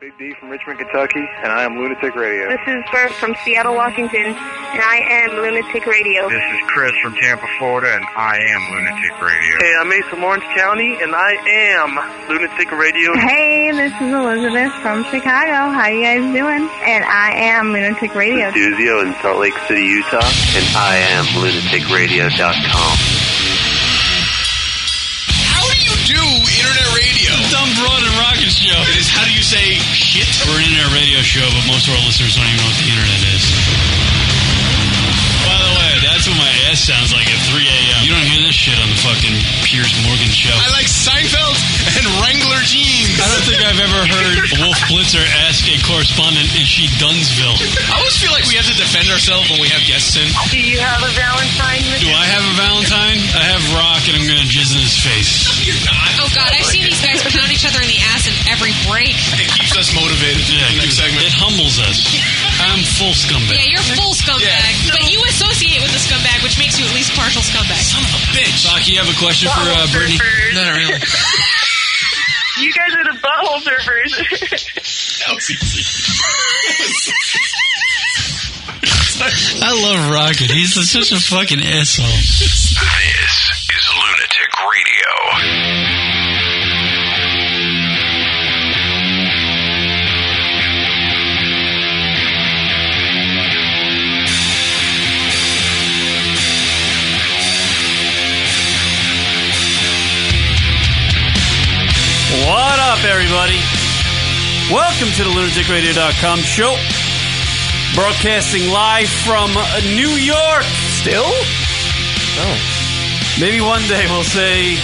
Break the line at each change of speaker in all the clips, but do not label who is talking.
Big D from Richmond, Kentucky, and I am Lunatic Radio.
This is Bert from Seattle, Washington, and I am Lunatic Radio.
This is Chris from Tampa, Florida, and I am Lunatic Radio.
Hey, I'm Ace from Orange County, and I am Lunatic Radio.
Hey, this is Elizabeth from Chicago. How you guys doing? And I am Lunatic Radio.
Duzio in Salt Lake City, Utah, and I am lunaticradio.com.
How do you do internet radio?
Dumb Broad and Rocket Show.
It is how do you say shit?
We're an internet radio show, but most of our listeners don't even know what the internet is. By the way, that's what my ass sounds like at 3 a.m. You don't hear this shit on the fucking Piers Morgan show.
I like Seinfeld and Wrangler jeans.
I don't think I've ever heard Wolf Blitzer ask a correspondent, is she Dunsville?
I always feel like we have to defend ourselves when we have guests in.
Do you have a Valentine?
Do I have a Valentine? I have Rock, and I'm going to jizz in his face.
You're not.
Oh God, I've seen these guys pound each other in the ass in every break.
It keeps us motivated for
Yeah,
the next segment.
it humbles us. I'm full scumbag.
Yeah, you're full scumbag,
Yeah.
but you associate with the scumbag, which makes you at least partial scumbag.
Son of a bitch.
Doc, you have a question for uh, Brittany?
surfers.
not really.
You guys are the butthole surfers.
That was easy.
I love Rocket. He's such a fucking asshole.
This is Lunatic Radio.
What up, everybody? Welcome to the lunaticradio.com show. Broadcasting live from uh, New York. Still?
Oh.
Maybe one day we'll say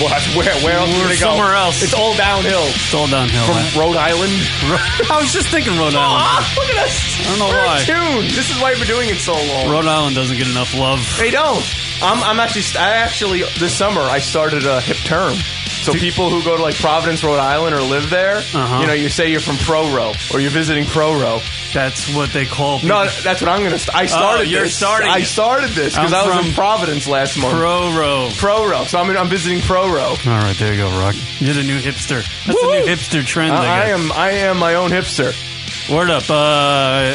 Well, that's where, where else are
We're
we gonna go?
somewhere else.
It's all downhill.
it's all downhill.
From
man.
Rhode Island.
I was just thinking Rhode Island.
Ah, look at us.
I don't know
We're
why.
in tune. This is why we've been doing it so long.
Rhode Island doesn't get enough love.
they don't. I'm, I'm actually, I actually, this summer, I started a hip term. So people who go to like Providence, Rhode Island or live there,
Uh-huh.
you know, you say you're from Pro Row or you're visiting Pro Row.
That's what they call
No, that's what I'm going to, st- I started
Oh, you're
this.
starting
I
it.
started this because
I'm
I was
from
in Providence last month. Pro,
pro row.
Row. So I'm, in, I'm visiting Pro Row.
All right, there you go, Rock. Uh, You're the new hipster. That's the
Woo!
new hipster trend.
I,
I
I
guess.
am, I am my own hipster.
Word up. Uh,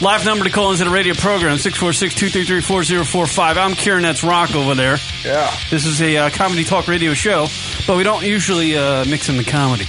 live number to call into the radio program, 646-233-4045. I'm Kieran, that's Rock over there.
Yeah.
This is a uh, comedy talk radio show, but we don't usually uh, mix in the comedy.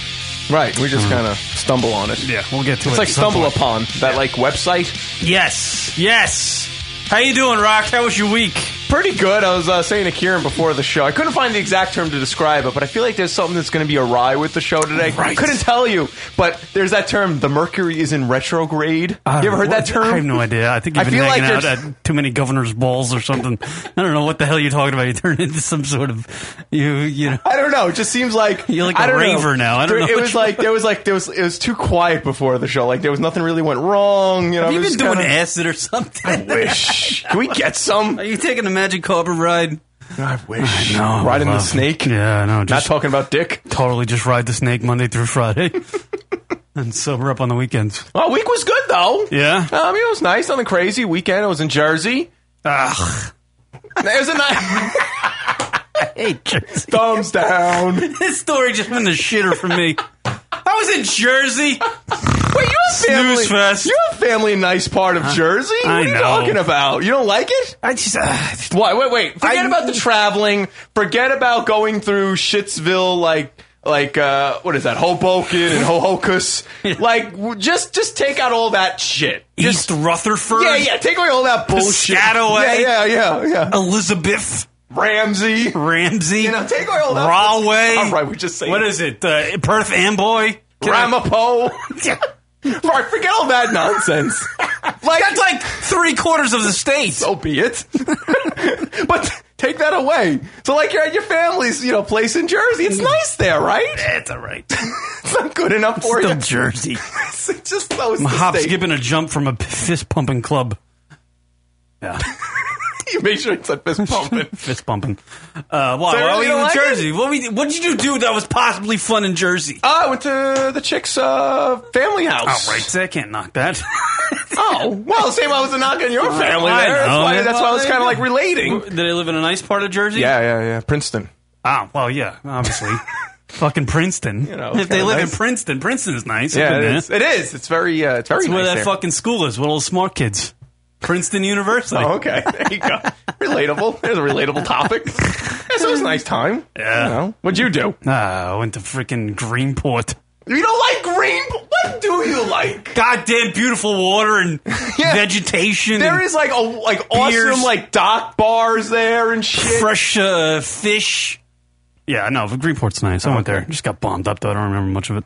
Right. We just kind of stumble on it.
Yeah, we'll get to Mm-hmm. it.
It's like stumble upon that like website.
Yes, yes. How you doing, Rock? How was your week?
Pretty good. I was uh, saying to Kieran before the show. I couldn't find the exact term to describe it, but I feel like there's something that's going to be awry with the show today.
Right.
Couldn't tell you, but there's that term. The Mercury is in retrograde. you ever heard that term?
Uh, I have no idea. I think
I
you've been
feel like
hanging out
there's-
at too many governor's balls or something. I don't know what the hell you're talking about. You turned into some sort of you, you know.
I don't know. It just seems like
You're like
I
a
don't know.
raver now. I don't
There-
know
It
what
was
you-
like there was like there was it was too quiet before the show. Like there was nothing really went wrong. You know,
Have you
it was
been doing
kinda-
acid or something?
Wish. Can we get some?
Are you taking a magic carpet ride?
I wish. Riding the
Wow.
snake.
Yeah, I know.
Not
Just
talking about dick.
totally just ride the snake Monday through Friday and sober up on the weekends.
Oh, week was good though.
Yeah.
Um, you know, it was nice, nothing crazy. Weekend, I was in Jersey.
Ugh.
There's a nice
Hey, Jersey.
thumbs down. Wait,
This story just went in the shitter for me. I was in
you
Jersey.
have family?
Snooze fest.
You have family in nice part of Jersey.
I
what are you
know.
talking about? You don't like it?
I just. Uh,
Why? Wait, wait. Forget
I-
about the traveling. Forget about going through Shittsville, like. Like uh, what is that? Hoboken and Hohokus. Like, w- just just take out all that shit. Just
East Rutherford.
yeah, yeah. Take away all that bullshit.
Piscataway.
Yeah, yeah, yeah,
Uh,
yeah.
Elizabeth
Ramsey.
Ramsey.
You know, take away all that.
Rahway.
All right, we just say
What is it? Uh, Perth Amboy. Can I-
Ramapo. right, forget all that nonsense. Like,
That's like three quarters of the state.
so be it. but take that away. So, like, you're at your family's, you know, place in Jersey. It's nice there, right?
That's all right.
It's not good enough for
Still
you.
Jersey.
It's just so.
I'm a hop,
state.
skip, and a jump from a fist pumping club. Yeah,
You make sure it's not fist pumping.
fist pumping. Uh, why?
So
why
really
were you in
you like
Jersey? What we? What did you do that was possibly fun in Jersey?
Ah, I went to the chick's uh, family house.
All right, so I can't knock that.
Oh, well, same. I was a knock on your family
I
there. That's
know.
why, that's why I was
Well,
kind of like relating.
Did I live in a nice part of Jersey?
Yeah, yeah, yeah. Princeton.
Ah, well, yeah, obviously. fucking Princeton.
You know, it's
if they
kinda
live
nice.
in Princeton, Princeton's nice.
Yeah,
I've
it
been
is. It
there.
is. It's very. Uh, it's very.
That's where
nice
that
there.
fucking school is with all the smart kids. Princeton University.
Oh, okay. There you go. relatable. There's a relatable topic. This was a nice time.
Yeah.
You know. What'd you do?
Ah, I went to freaking Greenport.
You don't like green. What do you like?
Goddamn beautiful water and vegetation.
There
and
is like a like
Beers.
awesome like dock bars there and shit.
fresh uh, fish. Yeah, no, Greenport's nice. I went there. Just got bombed up though. I don't remember much of it.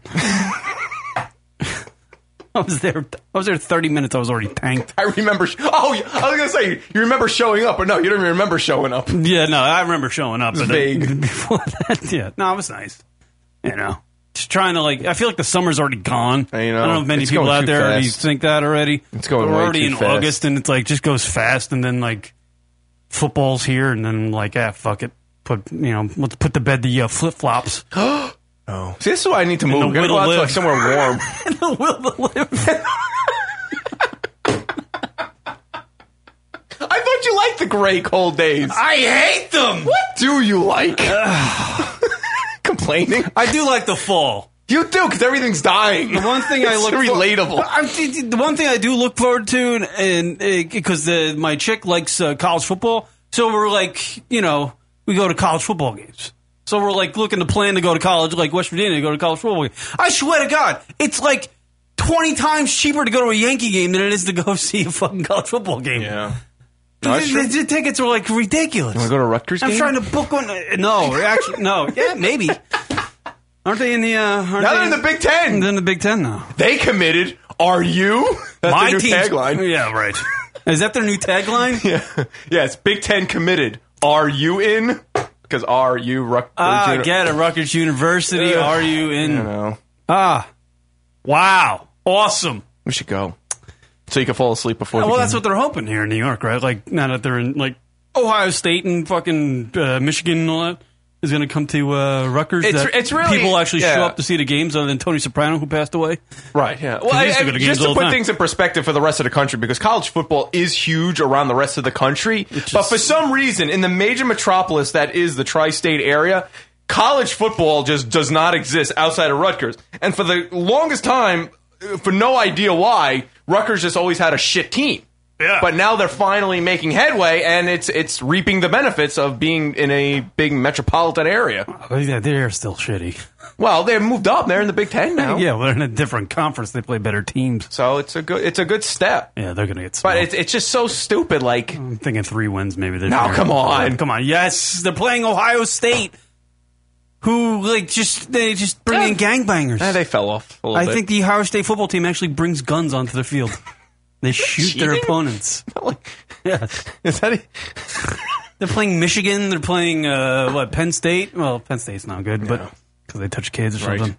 I was there. I was there thirty minutes. I was already tanked.
I remember. Sh- oh, I was gonna say you remember showing up, but no, you don't even remember showing up.
Yeah, no, I remember showing up. but, uh,
vague.
before that, yeah, no, it was nice. You know, just trying to like. I feel like the summer's already gone.
I know.
I don't know if many
It's
people
going
out
too
there already
fast.
think that already.
It's going
We're
way
already
too
in
fast.
August, and it's like just goes fast, and then like football's here, and then like ah fuck it, put you know let's put to bed the uh, flip flops.
Oh, see, this is why I need to move.
the
I'm gonna go
will
out to like somewhere warm.
live.
I thought you liked the gray cold days.
I hate them.
What do you like? Complaining?
I do like the fall.
You do because everything's dying.
The one thing I
It's
look for-
relatable.
I'm, the- the- the one thing I do look forward to, and- and because the my chick likes uh, college football, so we're like, you know, we go to college football games. So we're like looking to plan to go to college, like West Virginia, to go to college football game. I swear to God, it's like twenty times cheaper to go to a Yankee game than it is to go see a fucking college football game.
yeah.
The,
No, that's true.
the- the tickets are like ridiculous.
Wanna go to Rutgers
I'm
game?
trying to book one. uh, No, actually, no. Yeah, maybe. Aren't they in the? Uh, aren't
Now
they
they're in the Big Ten.
They're in the Big Ten now.
They committed. Are you? That's
My
the new
team's-
tagline.
Yeah, right. Is that their new tagline?
Yeah. Yes. Big Ten committed. Are you in? Because are you Rutgers?
Ah,
Uni-
get it. Rutgers University.
Ugh.
Are you in?
I don't know.
Ah, wow, awesome.
We should go. So you can fall asleep before. the
Uh, Well, that's
game.
what they're hoping here in New York, right? Like now that they're in like Ohio State and fucking uh, Michigan and all that is going to come to uh, Rutgers.
It's-
that
it's really-
people actually show
yeah.
up to see the games, other than Tony Soprano who passed away.
Right. Yeah. Well,
Because
I, I-
they used to go to games
just to
all the
put
time.
things in perspective for the rest of the country, because college football is huge around the rest of the country, but for some reason, in the major metropolis that is the tri-state area. College football just does not exist outside of Rutgers. And for the longest time, uh, for no idea why, Rutgers just always had a shit team.
Yeah.
But now they're finally making headway and it's it's reaping the benefits of being in a big metropolitan area.
But Oh, yeah, they're still shitty.
Well, they've moved up. They're in the Big 10 now.
Yeah, they're in a different conference. They play better teams.
So it's a good it's a good step.
Yeah, they're going to get.
But
smoked.
it's, it's just so stupid. Like,
I'm thinking three wins maybe this
No,
year.
come on.
come on. Yes, they're playing Ohio State, who like just they just bring in gangbangers.
eh, they fell off a little
I
bit.
think the Ohio State football team actually brings guns onto the field. They shoot their
Cheating?
opponents.
Like,
Yeah,
is that it?
they're playing Michigan. They're playing uh, what? Penn State. Well, Penn State's not good, but because they touch kids or
Right.
something.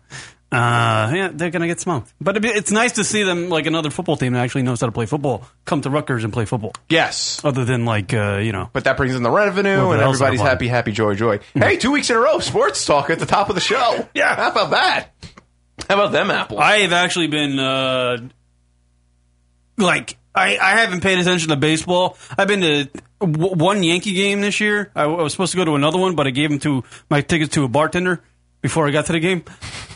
Uh, yeah, they're gonna get smoked. But it'd be- it's nice to see them like another football team that actually knows how to play football come to Rutgers and play football.
yes?
Other than like uh, you know,
But that brings in the revenue,
Well,
and
what else
everybody's
I want?
happy, happy, joy, joy.
Hmm.
Hey, two weeks in a row, sports talk at the top of the show. Yeah, how about that? How about them apples?
I have actually been uh, like I, I haven't paid attention to baseball. I've been to w- one Yankee game this year. I, w- I was supposed to go to another one, but I gave them to my tickets to a bartender before I got to the game.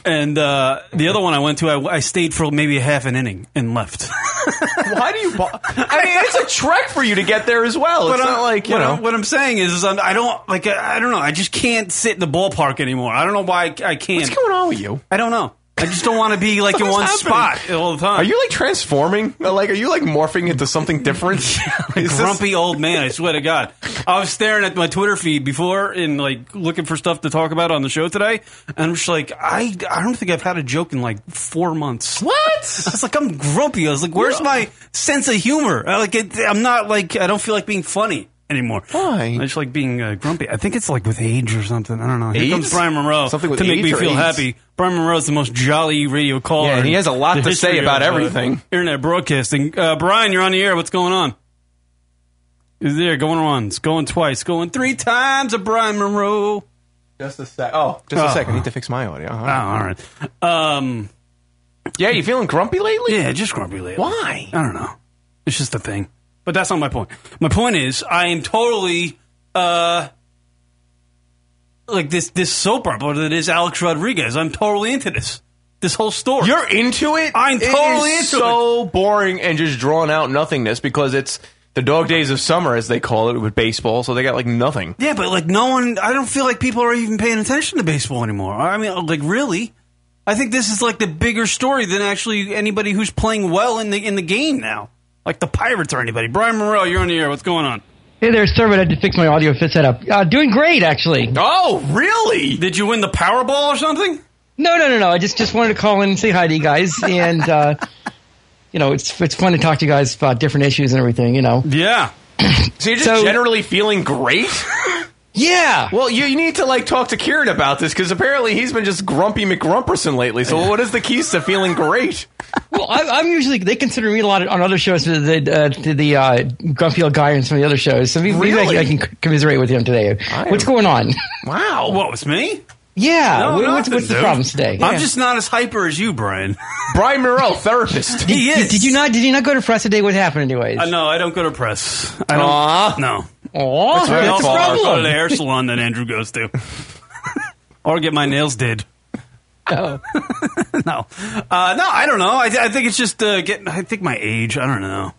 And uh, the other one I went to, I, I stayed for maybe a half an inning and left.
Why do you? bo- I mean, it's a trek for you to get there as well. It's not like you
what
know.
I'm, what I'm saying is, is I'm, I don't like I, I don't know. I just can't sit in the ballpark anymore. I don't know why I, I can't.
what's going on with you?
I don't know. I just don't want to be like in one
What's
spot all the time.
Are you like transforming? Like, are you like morphing into something different? Is this-
grumpy old man. I swear to God, I was staring at my Twitter feed before and like looking for stuff to talk about on the show today, and I'm just like, I I don't think I've had a joke in like four months.
what?
I was like, I'm grumpy. I was like, where's my sense of humor? I, like, it, I'm not like I don't feel like being funny anymore.
Why?
I just like being uh, grumpy. I think it's like with age or something. I don't know. Here
AIDS?
comes Brian Monroe
Something with
to make
age
me
or
feel
AIDS?
happy. Brian Monroe is the most jolly radio caller.
Yeah, and he
in
has a lot
the
to say
history
about
of, uh,
everything.
internet broadcasting. Uh, Brian, you're on the air. What's going on? Is there going once, going twice, going three times? A Brian Monroe.
Just a sec. Oh, just a
Oh.
sec. I need to fix my audio. All
Oh,
right.
all right. Um,
Yeah, you feeling grumpy lately?
yeah, just grumpy lately.
Why?
I don't know. It's just a thing. But that's not my point. My point is, I am totally uh, like this this soap opera that is Alex Rodriguez. I'm totally into this. This whole story.
You're into it.
I'm totally
it
into
is so boring and just drawn out nothingness because it's the dog days of summer, as they call it, with baseball. So they got like nothing.
it. Yeah, but like no one. I don't feel like people are even paying attention to baseball anymore. I mean, like really. I think this is like the bigger story than actually anybody who's playing well in the in the game now. Like the Pirates or anybody. Brian Morrell, you're on the air. What's going on?
Hey there, sir. I had to fix my audio fit setup. Uh, doing great, actually.
Oh, really?
Did you win the Powerball or something?
No, no, no, no. I just just wanted to call in and say hi to you guys, and uh, you know, it's it's fun to talk to you guys about different issues and everything. You know.
Yeah.
So you're just generally feeling great.
Yeah.
Well, you, you need to like talk to Kieran about this because apparently he's been just grumpy McGrumperson lately. So what is the keys to feeling great?
Well, I, I'm usually they consider me a lot on other shows to the uh, to the uh, grumpy old guy and some of the other shows. So maybe, maybe
Really?
I, I can commiserate with him today. What's going on?
Wow.
What was me?
Yeah.
No,
Uh, What- what's
nothing,
what's the
dude.
problems today?
I'm just not as hyper as you, Brian.
Brian Morrell, therapist.
he is.
Did, did you not? Did you not go to press today? What happened, anyways?
Uh, no, I don't go to press. I don't. No.
Aw,
That's why I don't
that's a
Go to
problem.
the hair salon that Andrew goes to, or get my nails did.
Oh.
no, uh, no, I don't know. I, I think it's just uh, getting. I think my age. I don't know.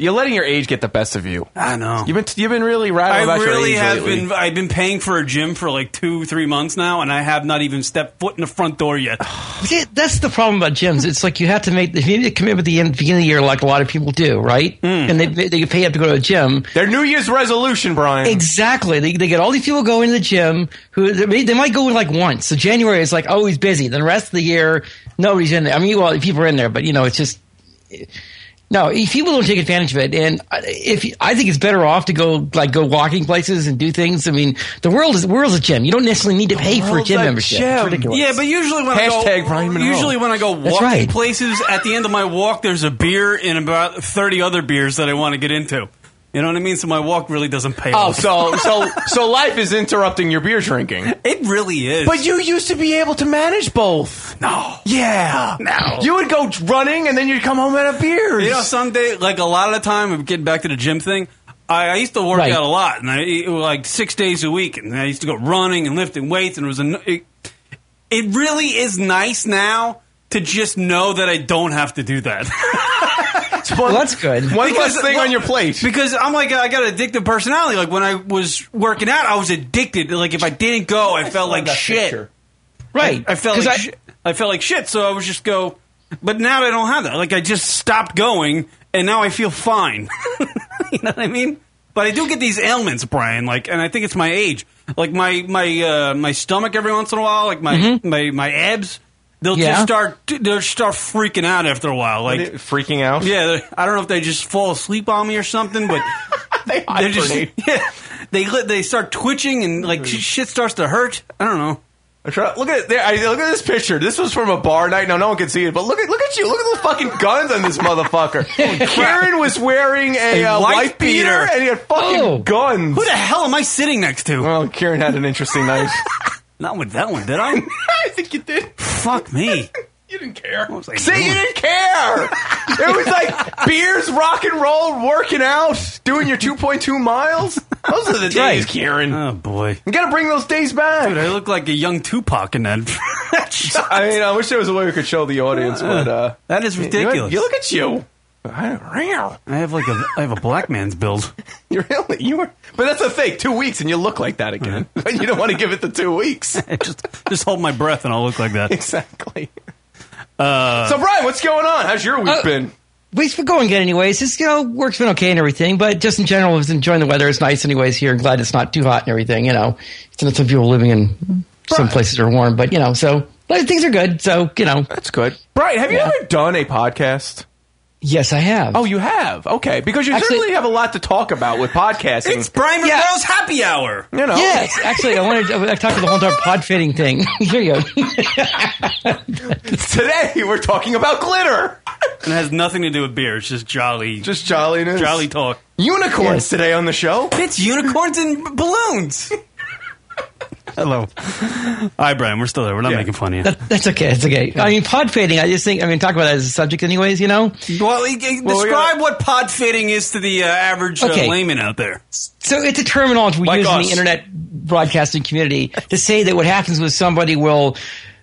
You're letting your age get the best of you.
I know.
You've been you've been really rattled
I
about your
really
age
have
lately.
been. I've been paying for a gym for like two, three months now, and I have not even stepped foot in the front door yet.
See, that's the problem about gyms. It's like you have to make if you need to commit at the end, beginning of the year, like a lot of people do, right?
Mm.
And they they pay up to go to a gym.
Their New Year's resolution, Brian.
Exactly. They, they get all these people going to the gym who they, may- they might go like once. So January is like oh he's busy. Then the rest of the year nobody's in there. I mean, well people are in there, but you know it's just no. if People don't take advantage of it, and I- if you- I think it's better off to go like go walking places and do things. I mean, the world is the world's a gym. You don't necessarily need to pay for a
world's
gym
a
membership.
gym.
It's ridiculous.
Yeah, but usually when I
Hashtag
go,
Brian Monroe.
usually when I go
That's
walking
right.
places, at the end of my walk, there's a beer and about thirty other beers that I want to get into. You know what I mean? So my walk really doesn't pay
Oh,
off.
so so so life is interrupting your beer drinking.
it really is.
But you used to be able to manage both. No. Yeah. No. You would go running and then you'd come home and have beers.
You know, someday, like a lot of the time, getting back to the gym thing, I, I used to work
Right.
out a lot, and I it was like six days a week, and I used to go running and lifting weights, and it was a. It, it really is nice now to just know that I don't have to do that.
well, that's good.
One less thing on your plate.
Because I'm like, I got an addictive personality. Like when I was working out, I was addicted. Like if I didn't go, I, felt
saw
like
that
shit.
picture. Right.
I, I felt
'Cause
like
I-
shi- I felt like shit. So I was just go. But now I don't have that. Like I just stopped going, and now I feel fine. you know what I mean? But I do get these ailments, Brian. Like, and I think it's my age. Like my my uh, my stomach every once in a while. Like my
Mm-hmm.
my my abs. They'll
Yeah.
just start. They'll start freaking out after a while. Like
freaking out.
yeah, they're- I don't know if they just fall asleep on me or something, but they are just
hibernate. Hmm.
yeah, they li- they start twitching and like sh- shit starts to hurt. I don't know.
I try- Look at there! I, look at this picture. This was from a bar night. Now no one can see it, but look at look at you! Look at the fucking guns on this motherfucker. Karen was wearing a,
A
uh,
wife
wife, beater,
beater.
and he had fucking
Oh.
guns.
Who the hell am I sitting next to?
Well, Karen had an interesting night.
Not with that one, did I?
I think you did.
Fuck me.
You didn't care.
What was I
See, you
doing?
didn't care. it was like beers, rock and roll, working out, doing your two point two miles. Those are the days,
right.
Karen.
Oh boy,
You gotta bring those days back.
dude, I look like a young Tupac in that.
I mean, I wish there was a way we could show the audience, but uh,
that is
you-
ridiculous.
You, look at you. I don't know.
I have like a I have a black man's build.
You really you were, but that's the thing. Two weeks and you look like that again. you don't want to give it the two weeks.
I just just hold my breath and I'll look like that.
Exactly. so Brian, what's going on? How's your week
Uh,
been?
Week's been going good, anyways. It's, you know, work's been okay and everything, but just in general, I was enjoying the weather. It's nice, anyways, here. and glad it's not too hot and everything, you know. It's not some people living in some places are warm, but, you know, so but things are good. So, you know,
That's good. Brian, have you ever done a podcast?
yes, I have.
Oh, you have. Okay, because you
Actually-
certainly have a lot to talk about with podcasting.
It's Brian
Yeah.
Morrell's happy hour.
you know.
Yes, actually, I wanted to I talked to the whole entire pod fitting thing. Here you go.
Today we're talking about glitter.
And it has nothing to do with beer. It's just jolly,
Just jolliness.
jolly talk.
unicorns today on the show.
It's unicorns and b- balloons. Hello. All right, Brian, we're still there. We're not making fun of you.
That's okay. That's okay. I mean, pod fading. I just think. I mean, talk about that as a subject, anyways. You know.
Well, e- e-
Well, we
describe what pod fitting is to the uh, average uh,
Okay.
layman out there.
So it's a terminology we
Like
use in
us.
the internet broadcasting community to say that what happens with somebody will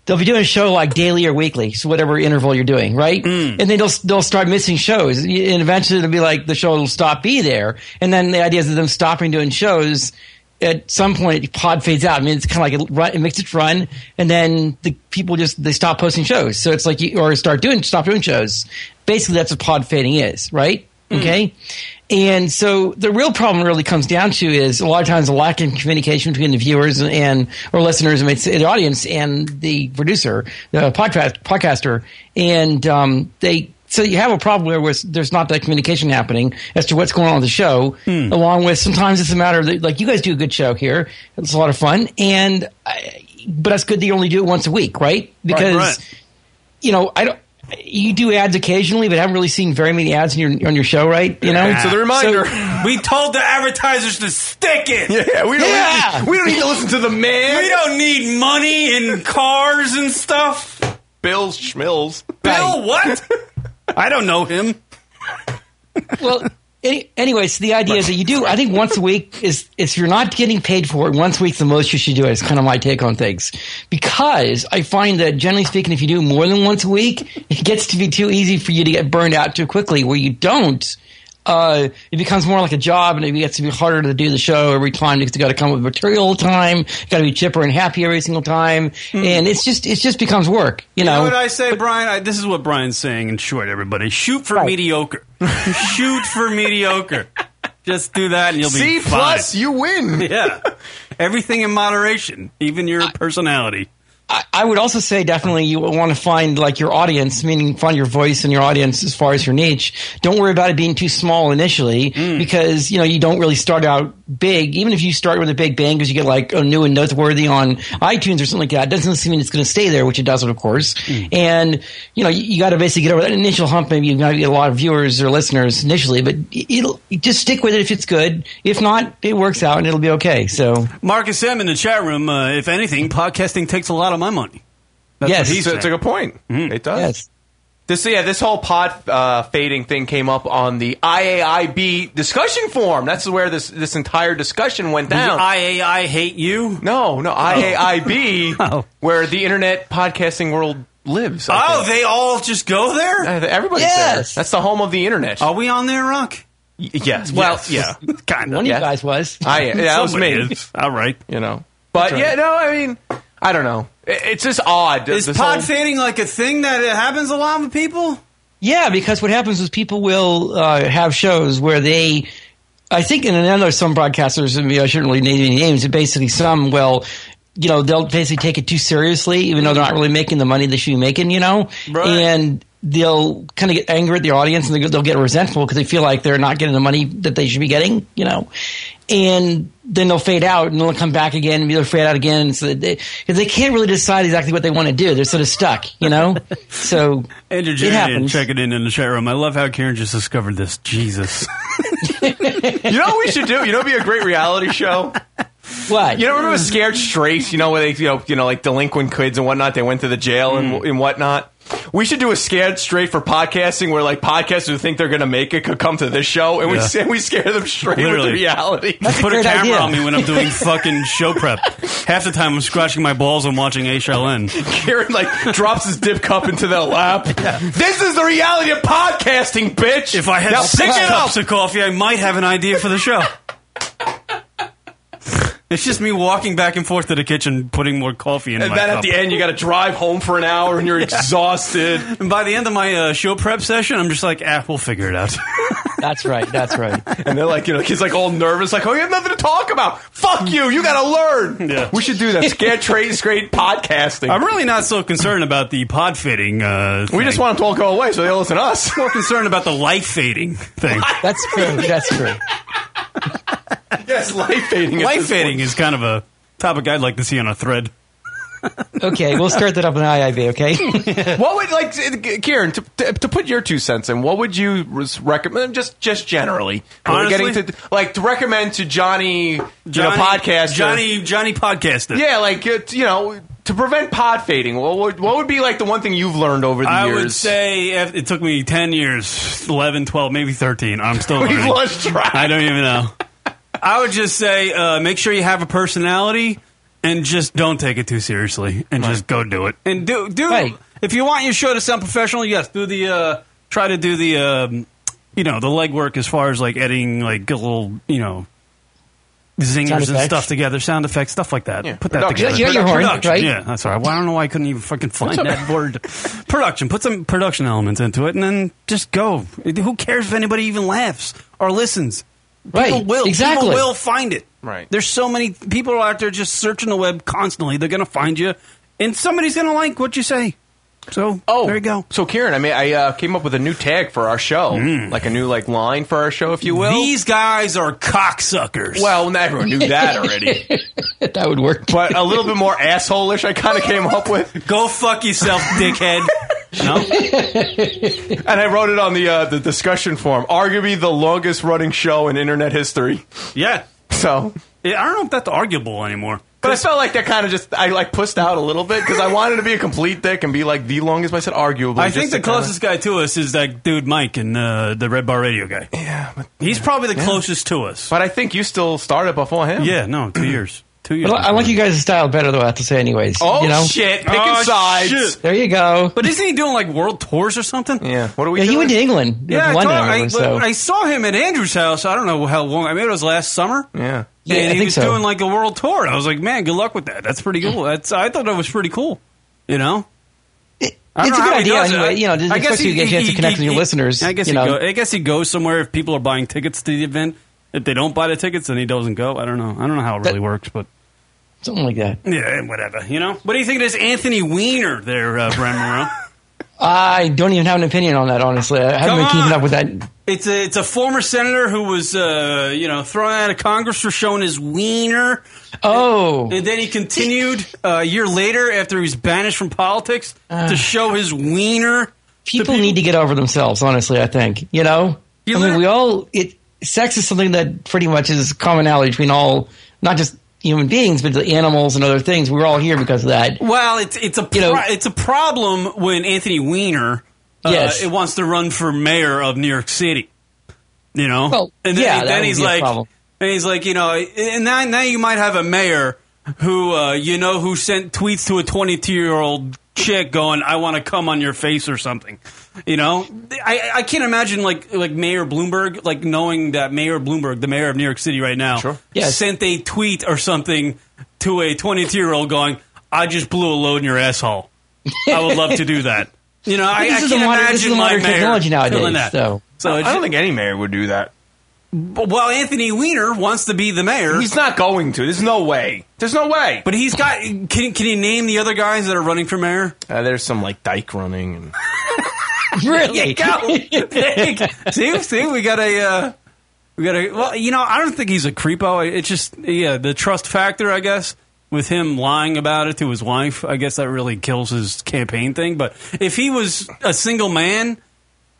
they'll be doing a show like daily or weekly, so whatever interval you're doing, right?
Mm.
And then they'll they'll start missing shows, and eventually it'll be like the show will stop be there, and then the idea is of them stopping doing shows. At some point, pod fades out. I mean, it's kind of like it, run, it makes its run, and then the people just they stop posting shows. So it's like you or start doing stop doing shows. Basically, that's what pod fading is, right? Okay. And so the real problem really comes down to is a lot of times a lack of communication between the viewers and, and or listeners and it's- the audience and the producer, the podcast podcaster, and um, they. So you have a problem where was- there's not that communication happening as to what's going on with the show, along with sometimes it's a matter of like you guys do a good show here, it's a lot of fun, and I, but that's good that you only do it once a week, right? Because
right.
you know I don't. You do ads occasionally, but I haven't really seen very many ads on your on your show, right? You know,
So the reminder.
we told the advertisers to stick it.
Yeah, we don't.
Yeah.
Need, we don't need to listen to the man.
We don't need money and cars and stuff.
Bill Schmills.
Bill what? I don't know him.
well, any, anyway, so the idea is that you do. I think once a week is if you're not getting paid for it, once a week's the most you should do it. It's kind of my take on things because I find that generally speaking, if you do more than once a week, it gets to be too easy for you to get burned out too quickly. Where you don't. Uh, it becomes more like a job, and it gets to be harder to do the show every time because you got to come up with material all the time. You got to be chipper and happy every single time, and it's just it just becomes work. You,
You
know,
know what I say, Brian? I, this is what Brian's saying in short, everybody. Shoot for mediocre. Shoot for mediocre. Just do that and you'll
C
be fine.
plus, you win.
Yeah. Everything in moderation, even your personality.
I, I would also say definitely you want to find like your audience, meaning find your voice and your audience as far as your niche. Don't worry about it being too small initially
Mm.
because you know you don't really start out big. Even if you start with a big bang because you get like a new and noteworthy on iTunes or something like that, it doesn't necessarily mean it's going to stay there, which it doesn't, of course.
Mm.
And you know you, you got to basically get over that initial hump. Maybe you might get a lot of viewers or listeners initially, but it'll just stick with it if it's good. If not, it works out and it'll be okay. So
Marcus M in the chat room, uh, if anything, podcasting takes a lot of my money. That's
Yes.
what he's
So it's a
saying.
good point. It does.
Yes.
This yeah, this whole pot uh, fading thing came up on the IAIB discussion forum. That's where this this entire discussion went
The Oh.
down.
IAI hate you?
No, no, IAIB, where the internet podcasting world lives. I
Oh,
think.
they all just go there?
Uh, everybody's
Yes.
there. That's the home of the internet.
Are we on there, Rock?
Y- yes. Well,
Yes.
yeah.
kind of.
one
Yeah.
of you guys was.
I yeah, that was me.
Somebody is. All right.
You know. But
right.
yeah, no, I mean, I don't know. I- It's just odd.
Is
this
pod
whole-
fading like a thing that it happens a lot with people?
Yeah, because what happens is people will uh, have shows where they. I think, and I know some broadcasters, and you know, I shouldn't really name any names, but basically some will, you know, they'll basically take it too seriously, even though they're not really making the money they should be making, you know?
Right.
And they'll kind of get angry at the audience and they- they'll get resentful because they feel like they're not getting the money that they should be getting, you know? And then they'll fade out and they'll come back again and they'll fade out again. So that they, cause they can't really decide exactly what they want to do. They're sort of stuck, you know? so
Andrew
it
Jarian
happens.
checking in in the chat room. I love how Karen just discovered this. Jesus.
You know what we should do? You know, it'd be a great reality show.
What?
You know, remember Scared Straight? You know, where they, you know, you know, like delinquent kids and whatnot. They went to the jail
Mm.
and, and whatnot. We should do a Scared Straight for podcasting, where like podcasters who think they're going to make it could come to this show, and
Yeah.
we and we scare them straight
Literally.
with reality.
Put a
great
camera
idea.
on me when I'm doing fucking show prep. Half the time I'm scratching my balls and watching HLN.
Kieran like drops his dip cup into their lap. This is the reality of podcasting, bitch.
If I had
now
six
pick it up.
cups of coffee, I might have an idea for the show. it's just me walking back and forth to the kitchen, putting more coffee in
and
my
then
cup.
at the end, you got to drive home for an hour, and you're exhausted.
and by the end of my uh, show prep session, I'm just like, ah, we'll figure it out.
That's right. That's right.
And they're like, you know, he's like all nervous, like, oh, you have nothing to talk about. Fuck you. You got to learn.
Yeah.
We should do that. Scare trade straight podcasting.
I'm really not so concerned about the pod fitting. Uh,
we just
thing.
want them to all go away so they'll listen to us.
more concerned about the life fading thing.
That's true. That's true.
yes, life fading. at
life
this
fading
point.
is kind of a topic I'd like to see on a thread.
Okay, we'll start that up in IIB. Okay.
What would, like, uh, Kieran, to, to, to put your two cents in, what would you res- recommend, just just generally, when we're
Honestly?
getting to, like, to recommend to Johnny,
Johnny-
you know, podcast
Johnny Johnny podcaster.
Yeah, like, uh, you know, to prevent pod fading, what would, what would be, like, the one thing you've learned over the
I
years?
would say if- it took me 10 years, 11, 12, maybe 13. I'm still
We've
learning.
lost track.
I don't even know. I would just say uh, make sure you have a personality and just don't take it too seriously and just go do it. And do do if you want your show to sound professional, yes, do the uh, try to do the um, you know the legwork as far as like editing like a little you know
Sound
zingers and
effects.
stuff together, sound effects, stuff like that. Put that
Production.
together.
Yeah, you're horny,
Production,
right?
Yeah, that's all right. Well, I don't know why I couldn't even fucking find
That's
that word. Production. Put some production elements into it, and then just go. Who cares if anybody even laughs or listens?
Right,
People will.
exactly.
People will find it.
Right.
There's so many people are out there just searching the web constantly. They're going to find you, and somebody's going to like what you say. So
Oh,
there you go.
So Karen, I mean, I uh, came up with a new tag for our show, like a new like line for our show, if you will.
Hmm. These guys are cocksuckers.
Well, everyone knew that already.
that would work,
but a little bit more asshole-ish. I kind of came up with.
Go fuck yourself, dickhead. No.
and I wrote it on the uh, the discussion forum. Arguably the longest running show in internet history.
Yeah.
So
Yeah, I don't know if that's arguable anymore.
But I felt like that kind of just I like pushed out a little bit because I wanted to be a complete dick and be like the longest. But I said arguably.
I
just
think the
to kinda-
closest guy to us is that dude Mike and uh, the Red Bar Radio guy. Yeah, he's probably the
Yeah.
closest to us.
But I think you still started before him.
Yeah, no, two years. Two years.
But I I like you guys' style better, though. I have to say, anyways.
Oh,
you know?
shit. Picking Oh, sides. shit.
There you go.
But isn't he doing like world tours or something?
Yeah. What are
yeah, he went to England.
Yeah, I,
London,
told-
I,
I,
remember, so.
I saw him at Andrew's house. I don't know how long. I mean, it was last summer.
Yeah,
Yeah, I
and he
think
was
so.
doing like a world tour. I was like, man, good luck with that. That's pretty cool. That's I thought that was pretty cool. You know, I don't
it's
know
a good
how he
idea
does it.
anyway. you know,
I
especially you get a chance to connect with your
he-
listeners.
I guess
you
he
know.
go, eh. I guess he goes somewhere if people are buying tickets to the event. If they don't buy the tickets, then he doesn't go. I don't know. I don't know how it really works, but
something like that.
yeah, and whatever. You know, what do you think of this Anthony Weiner there, uh, Brian Moreau?
I don't even have an opinion on that, honestly. I haven't
Come
been keeping
on.
up with that.
It's a it's a former senator who was uh, you know thrown out of Congress for showing his wiener.
Oh,
and then he continued uh, a year later after he was banished from politics
Uh.
to show his wiener.
People, need to get over themselves, honestly, I think. You know? I mean, we all, it, sex is something that pretty much is commonality between all, not just human beings, but the animals and other things. We're all here because of that.
Well, it's it's a pro- it's a problem when Anthony Weiner uh,
Yes.
it wants to run for mayor of New York City. You know,
Well,
and then,
yeah, that
then
would
he's
be a
like,
problem.
and he's like, you know, and now now you might have a mayor who uh, you know who sent tweets to a 22 year old chick going, "I want to come on your face" or something. You know, I I can't imagine like like Mayor Bloomberg like knowing that Mayor Bloomberg, the mayor of New York City right now,
Yes.
sent a tweet or something to a 22 year old going, "I just blew a load in your asshole." I would love to do that. You know,
But
I,
this
I
is
can't
the modern- this is
imagine
the
my
modern
mayor
technology nowadays,
feeling that.
so-
so
I
it's
don't think any mayor would do that.
but while Anthony Weiner wants to be the mayor,
He's not going to. There's no way. There's no way.
But he's got. Can can you name the other guys that are running for mayor?
Uh, there's some like dyke running and
There you go. There you go. see, see, we got a. Uh, we got a. Well, you know, I don't think he's a creepo. It's just yeah, the trust factor, I guess. With him lying about it to his wife, I guess that really kills his campaign thing. But if he was a single man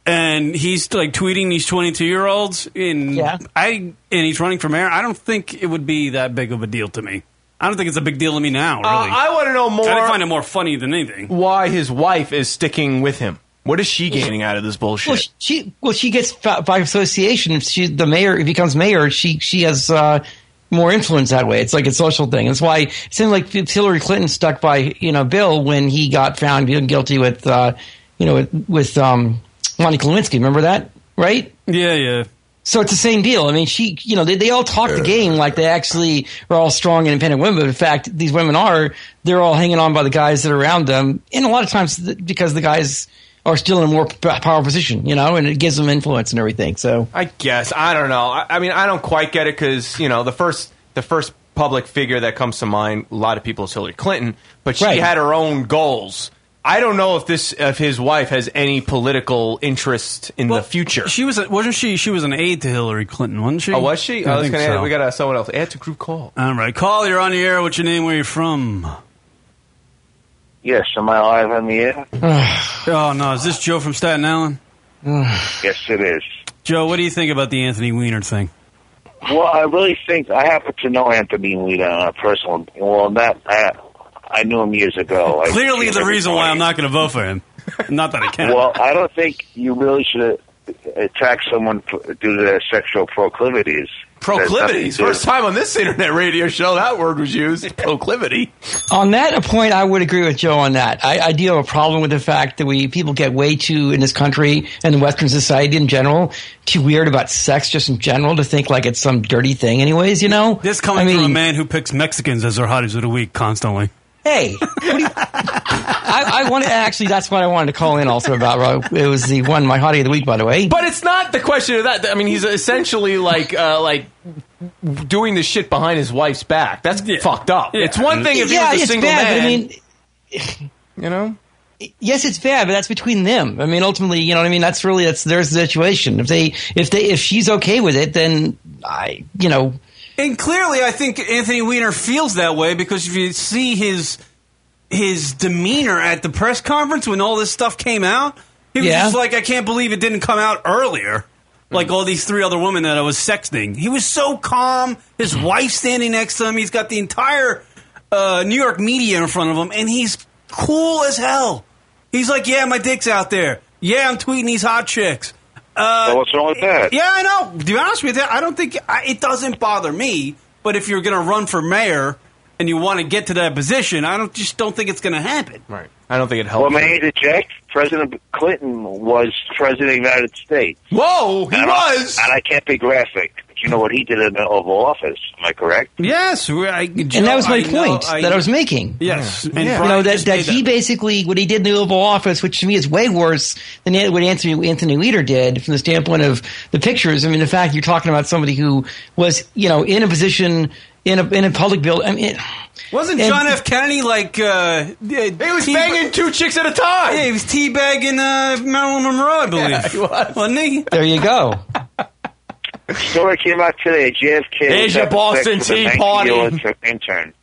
and he's like tweeting these twenty-two year olds in
Yeah.
I and he's running for mayor, I don't think it would be that big of a deal to me. I don't think it's a big deal to me now. Really,
Uh, I want to know more.
I find it more funny than anything.
why his wife is sticking with him. What is she gaining out of this bullshit?
Well, she well she gets fa- by association. If she the mayor if becomes mayor, she she has uh, more influence that way. It's like a social thing. That's why it seemed like Hillary Clinton stuck by you know Bill when he got found guilty with uh, you know with, with um, Monica Lewinsky. Remember that, right?
Yeah, yeah.
So it's the same deal. I mean, she, you know, they, they all talk the game like they actually are all strong and independent women. But in fact, these women are, they're all hanging on by the guys that are around them. And a lot of times th- because the guys are still in a more p- power position, you know, and it gives them influence and everything. So
I guess I don't know. I, I mean, I don't quite get it because you know the first the first public figure that comes to mind a lot of people is Hillary Clinton, but she
Right.
had her own goals. I don't know if this if his wife has any political interest in the future.
She was a, wasn't she? She was an aide to Hillary Clinton, wasn't she?
Oh, was she?
I
oh, that's
think
gonna
so.
we got uh, someone else. Add to group call.
All right, call. You're on the air. What's your name? Where you from?
Yes, am I live on the air?
oh no, is this Joe from Staten Island?
yes, it is.
Joe, what do you think about the Anthony Weiner thing?
Well, I really think I happen to know Anthony Weiner on a personal. Well, not I. I knew him years ago. I-
Clearly, the reason why I'm not going to vote for him. Not that I can.
Well, I don't think you really should. uh, attack someone p- due to their sexual proclivities.
Proclivities.
That's nothing to do-
First time on this internet radio show that word was used. Proclivity.
On that point, I would agree with Joe on that. I, I do have a problem with the fact that we people get way too in this country and Western society in general too weird about sex, just in general, to think like it's some dirty thing. Anyways, you know,
This coming from a man who picks Mexicans as their hotties of the week constantly.
Hey, what do you- I, I wanted actually. That's what I wanted to call in also about. Rob. It was the one my hottie of the week, by the way.
But it's not the question of that. I mean, he's essentially like uh, like doing the shit behind his wife's back. That's fucked up. It's one thing if he
Yeah,
was a
it's
single
bad,
man.
but I mean,
you know.
Yes, it's bad, but that's between them. I mean, ultimately, you know what I mean. That's really that's their situation. If they, if they, if she's okay with it, then I, you know,
And clearly, I think Anthony Weiner feels that way because if you see his his demeanor at the press conference when all this stuff came out, he was
Yeah.
just like, "I can't believe it didn't come out earlier." Like all these three other women that I was sexting, he was so calm. His wife standing next to him. He's got the entire uh, New York media in front of him, and he's cool as hell. He's like, "Yeah, my dick's out there. Yeah, I'm tweeting these hot chicks." Uh,
Well, what's wrong with that?
Yeah, I know. To be honest with you, I don't think I, it doesn't bother me. But if you're going to run for mayor and you want to get to that position, I don't just don't think it's going to happen.
Right. I don't think it
Well, may I interject? President Clinton was president of the United States.
Whoa,
he and was. I, and I can't be graphic. But you know what he did in the Oval Office? Am I correct?
Yes, we- I,
and that was my
I know,
point that I was making.
Yes,
you
and
know
Brian
that,
just
that
made
he basically what he did in the Oval Office, which to me is way worse than what Anthony Anthony Weiner did from the standpoint of the pictures. I mean, the fact you're talking about somebody who was you know in a position in a in a public building. I mean,
Wasn't
and-
John F. Kennedy like? Uh, he was
banging two chicks at a time.
Yeah, he was teabagging uh, Marilyn Monroe, I believe. Yeah, he was. Wasn't he?
There you go.
Story came out today. JFK.
There's
was
your
having
Boston
sex with a
Tea Party.
19-year-old Intern.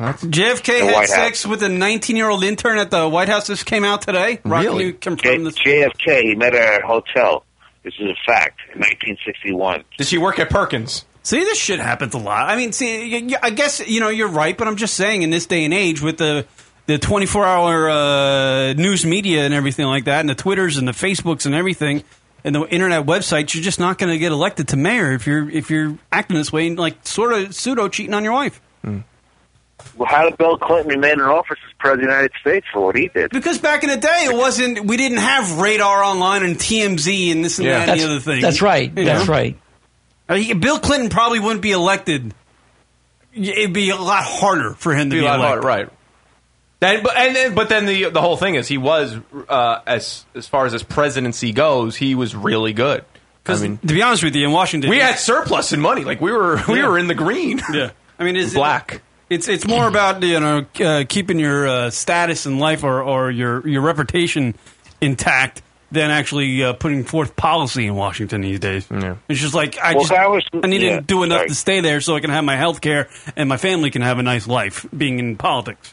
JFK
The
had
White
sex with a 19 year old intern at the White House. This came out today. Rocky,
Really?
you confirm
J- JFK. He met her at a hotel. This is a fact. In 1961.
Did she work at Perkins?
See, this shit happens a lot. I mean, see, y- y- I guess you know you're right, but I'm just saying in this day and age with the the 24 hour uh, news media and everything like that, and the Twitters and the Facebooks and everything, and the internet websites, you're just not going to get elected to mayor if you're if you're acting this way and like sort of pseudo cheating on your wife.
Well, how did Bill Clinton remain in office as president of the United States for what he did?
Because back in the day, it wasn't we didn't have Radar Online and TMZ and this and that and
That's-
the other thing.
That's right.
You
That's
know?
right.
I mean, Bill Clinton probably wouldn't be elected. It'd be a lot harder for him to be,
Be a lot
elected.
harder, right. And but, and then, but then the the whole thing is he was uh, as as far as his presidency goes, he was really good. I mean,
to be honest with you, in Washington,
we had surplus in money. Like we were we
Yeah.
were in the green.
Yeah, I mean, is
black.
It's it's more about you know uh, keeping your uh, status in life or, or your your reputation intact than actually uh, putting forth policy in Washington these days. It's just like I
Well,
just
that was-
I need
yeah,
to do enough
sorry.
to stay there so I can have my health care and my family can have a nice life being in politics.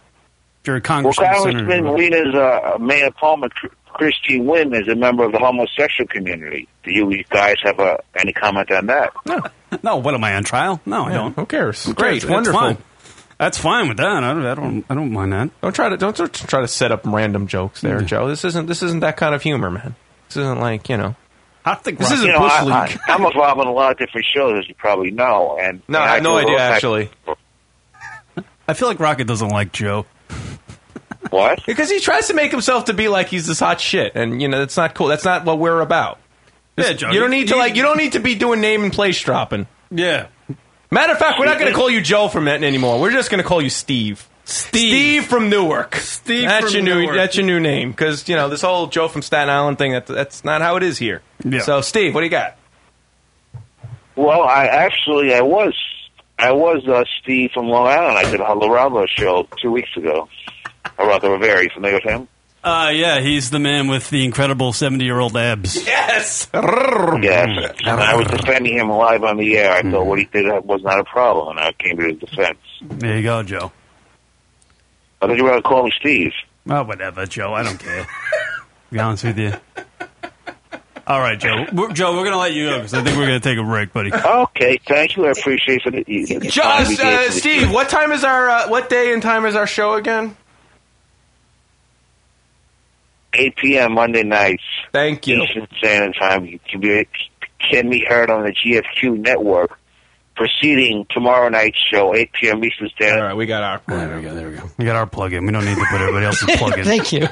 If you're
Well,
a congressman, senator,
Congressman
whatever.
Lena's uh, Mayor Palmer Cr- Christie Wynn is a member of the homosexual community. Do you guys have uh, any comment on that?
No, what am I on trial? No, I
Yeah,
don't.
who cares? Great,
Great,
wonderful.
That's fine with that. I don't, I don't. I don't mind that.
Don't try to don't tr- try to set up random jokes there, Joe. This isn't this isn't that kind of humor, man. This isn't like you know.
I think
this
Right.
isn't
you know,
bush
I,
league.
I, I'm involved in a lot of different shows, as you probably know. And
no,
and
I have no
do a
idea
lot of-
actually.
I feel like Rocket doesn't like Joe.
What?
Because he tries to make himself to be like he's this hot shit, and you know that's not cool. That's not what we're about.
Yeah, Joe,
you don't need to
you-
like. You don't need to be doing name and place dropping.
Yeah.
Matter of fact, we're not going to call you Joe from that anymore. We're just going to call you Steve.
Steve.
from Newark. Steve. That's
from
your new.
Newark.
That's your new name because you know this whole Joe from Staten Island thing. That that's not how it is here.
Yeah.
So Steve, what do you got?
Well, I actually I was I was uh, Steve from Long Island. I did a Colorado show two weeks ago. Geraldo Rivera. You familiar with him?
Uh, yeah, he's the man with the incredible 70 year old abs.
Yes.
Yes. And I Mm-hmm. was Mm-hmm. defending him live on the air. I thought what he did uh, was not a problem, and I came to his defense.
There you go, Joe.
I thought you were going to call me Steve.
Oh, whatever, Joe. I don't care. to be honest with you. All right, Joe. We're, Joe, we're going to let you go because I think we're going to take a break, buddy.
Okay, thank you. I appreciate for the, the time you
Just
gave
uh,
to the-
Steve, what time is our uh, what day and time is our show again?
8 p.m. Monday nights.
Thank you.
Eastern Standard Time You can be, can be heard on the GFQ network. Preceding tomorrow night's show, 8 p.m. Eastern Standard. All
right, we got our.
There we go. There we go. We got our plug in. We don't need to put everybody else's plug in.
Thank you.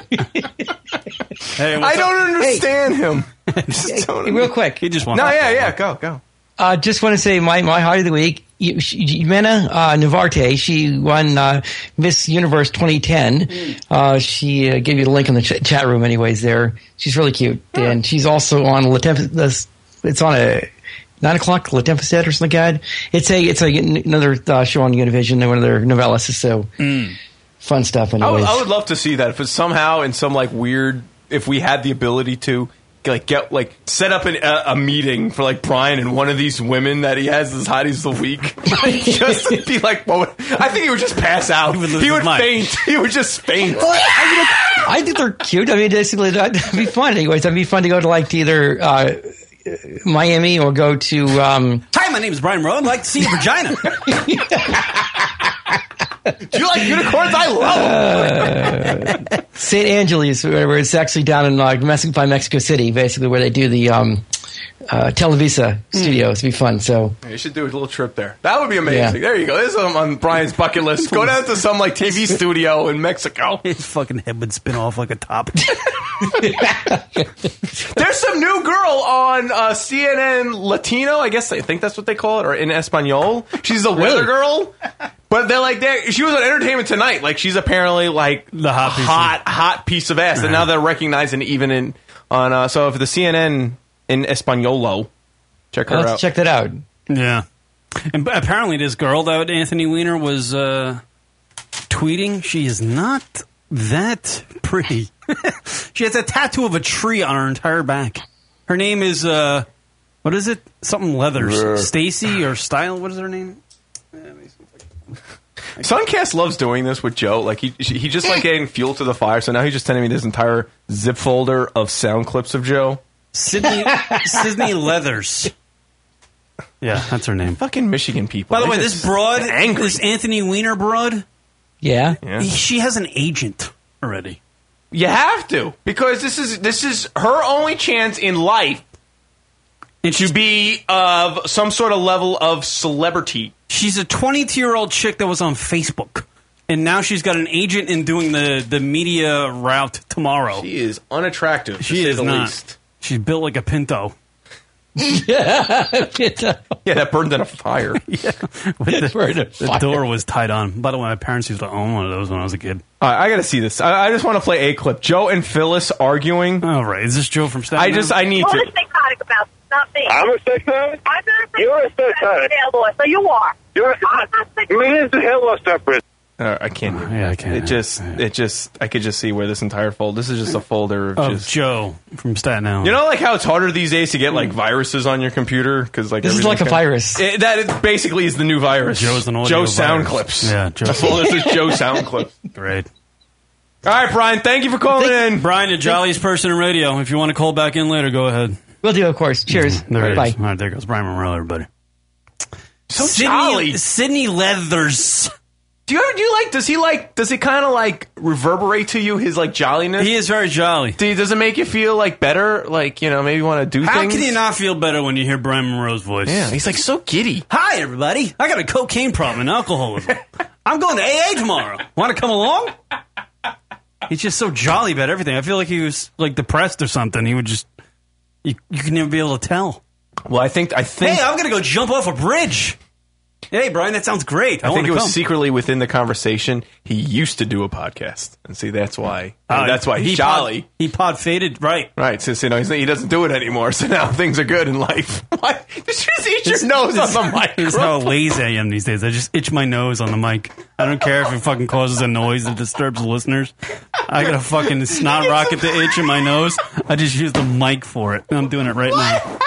Hey,
I don't understand him. Just don't
real quick.
He just
No, yeah, yeah. Go, go.
Uh, just want to say my, my heart of the week, you- she- Jimena uh, Navarte. She won uh, Miss Universe 2010. Uh, she uh, gave you the link in the ch- chat room, anyways. There, she's really cute, and she's also on La Temp- this- It's on a nine o'clock La Tempestad or something like that. It's a it's a, another uh, show on Univision, and one of their novellas. So fun stuff,
I would,
anyways.
I would love to see that if it's somehow in some like weird if we had the ability to like get like set up an, a, a meeting for like Brian and one of these women that he has as hotties of the week just to be like well, I think he would just pass out he would,
lose his mind.
faint he would just faint
Well, I, mean, I think they're cute. I mean, basically, that- that'd be fun. Anyways, that'd be fun to go to like to either uh, Miami or go to. Um,
Hi, my name is Brian Rowe. I'd like to see your vagina.
Do you like unicorns? I love them.
uh, St. Angeles, where it's actually down in like Mexico by Mexico City, basically where they do the um, uh, Televisa studios. It'd be fun. So
Yeah, You should do a little trip there. That would be amazing.
Yeah.
There you go. This is on, on Brian's bucket list. Go down to some like TV studio in Mexico.
His fucking head would spin off like a top.
There's some new girl on uh, CNN Latino. I guess I think that's what they call it, or in Espanol. She's a weather
Really?
girl. But they're like, they she was on Entertainment Tonight. Like she's apparently like the
hot piece of- Uh-huh.
hot, hot piece of ass, and now they're recognizing it even in on. Uh, so if the CNN in Espanolo, check her
let's
out.
check that out.
yeah. And b- apparently, this girl that Anthony Weiner was uh, tweeting, she is not that pretty. she has a tattoo of a tree on her entire back. Her name is uh, what is it? Something Leathers,
Bleh.
Stacy or Style? What is her name?
Suncast loves doing this with Joe. Like he she- he just like adding fuel to the fire. So now he's just sending me this entire zip folder of sound clips of Joe.
Sydney Sydney Leathers. Yeah, that's her name.
Fucking Michigan people.
By the
They're
way,
just
this broad,
angry.
this Anthony Weiner broad,
Yeah.
she has an agent already.
You have to because this is this is her only chance in life
And
to
she's,
be of some sort of level of celebrity.
she's a 22 year old chick that was on Facebook. And now she's got an agent in doing the, the media route tomorrow.
She is unattractive. to
She
say
is
the
not.
least.
She's built like a pinto.
Yeah, that burned in a fire.
With the,
Right.
the door was tied on. By the way, my parents used to own one of those when I was a kid.
All right, I gotta see this. I, I just want to play a clip. Joe and Phyllis arguing.
All right, is this Joe from Staten
I just I need
What
to.
was psychotic about something?
I'm a sex addict?
I'm not a
You're a
sex
psychotic.
boy,
Oh,
so you are.
You're a
I'm not sex-
I mean, it's the hell of separate.
Uh, I can't. do it.
Yeah, I can't.
It just it just I could just see where this entire fold. This is just a folder of
Of
just.
Oh, Joe from Staten Island.
You know, like how it's harder these days to get like viruses on your computer because like
This is
everything's
like a
kinda-
virus.
It, that is basically is the new virus.
Joe's an audio
Joe sound
virus.
clips.
Yeah, Joe-
A folder says Joe sound clips.
Great.
All right, Brian. Thank you for calling in.
Brian, the jolliest person in radio. If you want to call back in later, go ahead.
We'll do, of course. Cheers.
Mm-hmm. There it is.
Bye.
All right, there goes Brian Monroe, everybody.
So
Sydney,
jolly.
Sydney Leathers.
Do you do you like? Does he like? Does it kind of like reverberate to you his like jolliness?
He is very jolly.
Do you- does it make you feel like better? Like you know, maybe want to do
How
things.
can you not feel better when you hear Brian Monroe's voice?
Yeah, he's like so giddy.
Hi, everybody. I got a cocaine problem and alcoholism. I'm going to AA tomorrow. Want to come along? He's just so jolly about everything. I feel like he was like depressed or something. He would just you, you can never be able to tell.
Well, I think I think
Hey, I'm gonna go jump off a bridge. Hey, Brian, that sounds great. I,
I think
wanna
it was
come.
secretly within the conversation. He used to do a podcast, and see that's why.
Uh,
that's why he's
he pod-
jolly,
he pod faded right.
right? Since you know he's, he doesn't do it anymore, so now things are good in life. Why did you just eat your nose on the mic?
This is how lazy I am these days. I just itch my nose on the mic. I don't care if it fucking causes a noise that disturbs the listeners. I got a fucking snot rocket to itch in my nose. I just use the mic for it. I'm doing it right now.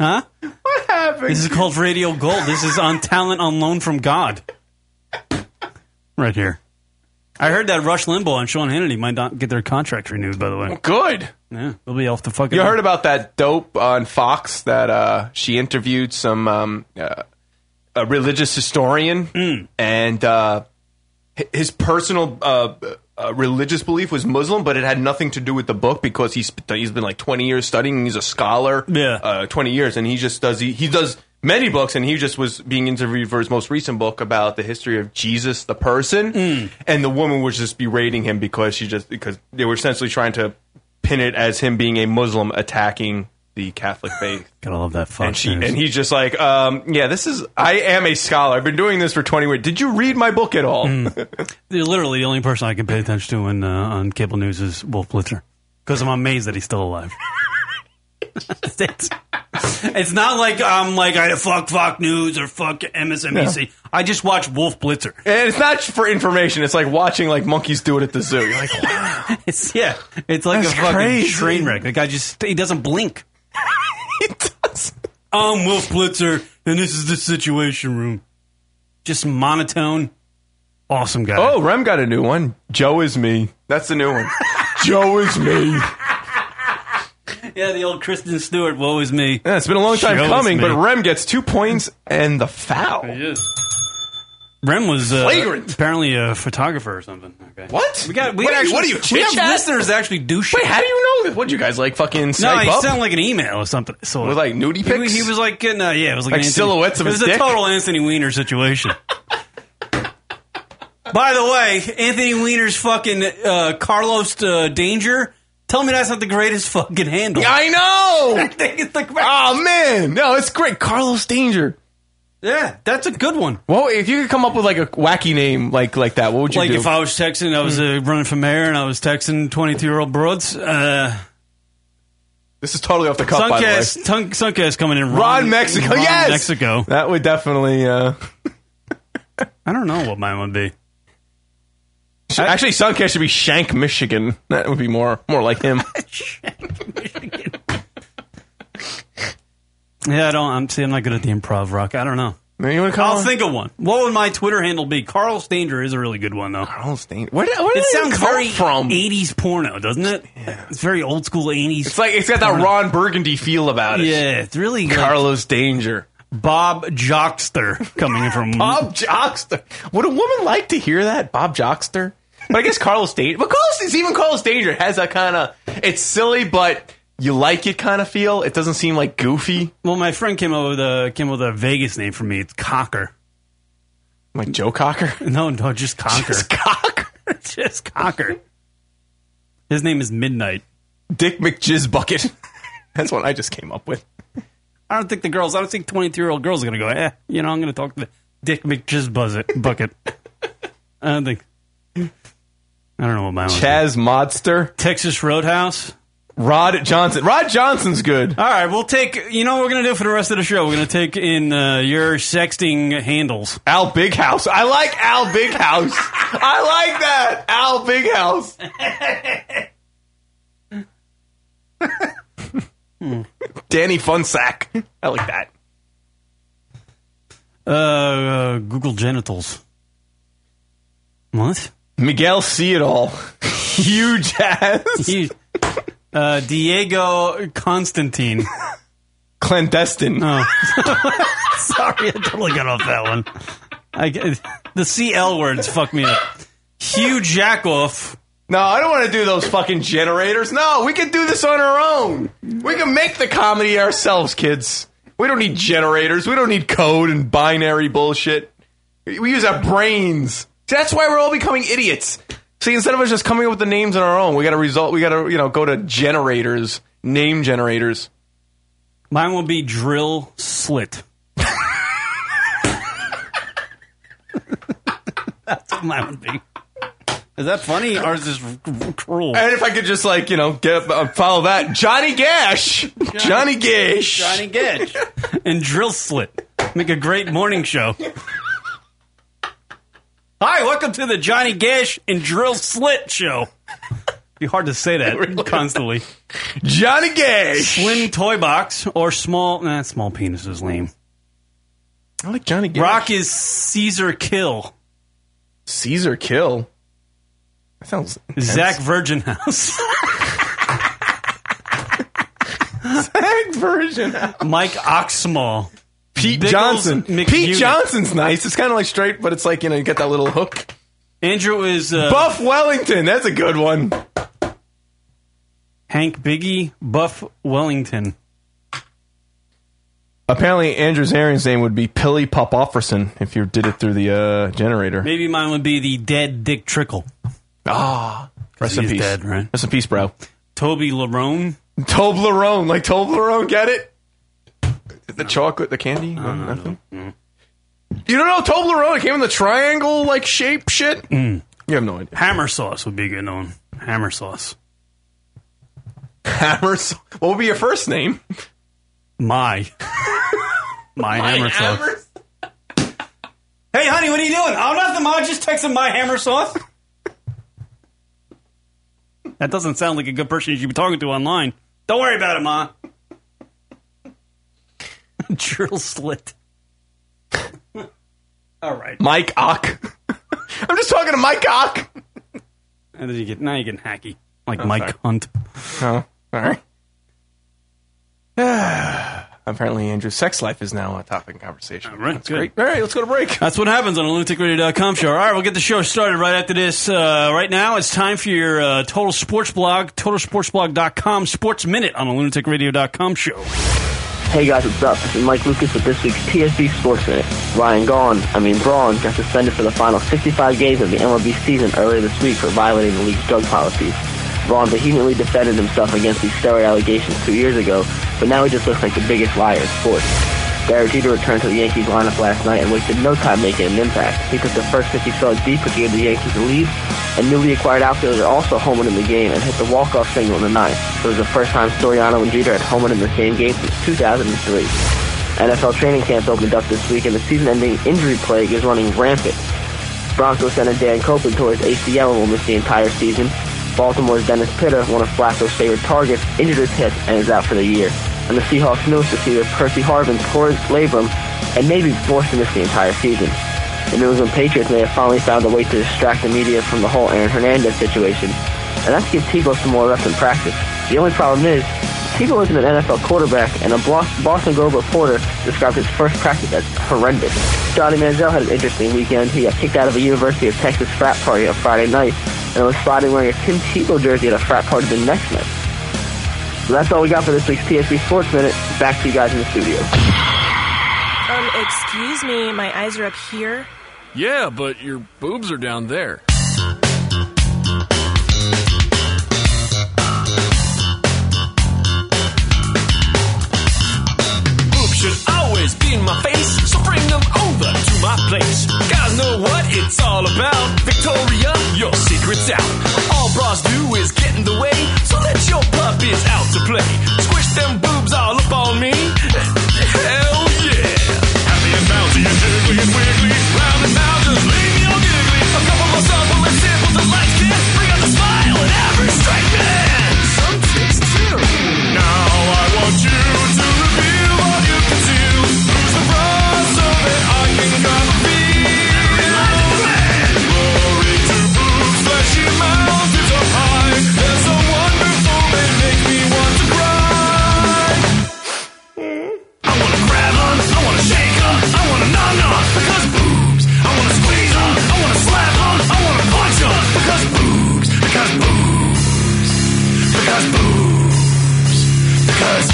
Huh?
What happened?
This is called Radio Gold. This is on talent on loan from God. Right here. I heard that Rush Limbaugh and Sean Hannity might not get their contracts renewed, by the way.
good.
Yeah, they'll be off the fucking.
You heard about that dope on Fox that uh, she interviewed some um, uh, a religious historian and uh, hi- his personal uh, uh, religious belief was Muslim, but it had nothing to do with the book because he's he's been like twenty years studying. and He's a scholar, yeah, uh, twenty years, and he just does he, he does many books, and he just was being interviewed for his most recent book about the history of Jesus, the person, and the woman was just berating him because she just because they were essentially trying to pin it as him being a Muslim attacking the Catholic faith.
Gotta love that fuck.
And, she, and he's just like, um, yeah, this is. I am a scholar. I've been doing this for twenty years. Did you read my book at all?
They're literally the only person I can pay attention to in, uh, on cable news is Wolf Blitzer because I'm amazed that he's still alive. That's- it's not like I'm like I fuck Fox News or fuck MSNBC. I just watch Wolf Blitzer.
And it's not for information. It's like watching like monkeys do it at the zoo. You're like,
It's yeah. It's like
That's
a fucking
crazy.
train wreck. The guy just he doesn't blink. he does. I'm Wolf Blitzer, and this is the Situation Room. Just monotone. Awesome guy.
Oh, Rem got a new one. Joe is me. That's the new one. Joe is me.
Yeah, the old Kristen Stewart. Woe is me.
Yeah, it's been a long time
Show us
coming,
me.
but Rem gets two points and the foul.
Rem was uh,
Flagrant.
apparently a photographer or something. Okay.
What?
We got. We
What are you-
actually,
what are you,
We have
chit-chat?
listeners that actually do shit.
Wait, how do you know this? What you guys like fucking
No,
snipe
he
up?
sent like an email or something. So
With, like, nudie
He,
pics?
he was like, getting, uh, yeah, it was like,
Like
an Anthony-
silhouettes of
It
his
was a
dick?
total Anthony Weiner situation. By the way, Anthony Weiner's fucking uh, Carlos uh, Danger. Tell me that's not the greatest fucking handle.
I know.
I think it's the
oh man, no, it's great. Carlos Danger.
Yeah, that's a good one.
Well, if you could come up with like a wacky name like like that, what would you
like
do? Mm.
if I was texting, I was uh, running for mayor, and I was texting twenty-two-year-old broads. Uh,
this is totally off the cuff. by the way.
Suncast, tongue, Suncast coming in. Ron,
Ron Mexico.
Ron
yes,
Mexico.
That would definitely. Uh,
I don't know what mine would be.
actually, Suncast should be Shank Michigan. That would be more more like him.
Yeah, I don't. I'm see. I'm not good at the improv rock. I don't know.
you wanna
I'll
on?
think of one. What would my Twitter handle be? Carl Stanger is a really good one though.
Carl Stanger. Where, where did
it
it
sounds
come
very
from?
80s porno, doesn't it? It's very old school 80s.
It's like it's got that Ron Burgundy feel about it.
Yeah, it's really like-
Carlos Danger.
Bob Jockster coming in from
Bob Jockster. Would a woman like to hear that? Bob Jockster? But I guess Carlos Danger. But Carlos is even Carlos Danger has that kind of it's silly, but you like it kind of feel. It doesn't seem like goofy.
Well, my friend came up with a came up with a Vegas name for me. It's Cocker.
Like Joe Cocker.
No, no, just Cocker. Just
Cocker.
just Cocker. His name is Midnight.
Dick McJizz Bucket. That's what I just came up with.
I don't think the girls. I don't think 23 year old girls are gonna go. Eh, you know, I'm gonna talk to the Dick McJizz buzzet bucket. I don't think. I don't know what my one.
Chaz Modster.
Texas Roadhouse.
Rod Johnson. Rod Johnson's good.
All right, we'll take. You know what we're gonna do for the rest of the show? We're gonna take in uh, your sexting handles.
Al Big House. I like Al Big House. I like that. Al Big House. Danny Funsack. I like that.
Uh, uh, Google genitals. What?
Miguel see it all. Huge ass.
Huge. Uh, Diego Constantine.
Clandestine.
Oh. Sorry, I totally got off that one. I, get- the CL words fuck me up. Hugh Jackoff.
No, I don't want to do those fucking generators. No, we can do this on our own. We can make the comedy ourselves, kids. We don't need generators. We don't need code and binary bullshit. We we use our brains. See, That's why we're all becoming idiots. See, instead of us just coming up with the names on our own, we got to result. We got to you know go to generators, name generators.
Mine will be drill slit. That's what mine would be. Is that funny or is this r- cruel?
And if I could just like you know get uh, follow that Johnny Gash, Johnny Gash,
Johnny Gish and drill slit make a great morning show. Hi, welcome to the Johnny Gish and drill slit show. Be hard to say that constantly.
Johnny Gash.
Slim toy box or small? Nah, small penis is lame.
I like Johnny Gash.
Rock is Caesar kill.
Caesar Kill. That sounds intense.
Zach Virgin House.
Zach Virgin House.
Mike Oxmall.
Pete
Biggles
Johnson.
McUnit.
Pete Johnson's nice. It's kind of like straight, but it's like you know you get that little hook.
Andrew is uh,
Buff Wellington. That's a good one.
Hank Biggie Buff Wellington.
Apparently, Andrew Zarian's name would be Pilly Popofferson if you did it through the uh, generator.
Maybe mine would be the dead Dick Trickle.
Ah, rest
He
in
is
peace.
dead, right?
Rest in peace, bro.
Toby Larone.
Toblerone, like Toblerone, get it? The chocolate, the candy, nothing. You don't know Toblerone? It came in the triangle like shape shit. You have no idea.
Hammer sauce would be a good one. Hammer sauce.
Hammer. sau- What would be your first name?
My. My, hammer, sauce. Hey, honey, what are you doing? Oh, nothing, Ma. Just texting my hammer sauce. That doesn't sound like a good person you should be talking to online. Don't worry about it, Ma. Drill slit. All right.
Mike Ock. I'm just talking to Mike Ock.
And then you get now you're getting hacky. Like
Oh,
Mike
sorry.
Hunt.
Oh, all right. Apparently, Andrew's sex life is now a topic of conversation. All right, That's great. All right, let's go to break.
That's what happens on a lunaticradio.com show. All right, we'll get the show started right after this. Uh, right now, it's time for your uh, Total Sports Blog, totalsportsblog.com, Sports Minute on a lunaticradio.com show.
Hey guys, what's up? This is Mike Lucas with this week's TSB Sports Minute. Ryan Gaughan, I mean Braun, got suspended for the final 65 games of the MLB season earlier this week for violating the league's drug policies. Braun vehemently defended himself against these steroid allegations two years ago, but now he just looks like the biggest liar in sports. Garagito returned to the Yankees lineup last night and wasted no time making an impact. He took the first 50 starts deep, which gave the Yankees the lead, and newly acquired outfielder also homered in the game and hit the walk-off single in the ninth. It was the first time Soriano and Jeter had homered in the same game since 2003. NFL training camp opened up this week, and the season-ending injury plague is running rampant. Broncos center Dan Copeland tore his ACL and will miss the entire season. Baltimore's Dennis Pitta, one of Flacco's favorite targets, injured his hip and is out for the year. And the Seahawks' newest receiver, Percy Harvin, tore his labrum and may be forced to miss the entire season. The New England Patriots may have finally found a way to distract the media from the whole Aaron Hernandez situation, and that's give Tebow some more reps in practice. The only problem is, Tebow isn't an NFL quarterback, and a Bos- Boston Globe reporter described his first practice as horrendous. Johnny Manziel had an interesting weekend. He got kicked out of a University of Texas frat party on Friday night, and was spotted wearing a Tim Tebow jersey at a frat party the next night. So that's all we got for this week's TSB Sports Minute. Back to you guys in the studio.
Um, excuse me, my eyes are up here.
Yeah, but your boobs are down there.
Boobs should always be in my face, so bring them over to my place. Guys know what it's all about. Victoria, your secret's out. All bras do is get in the way, so let your puppies out to play. Squish them boobs all up on me. Hell yeah! Happy and bouncy and jiggly and wiggly. Round and round, just leave me all giggly. A cup of a supple and simple delights can bring out the smile in every straight man. Some chicks too. Now I want you to reveal what you conceal. Lose the bra so that I can grab a feel. Glory to boobs, fleshy mountains up high. They're so wonderful, they make me want to cry. I wanna grab her, I wanna shake her, I wanna numb her, because boobs. I wanna squeeze her, I wanna slap her, I wanna punch her, because boobs, because boobs, because boobs, because.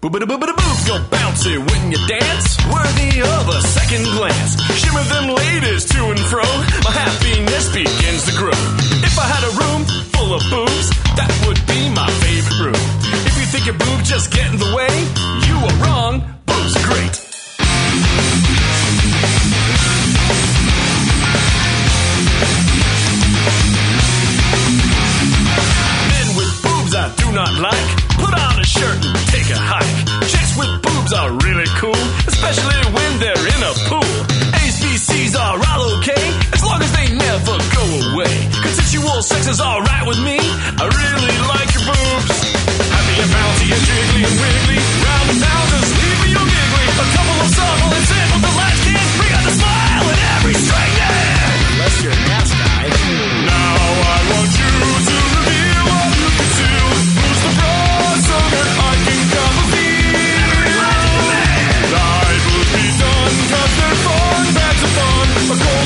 Boobada boobada boobs go bouncy when you dance. Worthy of a second glance. Shimmer them ladies to and fro. My happiness begins to grow. If I had a room full of boobs, that would be my favorite room. If you think your boobs just get in the way, you are wrong. Boobs are great. Men with boobs I do not like. Put on a shirt and take a hike. Chicks with boobs are really cool, especially when they're in a pool. A's, B, C's are all okay, as long as they never go away. Consensual sex is alright with me. I really like your boobs. Happy and bouncy and jiggly and wiggly. Round and down, just leave me your giggly. A couple of subtle and simple delights can bring out the smile in every straight man. Unless you're an ass guy. Now I want you to reveal what you can do. Lose the bra so that I can come with you. I would be done 'cause they're fun back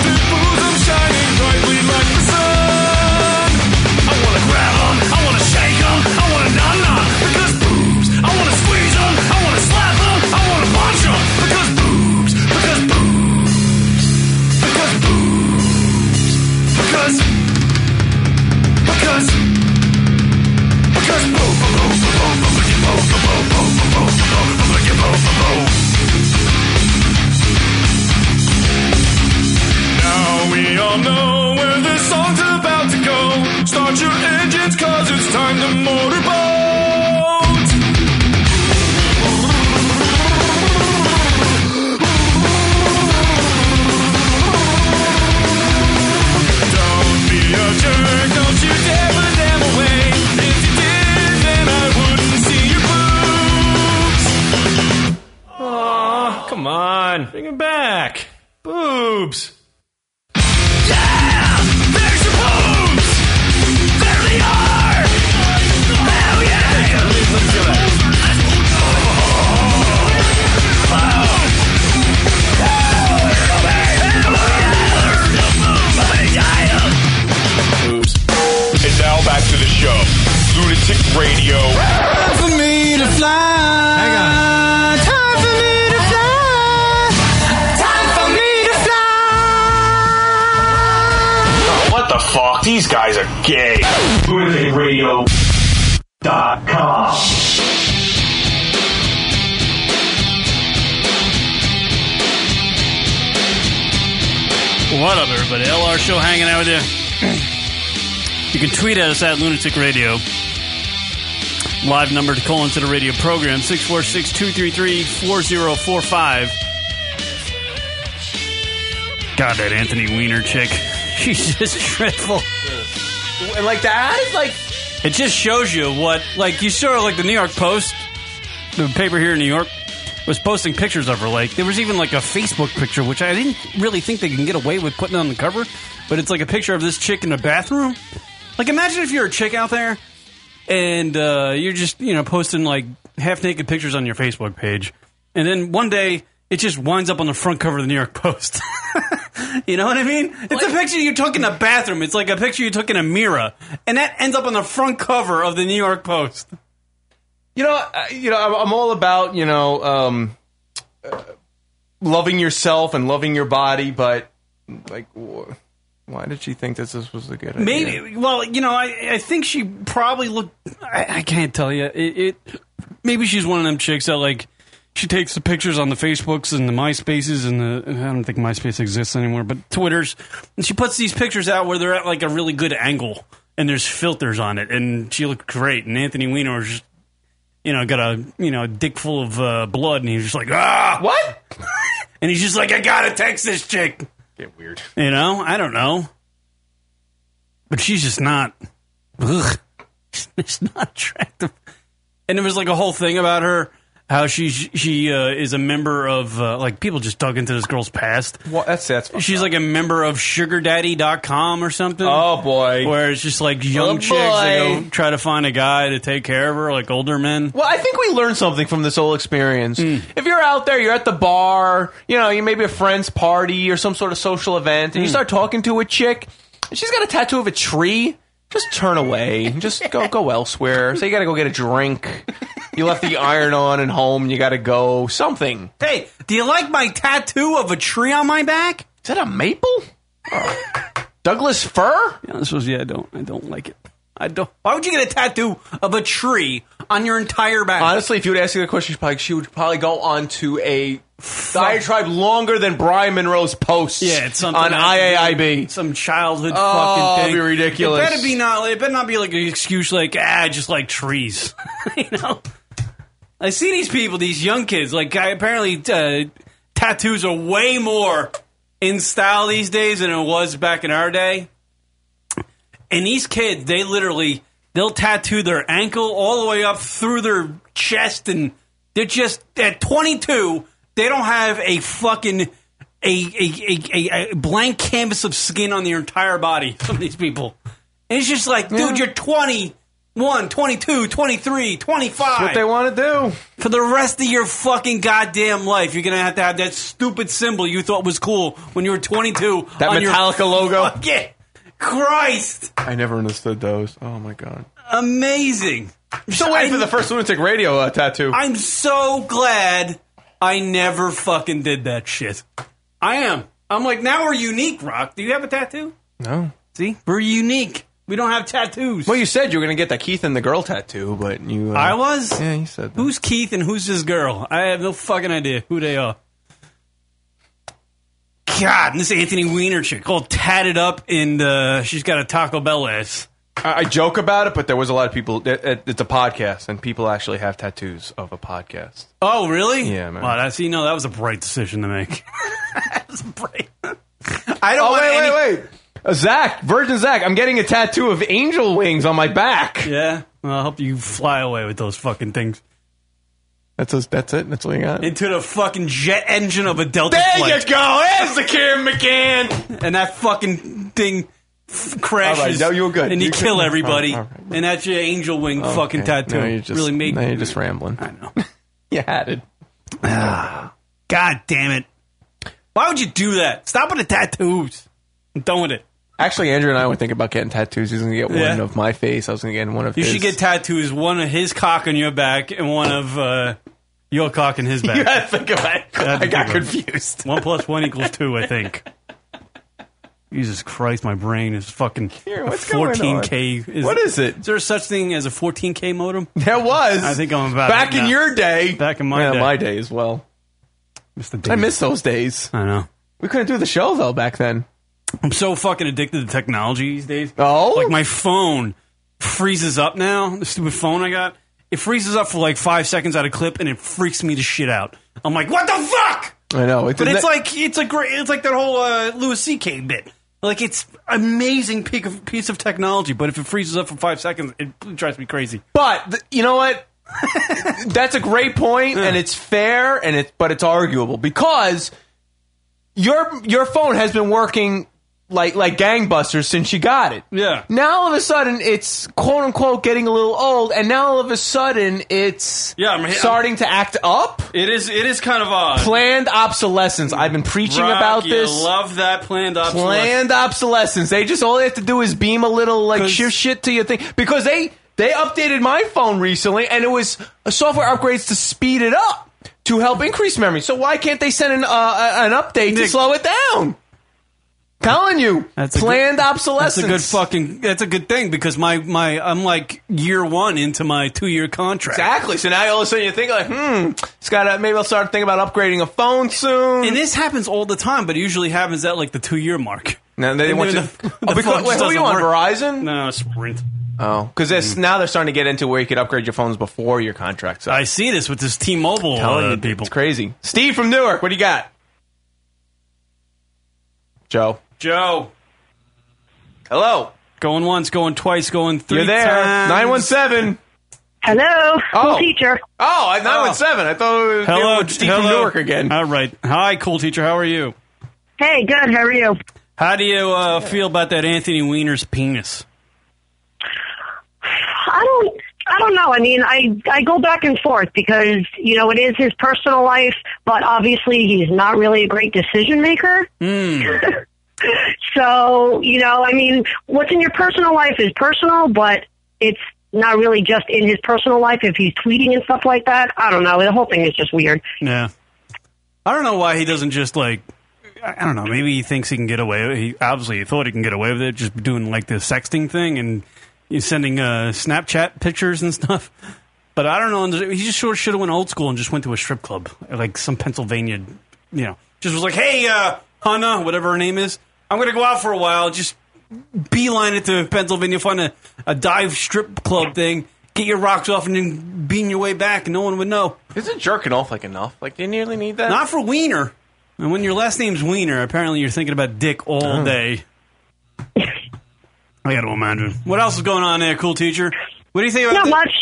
Now we all know where this song's about to go. Start your engines, cause it's time to motorboat. Don't be a jerk, don't you dare put them away. If you did, then I wouldn't see your boobs.
Aw, come on. Bring it back. Boobs.
And now back to the show. Lunatic Radio.
Time for me to fly. Hang on. Time for me to fly. Time for me to
What the fuck? These guys are gay. LunaticRadio.com.
What up, everybody? LR Show hanging out with you. You can tweet at us at Lunatic Radio. Live number to call into the radio program 646 233 4045. God, that Anthony Weiner chick. She's just dreadful.
And like that is like
It just shows you what, like, you saw, like, the New York Post, the paper here in New York, was posting pictures of her. Like, there was even, like, a Facebook picture, which I didn't really think they can get away with putting on the cover, but it's, like, a picture of this chick in a bathroom. Like, imagine if you're a chick out there and uh, you're just, you know, posting, like, half naked pictures on your Facebook page. And then one day, it just winds up on the front cover of the New York Post. You know what I mean? It's a picture you took in a bathroom. It's like a picture you took in a mirror, and that ends up on the front cover of the New York Post.
You know, I- you know, I'm- I'm all about you know, um, uh, loving yourself and loving your body, but like, wh- why did she think this, this was a good idea?
Maybe. Well, you know, I, I think she probably looked. I, I can't tell you. It, it. Maybe she's one of them chicks that like. She takes the pictures on the Facebooks and the MySpaces and the I don't think MySpace exists anymore, but Twitters. And she puts these pictures out where they're at like a really good angle and there's filters on it, and she looked great. And Anthony Weiner was just, you know, got a you know dick full of uh, blood, and he's just like ah
what,
and he's just like I gotta text this chick.
Get weird.
You know, I don't know. But she's just not. Ugh. She's not attractive. And there was like a whole thing about her how she she uh, is a member of uh, like people just dug into this girl's past.
Well, that's that's
She's like a member of sugardaddy.com or something.
Oh, boy.
Where it's just like young
Oh,
chicks that
boy.
go try to find a guy to take care of her like older men.
Well, I think we learned something from this whole experience. If you're out there, you're at the bar, you know, you may be a friend's party or some sort of social event, and you start talking to a chick, and she's got a tattoo of a tree. Just turn away. Just go go elsewhere. Say you got to go get a drink. You left the iron on at home. You got to go something.
Hey, do you like my tattoo of a tree on my back?
Is that a maple? Oh. Douglas fir?
Yeah, this was yeah. I don't. I don't like it. I don't. Why would you get a tattoo of a tree on your entire back?
Honestly, if you would ask her the question, she'd probably, she would probably go on to a diatribe longer than Brian Monroe's posts
Yeah, it's something
on
that-
IAIB.
Some childhood
Oh,
fucking thing.
it'd be ridiculous.
It better be not. It better not be like an excuse like ah, I just like trees. you know, I see these people, these young kids. Like I, apparently, uh, tattoos are way more in style these days than it was back in our day. And these kids, they literally they'll tattoo their ankle all the way up through their chest, and they're just at 22. They don't have a fucking a a, a, a, a blank canvas of skin on their entire body. Some of these people, and it's just like, dude, you're 21, 22, 23, 25.
That's what they want to do.
For the rest of your fucking goddamn life, you're gonna have to have that stupid symbol you thought was cool when you were 22.
That
on your-
Metallica logo.
Fuck yeah, Christ,
I never understood those. Oh my god!
amazing.
I'm still waiting for the first lunatic radio uh, tattoo.
I'm so glad I never fucking did that shit. I am. I'm like now we're unique, Rock. Do you have a tattoo?
no,
See, we're unique. We don't have tattoos.
Well, you said you were going to get that Keith and the girl tattoo, but you. Uh,
I was.
Yeah, you said.
Who's Keith and who's this girl? I have no fucking idea who they are. God, and this Anthony Weiner chick, all tatted up, and uh, she's got a Taco Bell ass.
I, I joke about it, but there was a lot of people. It, it- it's a podcast, and people actually have tattoos of a podcast.
Oh, really?
Yeah, man.
Wow, that's you know that was a bright decision to make.
I don't. Oh, wait, wait, wait. Uh, Zach, Virgin Zach, I'm getting a tattoo of angel wings on my back.
Yeah, well, I hope you fly away with those fucking things
That's a, that's it. That's all you got.
into the fucking jet engine of a Delta.
There
flight.
you go. There's the Karen McCann.
And that fucking thing f- crashes.
All right, no, you were good.
And you,
You
kill
could-
everybody.
all right.
And that's your angel wing fucking
Okay.
tattoo.
Now you're just,
really made
now you're just rambling. I
know.
you had it.
God damn it. Why would you do that? Stop with the tattoos. I'm done with it.
Actually, Andrew and I were thinking about getting tattoos. He's gonna get one
Yeah.
of my face. I was gonna get one of
You
his.
should get tattoos, one of his cock on your back and one of uh, your cock in his back.
You gotta think about it.
That'd
I
be
got
good.
confused.
One plus one equals two, I think. Jesus Christ, my brain is fucking
Here,
a
what's going
14K.
on? What is it?
Is there such thing as a 14K modem?
There was.
I think I'm about
back
it
in
now.
your day.
Back in my
yeah,
day.
my day as well. I miss those days.
I know.
We couldn't do the show though back then.
I'm so fucking addicted to technology these days. Oh, like my phone freezes up now. The stupid phone I got, it freezes up for like five seconds at a clip, and it freaks me to shit out. I'm like, what the fuck?
I know. It
But
didn't-
it's like it's a great. It's like that whole uh, Louis C.K. bit. Like it's amazing piece of, piece of technology, but if it freezes up for five seconds, it drives me crazy.
But th- you know what? That's a great point, and it's fair, and it's but it's arguable because your your phone has been working like like gangbusters since you got it.
Yeah.
Now all of a sudden it's quote unquote getting a little old, and now all of a sudden it's
Yeah, I'm-
starting to act up.
It is. It is kind of odd.
Planned obsolescence. I've been preaching
Rock,
about
you
this.
Love that planned obsolescence.
Planned obsolescence. They just all they have to do is beam a little like
'Cause-
shit shit to your thing because they they updated my phone recently and it was uh, software upgrades to speed it up to help increase memory. So why can't they send an uh, uh, an update to
Nick.
slow it down? Telling you,
a good-
planned obsolescence.
That's a good fucking. That's a good thing because my my I'm like year one into my two year contract.
Exactly. So now all of a sudden you think like, hmm, it's gotta maybe I'll start thinking about upgrading a phone soon.
And this happens all the time, but it usually happens at like the two year mark.
No, they
And
want
then
you-
the-
Oh,
the
because-
phone
wait,
just
who are you on,
doesn't
Verizon?
No, Mm-hmm. Sprint.
Oh, because now they're starting to get into where you could upgrade your phones before your contract's up.
I see this with this T-Mobile
Telling
uh,
you, dude,
people.
It's crazy. Steve from Newark, what do you got? Joe.
Joe,
Hello.
going once, going twice, going 3
You're there.
times.
917.
Hello,
Oh.
cool teacher.
Oh, I- 917. I thought it was
Hello,
it was Steve
hello. Uh,
from Newark again.
All right. Hi, cool teacher. How are you?
Hey, good. How are you?
How do you uh, feel about that Anthony Weiner's penis?
I don't. I don't know. I mean, I I go back and forth because you know it is his personal life, but obviously he's not really a great decision maker. so you know, I mean, what's in your personal life is personal, but it's not really just in his personal life. If he's tweeting and stuff like that, I don't know. The whole thing is just weird.
Yeah. I don't know why he doesn't just like. I I don't know. Maybe he thinks he can get away. with He obviously he thought he can get away with it, just doing like the sexting thing and you sending uh, Snapchat pictures and stuff. But I don't know. He just sort of should have went old school and just went to a strip club, like some Pennsylvania, you know, just was like, "Hey, uh, Hannah, whatever her name is, I'm gonna go out for a while. Just beeline it to Pennsylvania, find a, a dive strip club thing, get your rocks off, and then bean your way back, and no one would know."
Isn't jerking off like enough? Like, do you nearly need that?
Not for Wiener. And when your last name's Wiener, apparently you're thinking about dick all
Oh.
day. I gotta remind him. What else is going on there, cool teacher? What do you think about
Not
the-
much.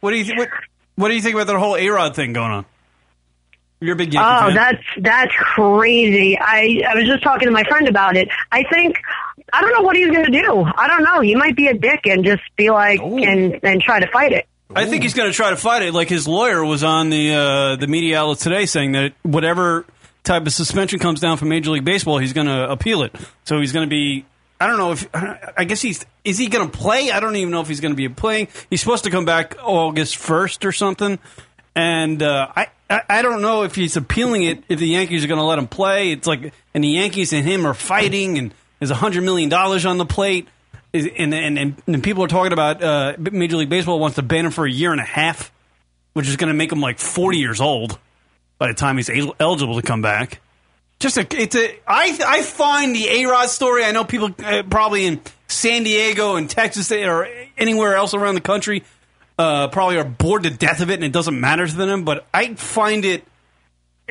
What do you th- what, what do you think about that whole A Rod thing going on? You're a big Yankee
Oh,
fan.
that's that's crazy. I I was just talking to my friend about it. I think I don't know what he's going to do. I don't know. He might be a dick and just be like
Oh.
and and try to fight it.
I think he's going to try to fight it. Like his lawyer was on the uh, the media outlet today saying that whatever type of suspension comes down from Major League Baseball, he's going to appeal it. So he's going to be. I don't know if I guess he's is he going to play? I don't even know if he's going to be playing. He's supposed to come back August first or something, and uh, I, I I don't know if he's appealing it. If the Yankees are going to let him play, it's like and the Yankees and him are fighting, and there's a hundred million dollars on the plate. Is, and, and, and and people are talking about uh, Major League Baseball wants to ban him for a year and a half, which is going to make him like forty years old by the time he's el- eligible to come back. Just a, it's a I I find the A Rod story. I know people uh, probably in San Diego and Texas or anywhere else around the country uh, probably are bored to death of it, and it doesn't matter to them. But I find it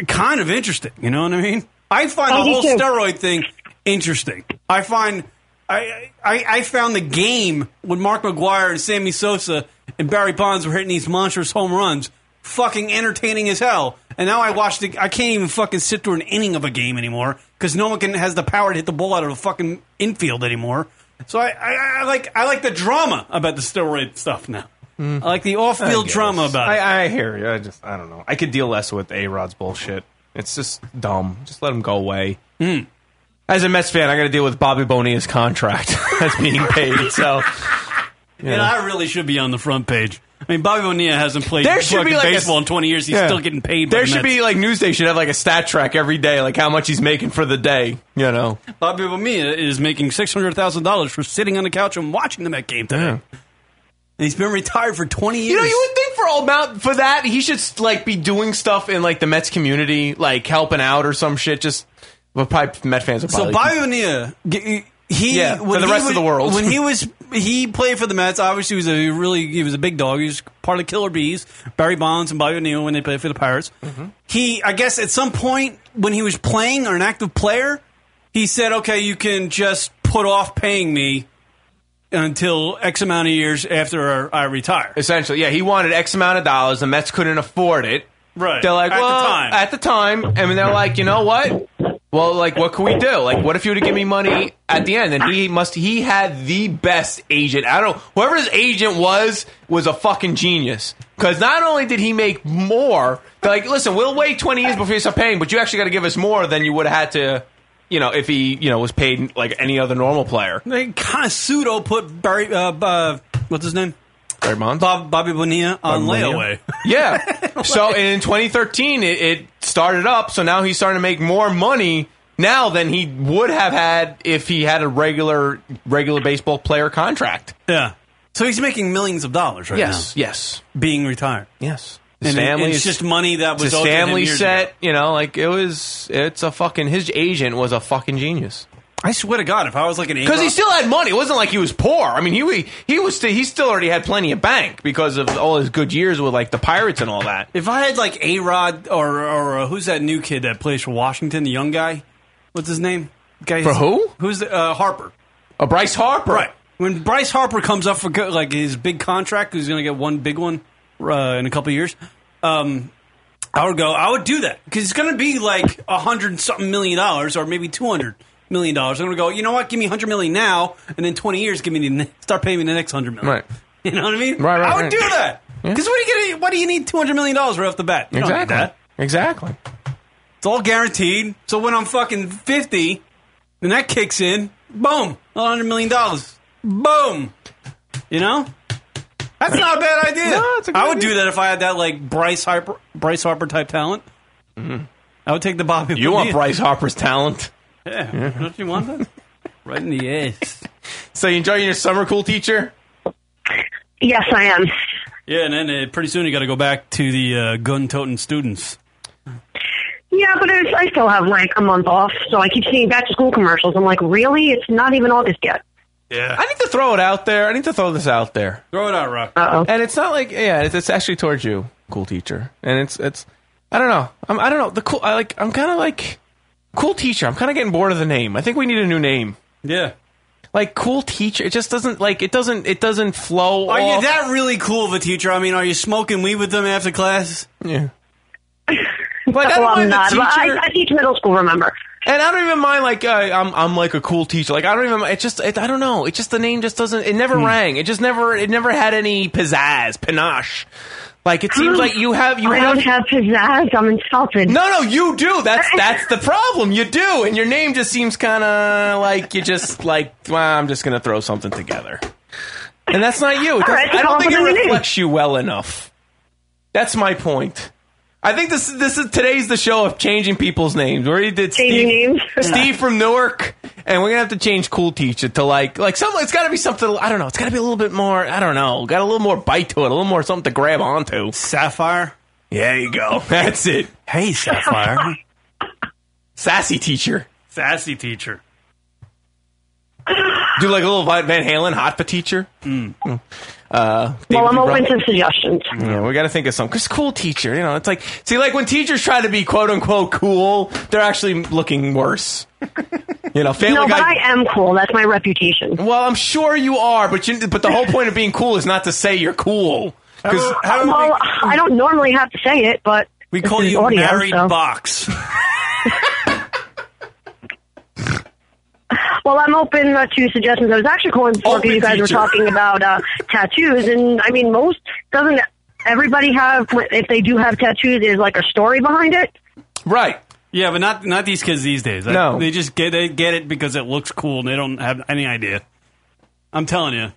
kind of interesting. You know what I mean? I find
I
the
do
whole
too.
steroid thing interesting. I find I, I I found the game when Mark McGuire and Sammy Sosa and Barry Bonds were hitting these monstrous home runs fucking entertaining as hell. And now I watch the I can't even fucking sit through an inning of a game anymore because no one can has the power to hit the ball out of a fucking infield anymore. So I, I, I like I like the drama about the steroid stuff now. I like the off-field
Hmm. I
drama
guess.
about it.
I, I hear you. I just I don't know. I could deal less with A Rod's bullshit. It's just dumb. Just let him go away.
Hmm.
As a Mets fan, I got to deal with Bobby Bonilla's contract that's being paid. So you
And
know.
I really should be on the front page. I mean, Bobby Bonilla hasn't played
There should
fucking
be, like, a-
baseball in 20 years. He's
Yeah.
still getting paid.
There
by the
should
Mets.
be like Newsday should have like a stat track every day, like how much he's making for the day. You know,
Bobby Bonilla is making six hundred thousand dollars for sitting on the couch and watching the Met game today. And he's been retired for twenty years.
You know, you would think for all Mount for that he should like be doing stuff in like the Mets community, like helping out or some shit. Just but probably Met fans. Will
so
probably
Bobby Bonilla, g- he
Yeah, for
when
the
he
rest of
was-
the world.
when he was he played for the Mets. Obviously, he was a really he was a big dog. He was part of the Killer Bees, Barry Bonds and Bobby Bonilla when they played for the Pirates. He, I guess, at some point when he was playing or an active player, he said, "Okay, you can just put off paying me." Until X amount of years after I retire.
Essentially, yeah, he wanted X amount of dollars. The Mets couldn't afford it.
Right.
They're like,
At the
well,
time.
at the time, and they're like, you know what? Well, like, what could we do? Like, what if you were to give me money at the end? And he must, he had the best agent. I don't, whoever his agent was, was a fucking genius. Because not only did he make more, they're like, listen, we'll wait 20 years before you start paying, but you actually got to give us more than you would have had to, you know, if he, you know, was paid like any other normal player.
They kind of pseudo put Barry, uh, uh, what's his name?
Barry Bonds?
Bob, Bobby Bonilla on
Bobby
layaway.
Bonilla? Yeah. so in 2013, it, it started up. So now he's starting to make more money now than he would have had if he had a regular regular baseball player contract.
Yeah. So he's making millions of dollars right
Yes,
now.
Yes.
Being retired.
Yes.
And- and it's just money that was owed
his
to him
family
years
set. You know, like it was. It's a fucking. His agent was a fucking genius.
I swear to God, if I was like an
Because he still had money. It wasn't like he was poor. I mean, he he was st- he still already had plenty of bank because of all his good years with like the Pirates and all that.
If I had like A Rod or, or uh, who's that new kid that plays for Washington, the young guy? What's his name? Guy
For who?
Who's the, uh, Harper?
Uh, Bryce Harper.
Right. When Bryce Harper comes up for go- like his big contract, who's going to get one big one uh, in a couple of years? Um, I would go. I would do that because it's going to be like a hundred and something million dollars, or maybe two hundred million dollars. I'm going to go. You know what? Give me a hundred million now, and then twenty years, give me the ne- start paying me the next hundred million.
Right.
You know what I mean?
Right, right,
I would
right.
do that because what do you get? What do you need two hundred million dollars right off the bat? You don't need
Exactly.
that.
Exactly.
It's all guaranteed. So when I'm fucking 50, then that kicks in. Boom. $100 million. Boom. You know? That's not a bad idea.
No, it's a good
I would
idea.
do that if I had that, like, Bryce Harper, Bryce Harper type talent. Mm-hmm. I would take the Bobby.
You want
Bonilla.
Bryce Harper's talent.
Yeah.
Yeah.
Don't you want that? right in the ass.
So you enjoying your summer cool teacher?
Yes, I am.
Yeah, and then uh, pretty soon you got to go back to the uh, gun toting students.
Yeah, but it's, I still have like a month off, so I keep seeing back to school commercials. I'm like, really? It's not even August yet.
Yeah.
I need to throw it out there. I need to throw this out there.
Throw it out, Rock.
Oh.
And it's not like yeah, it's, it's actually towards you, cool teacher. And it's it's I don't know. I'm I don't know. The cool I like I'm kind of like cool teacher. I'm kind of getting bored of the name. I think we need a new name.
Yeah.
Like cool teacher. It just doesn't like it doesn't it doesn't flow.
Are you
off-
that really cool of a teacher? I mean, are you smoking weed with them after class?
Yeah.
I don't
well,
mind
I'm not.
the
but
teacher-
I, I teach middle school. Remember?
And I don't even mind like uh, I'm I'm like a cool teacher. Like I don't even it just it, I don't know. It just the name just doesn't it never rang. It just never it never had any pizzazz, panache. Like it seems like you have you
I
have
don't have pizzazz. I'm insulted.
No, no, you do. That's that's the problem. You do, and your name just seems kind of like you just like well, I'm just gonna throw something together, and that's not you. It
All
doesn't-
right,
I
call
don't think
it
it
what it is.
reflects you well enough. That's my point. I think this this is today's the show of changing people's names. We already did Steve,
names.
Steve from Newark, and we're gonna have to change Cool Teacher to like like some. It's got to be something. I don't know. It's got to be a little bit more. I don't know. Got a little more bite to it. A little more something to grab onto.
Sapphire.
Yeah, you go. That's it.
Hey, Sapphire.
Sassy teacher.
Sassy teacher.
Do like a little Van Van Halen hot for teacher. Mm. Uh,
Hmm. Well,
David
I'm
Lee
open
Roth.
to suggestions.
Yeah, we got to think of something. Cause cool teacher, you know, it's like see, like when teachers try to be quote unquote cool, they're actually looking worse. You know, family
no,
guy.
but I am cool. That's my reputation.
Well, I'm sure you are, but you, but the whole point of being cool is not to say you're cool. Because
well, I don't normally have to say it, but
we
this
call
is
you
audio,
married
so-
box.
Well, I'm open uh, to suggestions. I was actually calling before
Open
because you guys were
teacher.
talking about uh, tattoos, and I mean, most doesn't everybody have if they do have tattoos, there's like a story behind it.
Right.
Yeah, but not not these kids these days. I-
No.
they just get they get it because it looks cool and they don't have any idea. I'm telling you.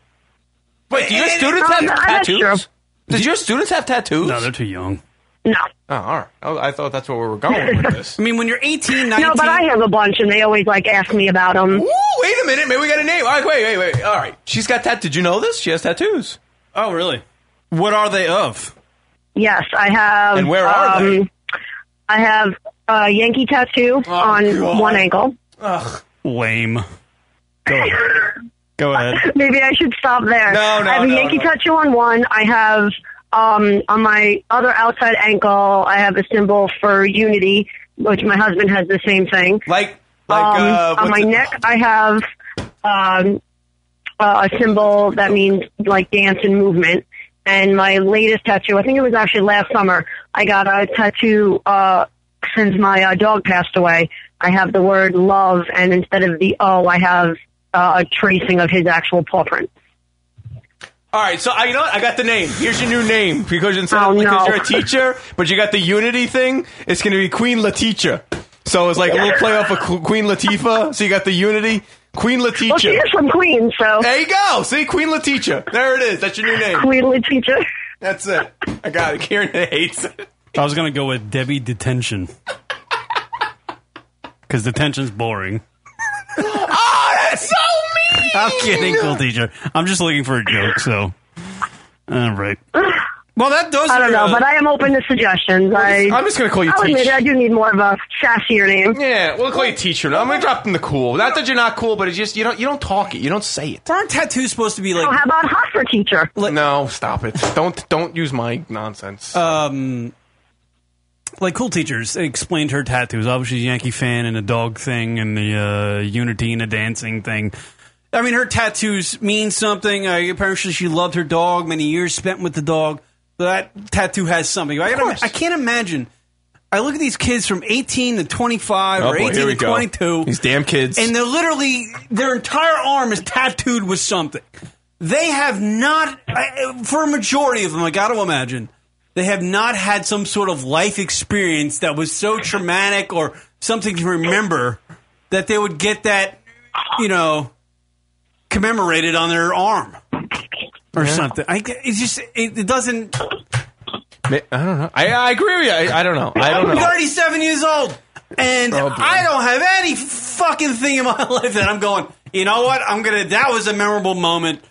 Wait, do your students have tattoos? Did your students have tattoos?
No, they're too young.
No.
Oh, all right. Oh, I thought that's where we were going with this.
I mean, when you're 18,
No, but I have a bunch, and they always like ask me about them.
wait a minute. Maybe we got a name. All right, wait, wait, wait. All right. She's got tat. Did you know this? She has tattoos.
Oh, really? What are they of?
Yes, I have.
And where are
um,
they?
I have a Yankee tattoo on
Oh, God.
one ankle.
Ugh.
Lame. Go ahead. Go ahead.
Maybe I should stop there.
No, no,
I have a
no,
Yankee
no.
tattoo on one. I have um, on my other outside ankle. I have a symbol for unity, which my husband has the same thing.
Like,
like
uh,
Um, on my
what's it-
neck, I have um, uh, a symbol that means like dance and movement. And my latest tattoo, I think it was actually last summer. I got a tattoo uh, since my uh, dog passed away. I have the word love, and instead of the O, I have uh, a tracing of his actual paw print.
All right, so I, you know what? I got the name. Here's your new name because instead of,
Oh,
because
no.
you're a teacher, but you got the unity thing. It's going to be Queen Latisha. So it's like a little play off of Qu- Queen Latifah. So you got the unity Queen Latisha.
Well, she is from Queens, so
There you go. See, Queen Latisha. There it is. That's your new name.
Queen Latisha.
That's it. I got it. Kieran hates it.
I was going to go with Debbie Detention. Because detention's boring.
Oh, that's so mean.
I'm kidding, cool teacher. I'm just looking for a joke, so. All right. Well, that does.
I don't know, but I am open to suggestions. I,
I'm just gonna call you
I'll admit
Teach.
it, I do need more of a sassier name.
Yeah, we'll call you teacher. now. I'm going to drop in the cool. Not that you're not cool, but it's just you don't you don't talk it. You don't say it.
Aren't tattoos supposed to be
Oh,
like
how about hot for teacher?
no, stop it. Don't don't use my
Uh,
nonsense.
um like cool teachers explained her tattoos obviously she's a yankee fan and the dog thing and the uh unity and the dancing thing i mean her tattoos mean something uh, apparently she loved her dog many years spent with the dog that tattoo has something I, gotta, I can't imagine i look at these kids from 18 to 25
Oh,
or
boy,
18
here we
to
go.
22
These damn kids.
and they're literally their entire arm is tattooed with something. They have not, I- for a majority of them, I got to imagine, they have not had some sort of life experience that was so traumatic or something to remember that they would get that, you know, commemorated on their arm or something. I, it's just it, it doesn't.
Ma- I don't know. I, I agree with you. I, I don't know. I don't
I'm
know.
37 years old, and
Oh, boy.
I don't have any fucking thing in my life that I'm going. You know what? I'm gonna. That was a memorable moment.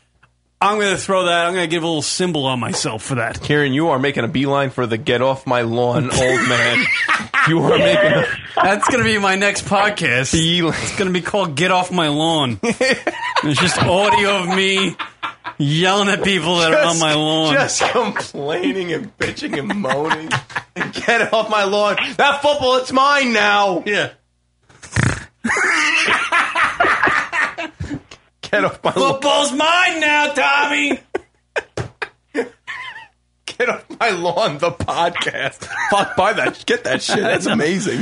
I'm gonna throw that. I'm gonna give a little symbol on myself for that.
Kieran, you are making a beeline for the get off my lawn, old man. you are making a
That's gonna be my next podcast. It's gonna be called "Get Off My Lawn." it's just audio of me yelling at people that are on my lawn.
Just complaining and bitching and moaning. and get it off my lawn. That football, it's mine now.
Yeah.
Get off my lawn.
Football's mine now, Tommy.
Get off my lawn. The podcast. Fuck, buy that. Get that shit. That's amazing.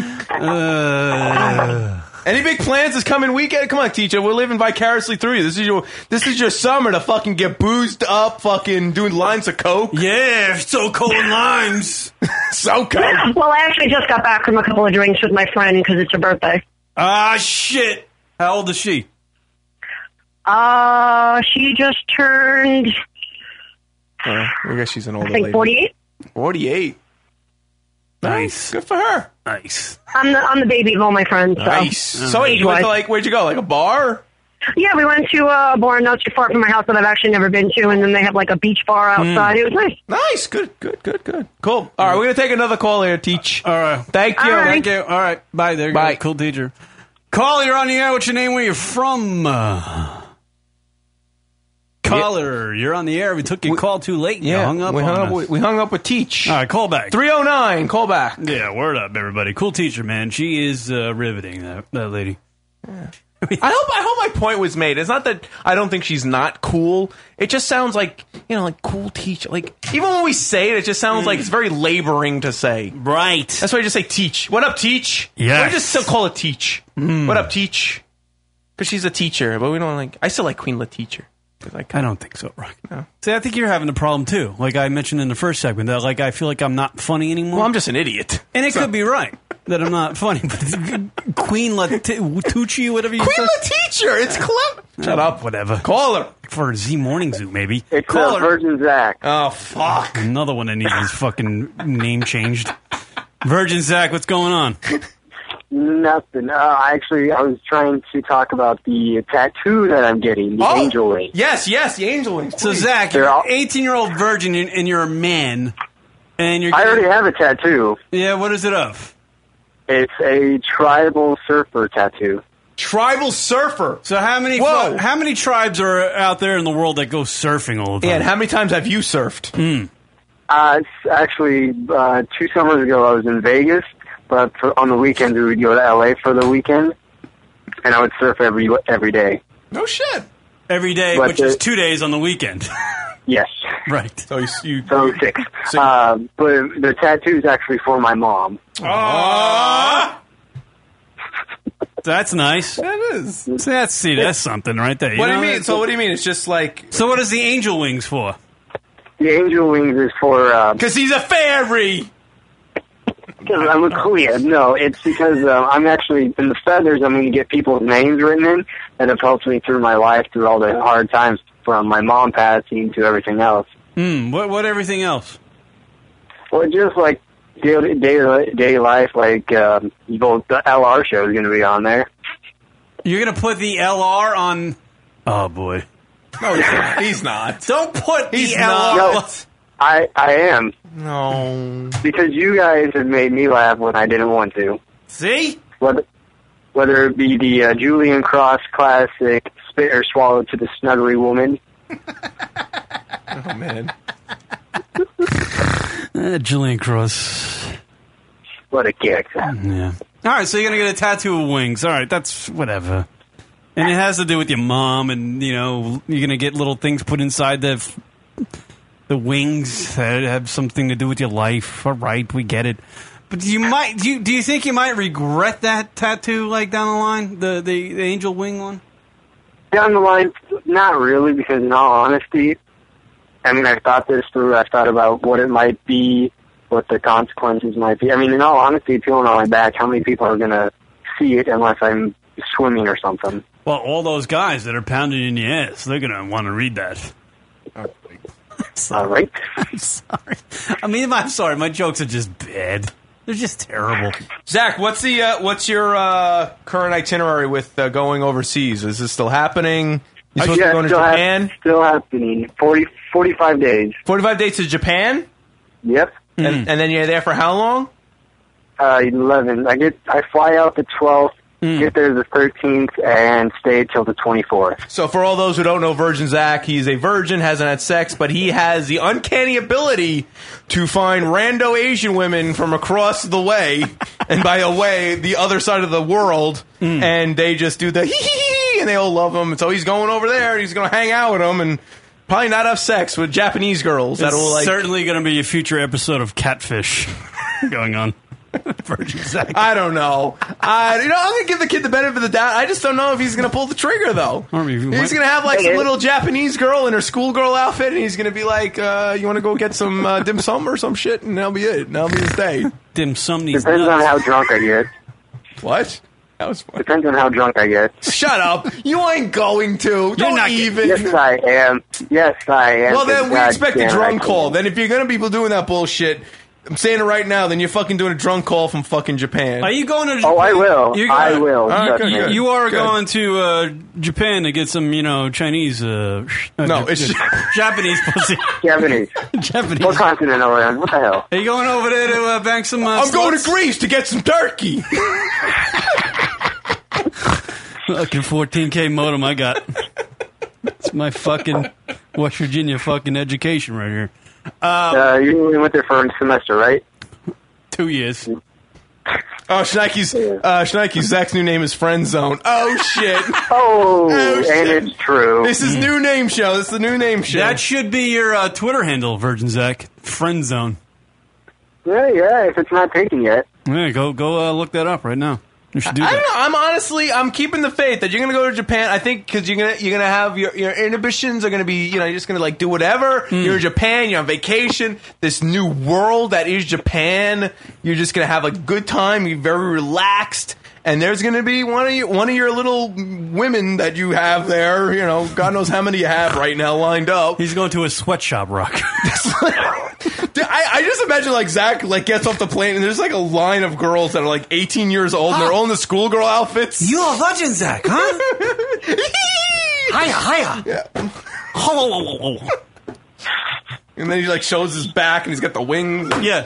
Any big plans this coming weekend? Come on, teacher. We're living vicariously through you. This is your this is your summer to fucking get boozed up, fucking doing lines of coke.
Yeah, so cold limes.
so coke.
Well, I actually just got back from a couple of drinks with my friend because it's her birthday.
Ah, shit. How old is she?
Uh, she just turned,
I guess she's an older
I think,
lady.
48.
Forty-eight.
Nice.
Good for her.
Nice.
I'm the I'm the baby of all my friends. So.
Nice. So wait, you went to like where'd you go? Like a bar?
Yeah, we went to uh, a bar not too far from my house that I've actually never been to, and then they have like a beach bar outside. It was nice.
Nice. Good. Good. Good. Good. Cool. All right, we're gonna take another call here. Teach. All right. Thank you.
Uh, All right. Thank you. All right. Bye. There you Bye. go. Cool teacher. Call. You're on the air. What's your name? Where you from? Uh, Caller, you're on the air. We took your call too late. You
Yeah,
hung up.
we
on
hung up
us.
with- we hung up with Teach.
All right, call back.
309, call back.
Yeah, word up, everybody. Cool teacher, man. She is uh, riveting, that, that lady.
I hope I hope my point was made. It's not that I don't think she's not cool. It just sounds like you know, like cool teacher. Like even when we say it, it just sounds like it's very laboring to say.
Right.
That's why I just say teach. What up, teach?
Yes.
Yeah. We just still call it teach.
Mm.
What up, teach? Because she's a teacher, but we don't like. I still like Queen La Teacher. 'Cause I
I don't think so, Rock.
No.
See, I think you're having a problem too. Like I mentioned in the first segment, that like I feel like I'm not funny anymore.
Well, I'm just an idiot,
and it could be right that I'm not funny. But Queen Latucci, whatever you
Queen
said.
La Teacher. It's clever. Shut up.
whatever.
Call her
for Z Morning Zoo, maybe.
It's,
Call
uh,
her.
Virgin Zach. Oh fuck!
Another one that needs his fucking name changed. Virgin Zach, what's going on?
Nothing. Uh, I actually, I was trying to talk about the tattoo that I'm getting, the
Oh.
angel wing.
Yes, yes, the angel wings.
So Zach,
They're
you're
all-
an 18 year old virgin and, and you're a man, and you're.
I already have a tattoo.
Yeah, what is it of?
It's a tribal surfer tattoo.
Tribal surfer.
So how many?
Whoa.
How many tribes are out there in the world that go surfing all the time?
Yeah, and how
many times have you surfed?
Uh, it's actually uh, two summers ago. I was in Vegas, but for, on the weekends we would go to LA for the weekend, and I would surf every every day.
No shit.
Every day,
But
which is
the-
two days on the weekend.
Yes.
right.
So you. you
So six. Uh, but the tattoo is actually for my mom.
That's nice.
That is.
See, that's see, that's something right there.
what do
know
you mean?
that-
So what do you mean? It's just like
So what is the angel wings for?
The angel wings is for uh,
because he's a fairy.
Because I'm a queer. oh, No, it's because um, I'm actually in the feathers. I'm going to get people's names written in that have helped me through my life through all the hard times, from my mom passing to everything else.
Hmm. What? What? Everything else?
Well, just like day day day life, like um, both the LR show is going to be on there.
You're gonna put the LR on? Oh boy.
No, he's not. He's not.
Don't put
he's
the LR.
No, I I am.
No.
Because you guys have made me laugh when I didn't want to.
See?
Whether whether it be the uh, Julian Cross classic, spit or swallow to the snuggly woman.
Oh man.
Uh, Julian Cross.
What a kick.
Yeah. All right, so you're gonna get a tattoo of wings. All right, that's whatever. And it has to do with your mom, and you know you're gonna get little things put inside the f- the wings that have something to do with your life. All right, we get it. But you might do you, do you think you might regret that tattoo like down the line, the the, the angel wing one?
Down the line, not really, because in all honesty, I mean, I thought this through. I thought about what it might be, what the consequences might be. I mean, in all honesty, if you want on my back, how many people are going to see it unless I'm swimming or something?
Well, all those guys that are pounding in your ass, they're gonna want to read that.
All Uh, right.
I'm sorry. I mean, I'm sorry. My jokes are just bad. They're just terrible.
Zach, what's the uh, what's your uh, current itinerary with uh, going overseas? Is this still happening? You supposed
Uh,
to
yeah,
be going to
still hap-
Japan?
still happening. 40, 45 days.
Forty-five days to Japan,
Yep.
and, and then you're there for how long?
Uh, 11. I get. I fly out the 12th,
Hmm.
get there the 13th, and stay till the 24th.
So, for all those who don't know, Virgin Zach, he's a virgin, hasn't had sex, but he has the uncanny ability to find rando Asian women from across the way, and by away, the other side of the world, and they just do the hee hee hee, and they all love him. So he's going over there, and he's going to hang out with them, and probably not have sex with Japanese girls.
It's
That'll like.
certainly going to be a future episode of Catfish going on. Virgin Zach.
I don't know. I, you know, I'm gonna give the kid the benefit of the doubt. I just don't know if he's gonna pull the trigger though. He's gonna have like some little Japanese girl in her schoolgirl outfit, and he's gonna be like, uh, "You want to go get some uh, dim sum or some shit?" And that'll be it. And that'll be his day.
dim sum. Depends
on how drunk I get.
What? That was fun.
Depends on how drunk I get.
Shut up! You ain't going to. You're don't even.
Yes, I am. Yes, I am.
well, then we
God
expect a
damn, I
drum
can't.
call. Then if you're gonna be doing that bullshit. I'm saying it right now. Then you're fucking doing a drunk call from fucking Japan.
Are you going to?
Oh, I will.
You're
I
gonna-
will.
All right,
Trust
good.
me.
You are
Good.
going to uh, Japan to get some, you know, Chinese. Uh,
No, it's-
Japanese pussy. Japanese. Japanese. What continent are we on? What the hell? Are you going over there to uh, bank some? Uh,
I'm going to Greece to get some turkey.
Fucking 14k modem I got. It's my fucking West Virginia fucking education right here.
Uh, you only went there for a semester, right?
Two years.
Oh, Schneike's, uh, Schneike's Zach's new name is Friend Zone. Oh, shit.
Oh,
and
it's true.
This is new name show. This is the new name show.
That should be your uh, Twitter handle, Virgin Zach. Friend zone.
Yeah, yeah. If it's not taken yet.
Yeah, go go uh, look that up right now. You should do
I don't know.
that.
I'm honestly, I'm keeping the faith that you're gonna go to Japan. I think because you're gonna you're gonna have your your inhibitions are gonna be you know you're just gonna like do whatever. You're in Japan. You're on vacation. This new world that is Japan. You're just gonna have a good time. You're very relaxed. And there's gonna be one of your one of your little women that you have there. You know, God knows how many you have right now lined up.
He's going to a sweatshop rock.
Dude, I, I just imagine like Zach like gets off the plane and there's like a line of girls that are like 18 years old and they're all in the schoolgirl outfits.
You are virgin, Zach, huh? hiya, hiya.
and then he like shows his back and he's got the wings.
Yeah.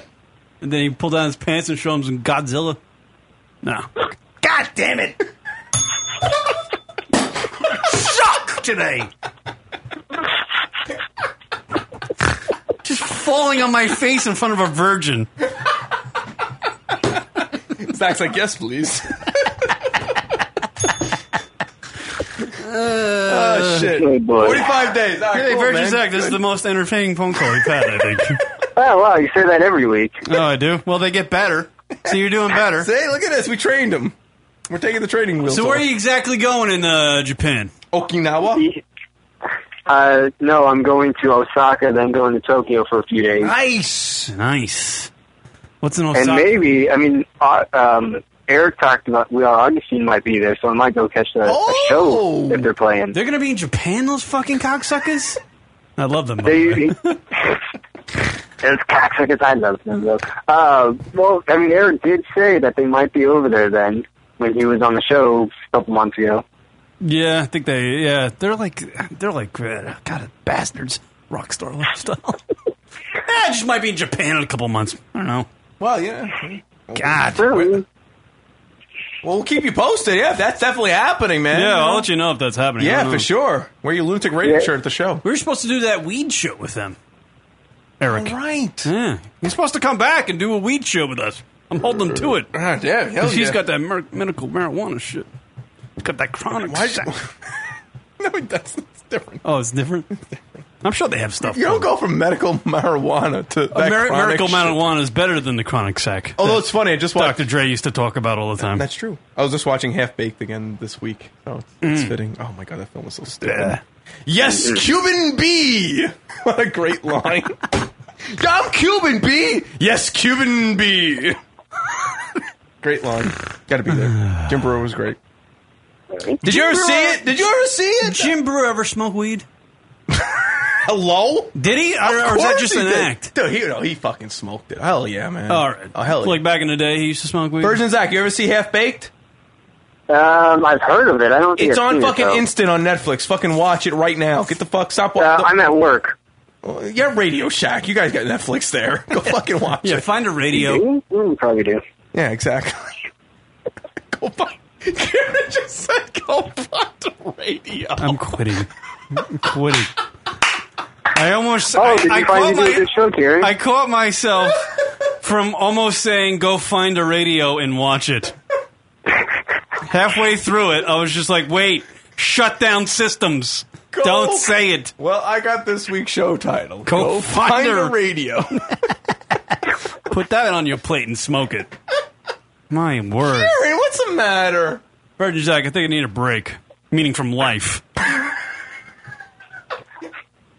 And then he pulled down his pants and showed him some Godzilla. No.
God damn it!
Suck today. Just falling on my face in front of a virgin.
Zach's like, yes, please. oh shit!
Good boy.
45 days. All right,
Uh, hey,
cool,
Virgin
man.
Zach, this is
Good.
the most entertaining phone call we've had, I think.
Oh wow, you say that every week.
oh, I do. Well, they get better. So you're doing better.
See, look at this. We trained him. We're taking the training wheels.
So where
off.
are you exactly going in uh, Japan?
Okinawa.
Uh, no, I'm going to Osaka, then going to Tokyo for a few days.
Ah,
Nice, nice. What's an
And
Osaka?
maybe, I mean, uh, um, Eric talked about we are Augustine might be there, so I might go catch the, a show if they're playing.
They're gonna be in Japan, those fucking cocksuckers. I love them. by the way.
They, as cocksuckers, I love them though. Uh, well, I mean, Eric did say that they might be over there then when he was on the show a couple months ago.
Yeah, I think they. Yeah, they're like they're like uh, God bastards, rock star lifestyle. yeah, just might be in Japan in a couple months. I don't know.
Well, yeah.
God.
Well,
we'll keep you posted. Yeah, that's definitely happening, man.
yeah, I'll let you know if that's happening. I
Yeah,
don't
for
know.
sure. Wear your lunatic radio shirt at the show.
We were supposed to do that weed show with them, Eric.
All right.
Yeah, he's supposed to come back and do a weed show with us. I'm holding him to it.
Ah, yeah, hell
he's
yeah.
got that mer- medical marijuana shit. He's got that chronic. shit.
no, that's, that's different.
Oh, it's different. I'm sure they have stuff.
You don't go from medical marijuana to
A
that
mer-
chronic
miracle
shit.
marijuana is better than the chronic sack.
Although it's funny, I just watched.
Dr. Dre used to talk about all the time.
That's true. I was just watching Half Baked again this week. Oh, it's, it's fitting. Oh my god, that film was so stupid. Yes, Cuban B. Mm. What a great line. I'm Cuban B. Yes, Cuban B. great line. Got to be there. Jim Brewer was great. Did you ever see it? Did you ever see it?
Jim Brewer ever smoke weed?
Hello?
Did he? Or,
Of
or was that
course
just
he
an
did.
act?
Dude, he, no, he fucking smoked it. Hell yeah, man.
All right.
Oh, hell yeah.
Like back in the day, he used to smoke weed.
Virgin Zach, you ever see Half Baked?
Um, I've heard of it. I don't. Think
It's
I've
on
seen
fucking
it, though.
instant on Netflix. Fucking watch it right now. Get the fuck stop. wa-
Uh,
the-
I'm at work.
Well, yeah, Radio Shack. You guys got Netflix there. Go fucking watch
yeah,
it.
find a radio.
Mm, mm, probably do.
Yeah, exactly. go fuck. Karen just said go fuck the radio.
I'm quitting. I'm quitting. I almost.
Oh,
I,
did you
I
finally
caught
do
my-
a good show, Gary?
I caught myself from almost saying, "Go find a radio and watch it." Halfway through it, I was just like, "Wait, shut down systems.
Go-
Don't say it."
Well, I got this week's show title.
Go find
find
her.
a radio.
Put that on your plate and smoke it. My word,
Karen, what's the matter?
Virgin Zach, I think I need a break. Meaning from life,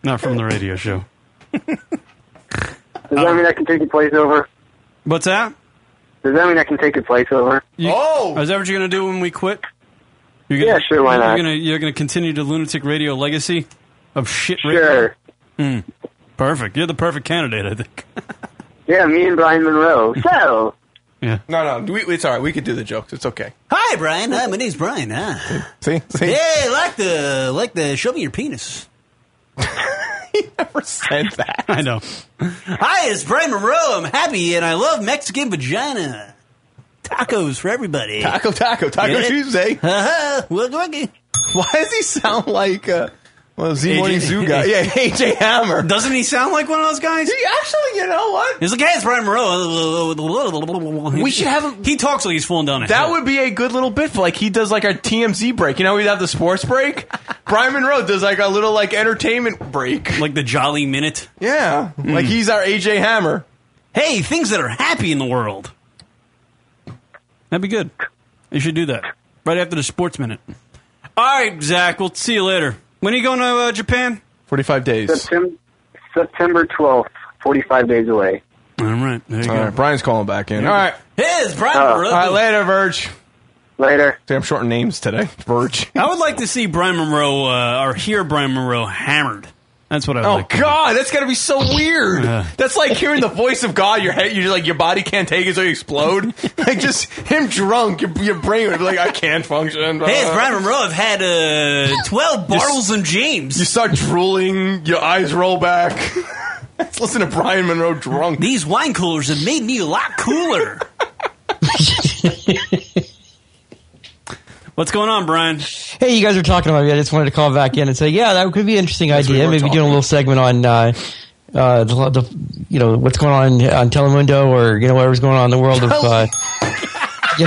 not from the radio show.
Does
Um,
that mean I can take your place over?
What's that?
Does that mean I can take your place over?
oh,
Is that what you're gonna do when we quit? You're gonna,
Yeah, sure, why not?
You're gonna you're gonna continue the lunatic radio legacy of shit.
Sure.
Radio? Hmm. Perfect. You're the perfect candidate, I think.
Yeah, me and Brian Monroe. So,
Yeah.
No, no, we, it's all right. We could do the jokes. It's okay.
Hi, Brian. Hi, my name's Brian. Huh?
See, see.
Hey, like the like the show me your penis.
Said that.
I know.
Hi, it's Brian Monroe. I'm happy and I love Mexican vagina. Tacos for everybody.
Taco, taco, Taco Tuesday.
Uh-huh. Welcome, welcome.
Why does he sound like uh, well, Z
AJ
Morning Zoo guy? Yeah, AJ Hammer.
Doesn't he sound like one of those guys?
He actually, you know what?
He's like, hey, it's Brian Moreau.
We should have him.
He talks like he's falling down a
That would be a good little bit for like he does like our TMZ break. You know, we'd have the sports break. Brian Monroe does like a little like entertainment break.
like the Jolly Minute.
Yeah, Hmm. like he's our AJ Hammer.
Hey, things that are happy in the world. That'd be good. You should do that right after the sports minute. All right, Zach. We'll see you later. When are you going to uh, Japan?
Forty-five days.
September, September 12th, 45 days away.
All right, there you
All right, Brian's calling back in. All right, Uh,
Hey, it's Brian
all
Monroe.
right, later, Verge.
Later.
See, I'm shorting names today, Verge.
I would like to see Brian Monroe uh, or hear Brian Monroe hammered. That's what I would
Oh
like.
God, that's gotta be so weird.
Yeah.
That's like hearing the voice of God. Your head, you like your body can't take it, so you explode. like just him drunk, your, your brain would be like, I can't function.
Hey, it's Brian Monroe. I've had uh, 12 Bartles and James.
You start drooling, your eyes roll back. Let's listen to Brian Monroe drunk.
These wine coolers have made me a lot cooler.
What's going on, Brian?
Hey, you guys were talking about me. I just wanted to call back in and say, yeah, that could be an interesting idea.
were
Maybe doing a little segment on, uh, uh, the, the, you know, what's going on on Telemundo or, you know, whatever's going on in the world of, uh, you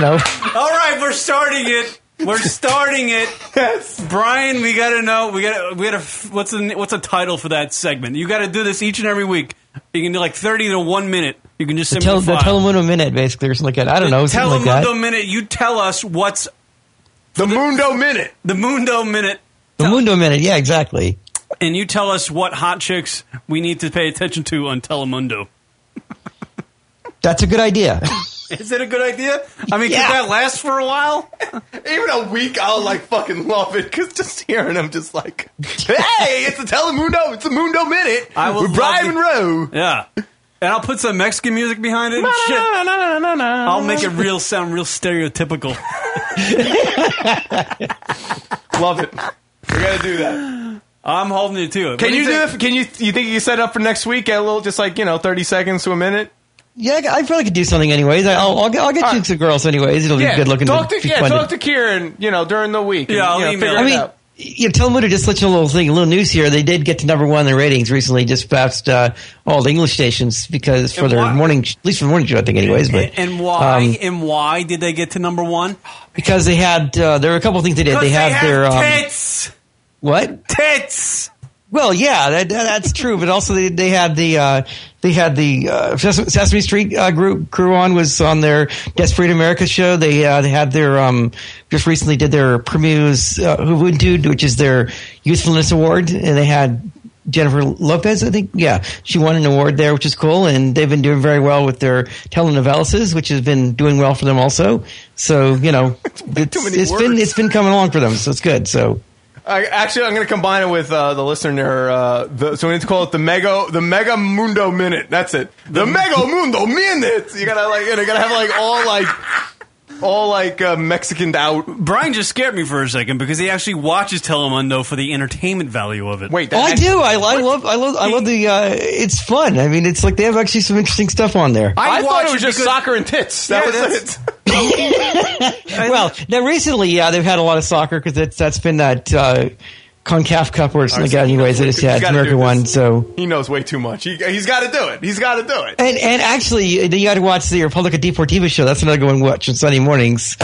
know.
All right, we're starting it. We're starting it. yes, Brian. We gotta know. We gotta. We gotta. What's the what's a title for that segment? You gotta do this each and every week. You can do like thirty to one minute. You can just
The,
send
tel-
me
the
the file.
Telemundo Minute, basically, or something like that. I don't know.
Tell
Something like
Mundo
that.
minute. You tell us what's
the Mundo minute.
The Mundo minute,
The Mundo Minute, yeah, exactly.
and you tell us what hot chicks we need to pay attention to on Telemundo.
That's a good idea.
Is that a good idea? I mean, could that last for a while?
Even a week, I'll like fucking love it because just hearing him, just like, hey, it's the Telemundo, it's the Mundo minute.
I will
with Brian Monroe.
Yeah. And I'll put some Mexican music behind it. and shit. I'll make it real sound real stereotypical.
Love it. We gotta do that.
I'm holding it to it.
Can
What
you
do
do?
you
it? Can you? You think you can set it up for next week? Get a little, just like you know, thirty seconds to a minute.
Yeah, I, I probably could do something anyways. I, I'll, I'll get, I'll get you some girls anyways. It'll
yeah,
be good looking.
Talk to,
be
yeah,
fun
talk to Kieran. You know, during the week.
Yeah, I'll
you know,
email
figure
I
it
mean,
out.
you know, Telemundo just such a little thing, a little news here. They did get to number one in the ratings recently, just past uh, all the English stations because for
And
their
why-
morning, at least for the morning show, I think, anyways. But
And, and why?
um,
and why did they get to number one?
because they had uh, there were a couple of things they did.
'Cause
They had their um,
tits.
what
Tits.
Well, yeah, that, that- that's true. But also, they, they had the uh, they had the uh, Ses- Sesame Street uh, group crew on was on their Desperate America show. They uh, they had their um, just recently did their Premier's uh, Juventud, which is their youthfulness award, and they had Jennifer Lopez, I think. Yeah, she won an award there, which is cool. And they've been doing very well with their telenovelas, which has been doing well for them also. So you know, it's,
many
it's been
words.
it's been coming along for them, so it's good. So.
I, actually, I'm going to combine it with uh, the listener. Uh, the, so we need to call it the Mega, the Mega Mundo Minute. That's it. The Mega Mundo Minute. You gotta like, you know, gotta have like all like, all like uh, Mexican out.
Brian just scared me for a second because he actually watches Telemundo for the entertainment value of it.
Wait,
Oh, I do. I, I love. I love. I love the. Uh, it's fun. I mean, it's like they have actually some interesting stuff on there.
I, thought it was just soccer and tits. That
Yeah,
was it.
well, now recently, yeah, they've had a lot of soccer because that's that's been that uh, Concaf Cup or something. like that anyways, that it's
He's
had
gotta do
America one.
this.
So
he knows way too much. He, he's got to do it. He's got to do it.
and and actually, you got to watch the Republica Deportiva show. That's another one we watch on Sunday mornings.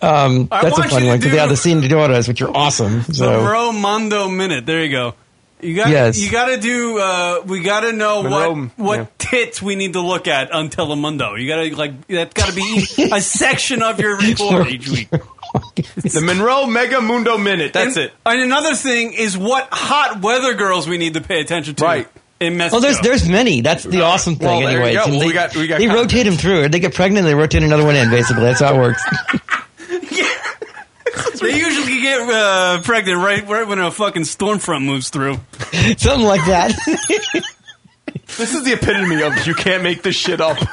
Um,
I
that's a
want
fun
you to
one because
do-
they have the Sendoras, which are awesome.
The
So
Monroe Mondo minute. There you go. You got.
Yes.
You got to do. Uh, we got to know
Monroe,
what what
yeah.
tits we need to look at on Telemundo. You got to like that's got to be a section of your report each week.
The Monroe Mega Mundo Minute. That's
and,
it.
And another thing is what hot weather girls we need to pay attention to. Right. In Mexico.
Oh, there's there's many. That's the awesome thing,
Well, there you
anyway.
go. Well,
they
we got- we got
they
content.
rotate them through. They get pregnant, they rotate another one in. Basically, that's how it works.
they usually get uh, pregnant right right when a fucking storm front moves through.
Something like that.
This is the epitome of you can't make this shit up.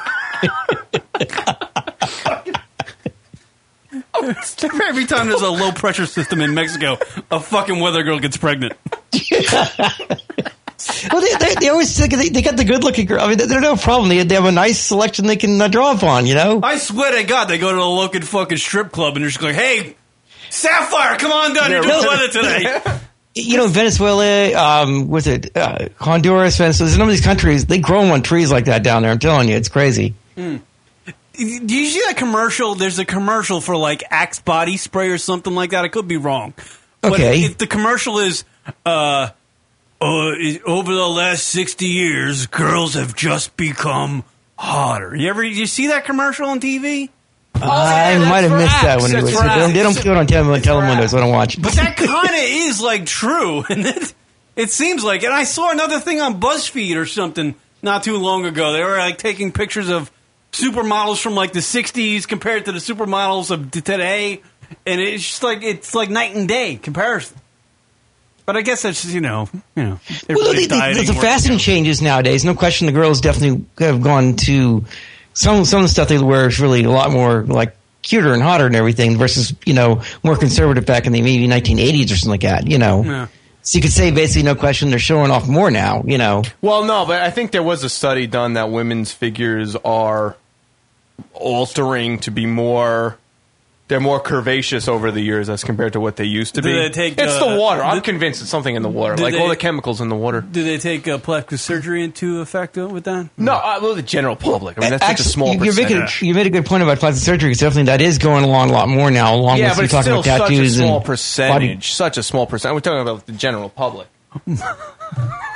Every time there's a low pressure system in Mexico, a fucking weather girl gets pregnant.
Well, they, they, they always think they, they got the good looking girl. I mean, they- they're no problem. They, they have a nice selection they can uh, draw upon. You know,
I swear to God, they go to the local fucking strip club and they're just like, "Hey, Sapphire, come on down here
Yeah,
do the
right.
weather today."
you know Venezuela, um, was it uh, Honduras, Venezuela? There's none of these countries they grow 'em on trees like that down there. I'm telling you, it's crazy.
Do you see that commercial? There's a commercial for like Axe body spray or something like that. I could be wrong.
Okay.
But if the commercial is, uh, uh, is- over the last sixty years, girls have just become hotter. You ever you see that commercial on TV?
I might have missed that one. It was, they don't, they don't do it on tele- telemundo, so I don't watch.
But that kind of is like true, and it, it seems like. And I saw another thing on BuzzFeed or something not too long ago. They were like taking pictures of supermodels from like the '60s compared to the supermodels of t- today, and it's just like it's like night and day comparison. But I guess that's just, you know you know
Well, the,
everybody's
the,
dieting.
the
working
fashion changes nowadays. No question, the girls definitely have gone to some some of the stuff they wear is really a lot more like cuter and hotter and everything versus you know more conservative back in the maybe 1980s or something like that. You know,
Yeah.
so you could say basically no question they're showing off more now. You know,
Well, no, but I think there was a study done that women's figures are altering to be more. They're more curvaceous over the years as compared to what they used to
Do
be.
they take,
it's
uh,
the water. I'm
do-
convinced it's something in the water,
Do
like
they-
all the chemicals in the water.
Do they take uh, plastic surgery into effect uh, with that?
No, uh, well, the general public. I mean, that's
Actually,
such a small
you, you make a,
percentage.
you made a good point about plastic surgery because definitely that is going along a lot more now. Along
yeah,
with
but
you
it's
talking
still
about
such a
tattoos
small
and
percentage.
body-
Such a small percent. We're talking about the general public.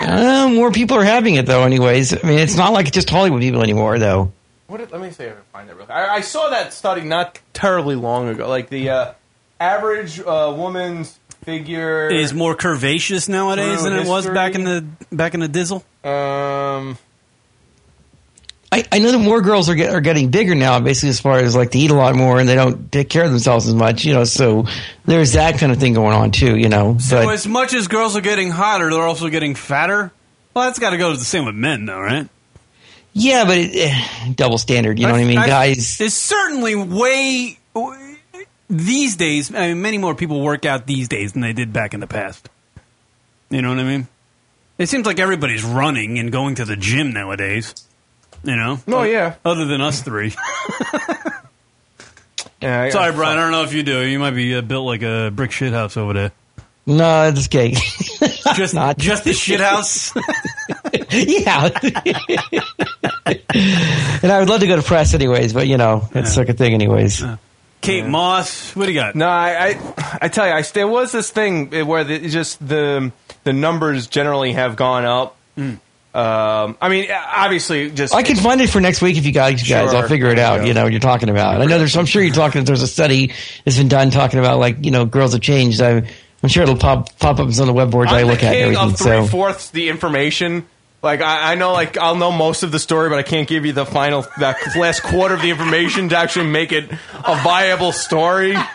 Uh, more people are having it though. Anyways, I mean, it's not like just Hollywood people anymore though.
What did, let me see if I can find that real quick. I, I saw that study not terribly long ago. Like the uh, average uh, woman's figure
Is more curvaceous nowadays
Through
than it was
history.
back in the back in the Dizzle.
Um,
I, I know that more girls are, get, are getting bigger now, basically as far as like they eat a lot more and they don't take care of themselves as much, you know. So there's that kind of thing going on too, you know.
So
But
as much as girls are getting hotter, they're also getting fatter. Well, that's got to go to the same with men, though, right?
yeah, but it, eh, double standard, you know what I mean, guys?
There's certainly way these days. I mean, many more people work out these days than they did back in the past. You know what I mean? It seems like everybody's running and going to the gym nowadays. You know?
No, yeah.
Other than us three.
yeah,
Sorry, Brian. I don't know if you do. You might be uh, built like a brick shit house over there.
No, it's gay.
Just
not
just the shit house.
yeah. and I would love to go to press anyways, but you know, it's like a thing anyways.
Kate Moss. What do you got?
No, I, I, I tell you, I, there was this thing where the, just the the numbers generally have gone up. Um, I mean, obviously, just
I can find it for next week if you guys. you guys.
Sure.
I'll figure it out. You know what you're talking about. I know there's. I'm sure you're talking. There's a study that's been done talking about like you know girls have changed. I, I'm sure it'll pop pop up on some of the web boards
I'm
I
the
look at. and
king
everything.
of three
So
fourths the information. Like I, I know, like I'll know most of the story, but I can't give you the final that last quarter of the information to actually make it a viable story.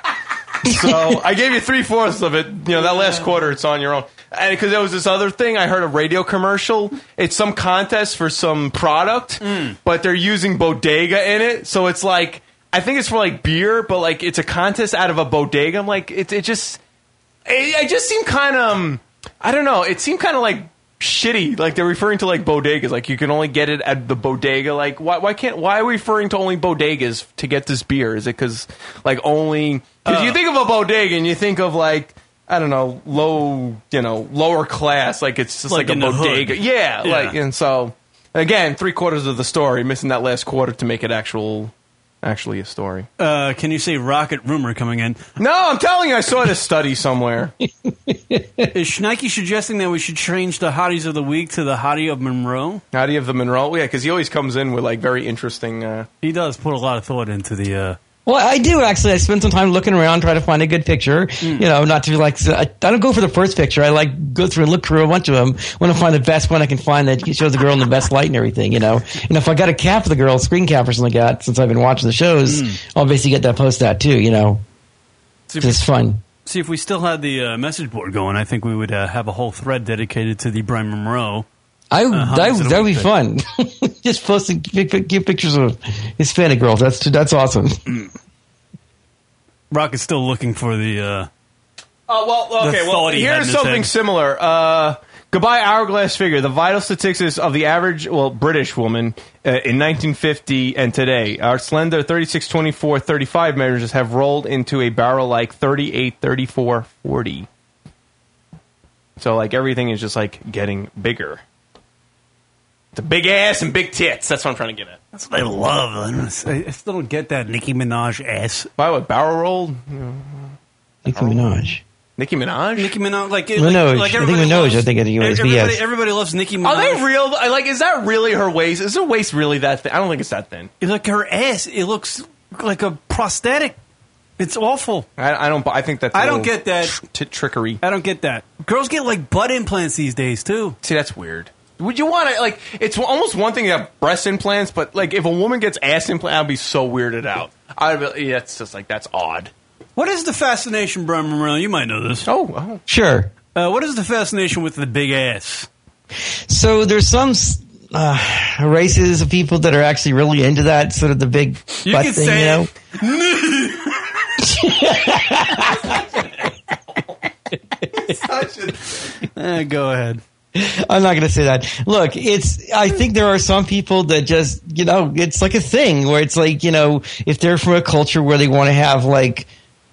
So I gave you three fourths of it. You know that last quarter, it's on your own. And because there was this other thing, I heard a radio commercial. It's some contest for some product,
Hmm.
but they're using bodega in it. So it's like I think it's for like beer, but like it's a contest out of a bodega. I'm like it, it just it, I just seemed kind of, um, I don't know. It seemed kind of like shitty. Like they're referring to like bodegas. Like you can only get it at the bodega. Like why? Why can't? Why are we referring to only bodegas to get this beer? Is it because like only? Because
Uh.
you think of a bodega and you think of like. I don't know, low, you know, lower class. Like it's just
Like
like,
in
a
the hood.
bodega, yeah,
Yeah.
Like and so again, three quarters of the story, missing that last quarter to make it actual, actually a story.
Uh, can you say rocket rumor coming in?
No, I'm telling you, I saw this study somewhere.
Is Schneike suggesting that we should change the hotties of the week to the hottie of Monroe?
Howdy of the Monroe, yeah, because he always comes in with like very interesting. Uh,
He does put a lot of thought into the. Uh,
well, I do actually. I spend some time looking around trying to find a good picture.
Mm.
You know, not to be like I, I don't go for the first picture. I like go through and look through a bunch of them. Want to find the best one I can find that shows the girl in the best light and everything. You know, and if I got a cap of the girl, screen cap or something like that, since I've been watching the shows,
Mm.
I'll basically get that post out too. You know,
see,
'Cause it's fun.
see if we still had the uh, message board going. I think we would uh, have a whole thread dedicated to the Brian Monroe
I that,
is it a
that would be
weekday?
fun. Just post and pic- pic- give pictures of Hispanic girls. That's that's awesome.
Rock is still looking for the. Uh,
Oh well,
The
okay. Well,
thought he had in
here's
his
something
head.
similar. Uh, goodbye, hourglass figure. The vital statistics of the average, well, British woman uh, in 1950 and today. Our slender 36, 24, 35 measures have rolled into a barrel like 38, 34, 40. So like everything is just like getting bigger. It's a big ass and big tits. That's what I'm trying to get at.
That's what I love. I, don't, I I still don't get that Nicki Minaj ass.
By what barrel rolled?
Nicki Minaj.
Nicki Minaj.
Nicki Minaj. Like, it- like,
Minoj.
like
I think
everybody.
Minoj. I think it was.
everybody,
Yes.
everybody loves Nicki Minaj.
Are they real? I Like, is that really her waist? Is her waist really that thin? I don't think it's that thin.
Like her ass, it looks like a prosthetic. It's awful.
I, I don't. I think that's. a
I don't
little
get that.
tr- t- trickery.
I don't get that. Girls get like butt implants these days too.
See, that's weird. Would you want to like? It's almost one thing to have breast implants, but like if a woman gets ass implant, I'd be so weirded out. I'd be. Yeah, it's just like that's odd.
What is the fascination, Brian Moreno? You might know this.
Oh, oh.
Sure.
Uh, what is the fascination with the big ass?
So there's some uh, races of people that are actually really into that sort of the big
You
butt
can
thing.
say
you know.
Eh, go ahead.
I'm not going to say that. Look, it's. I think there are some people that just, you know, it's like a thing where it's like, you know, if they're from a culture where they want to have like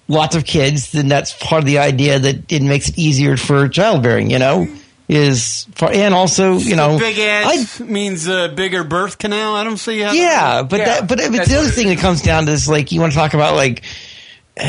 lots of kids, then that's part of the idea that it makes it easier for childbearing. You know, is part, and also, you know,
big ass means a bigger birth canal. I don't see how.
yeah, but that, but it's
That's
the other
what it
thing that comes down to is like you want to talk about like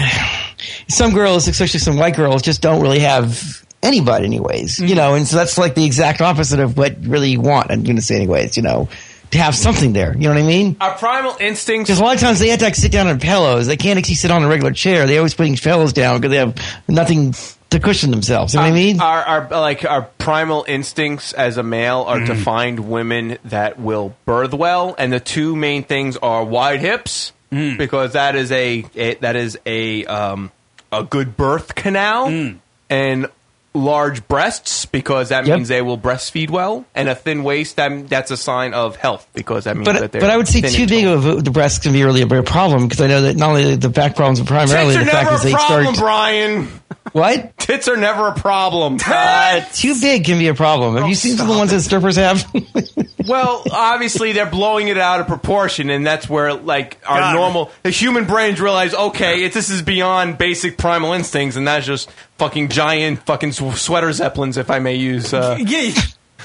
some girls, especially some white girls, just don't really have any butt, anyways.
Mm-hmm.
You know, and so that's like the exact opposite of what you really want. I'm going to say, anyways, you know, to have something there. You know what I mean?
Our primal instincts.
Because a lot of times they have to like, sit down on pillows. They can't actually sit on a regular chair. They always putting pillows down because they have nothing to cushion themselves. You know what I mean?
Um, Our, our like our primal instincts as a male are to find women that will birth well, and the two main things are wide hips because that is a, a- that is a um, a good birth canal, and large breasts because that
Yep.
means they will breastfeed well, and a thin waist that that's a sign of health because that means that
But,
they're
but I would say
thin
too
and-
big of a, the breasts can be really a big problem because I know that not only the back problems, but primarily
Tits
the
are
fact
never
that
a
they
problem,
start
Brian.
What?
Tits are never a problem.
too big can be a problem.
Oh,
Have you seen the ones that strippers have?
well, obviously they're blowing it out of proportion, and that's where like our
Got it.
normal the human brains realize, okay, it, this is beyond basic primal instincts, and that's just fucking giant fucking sw- sweater zeppelins, if I may use. Uh,
Yeah.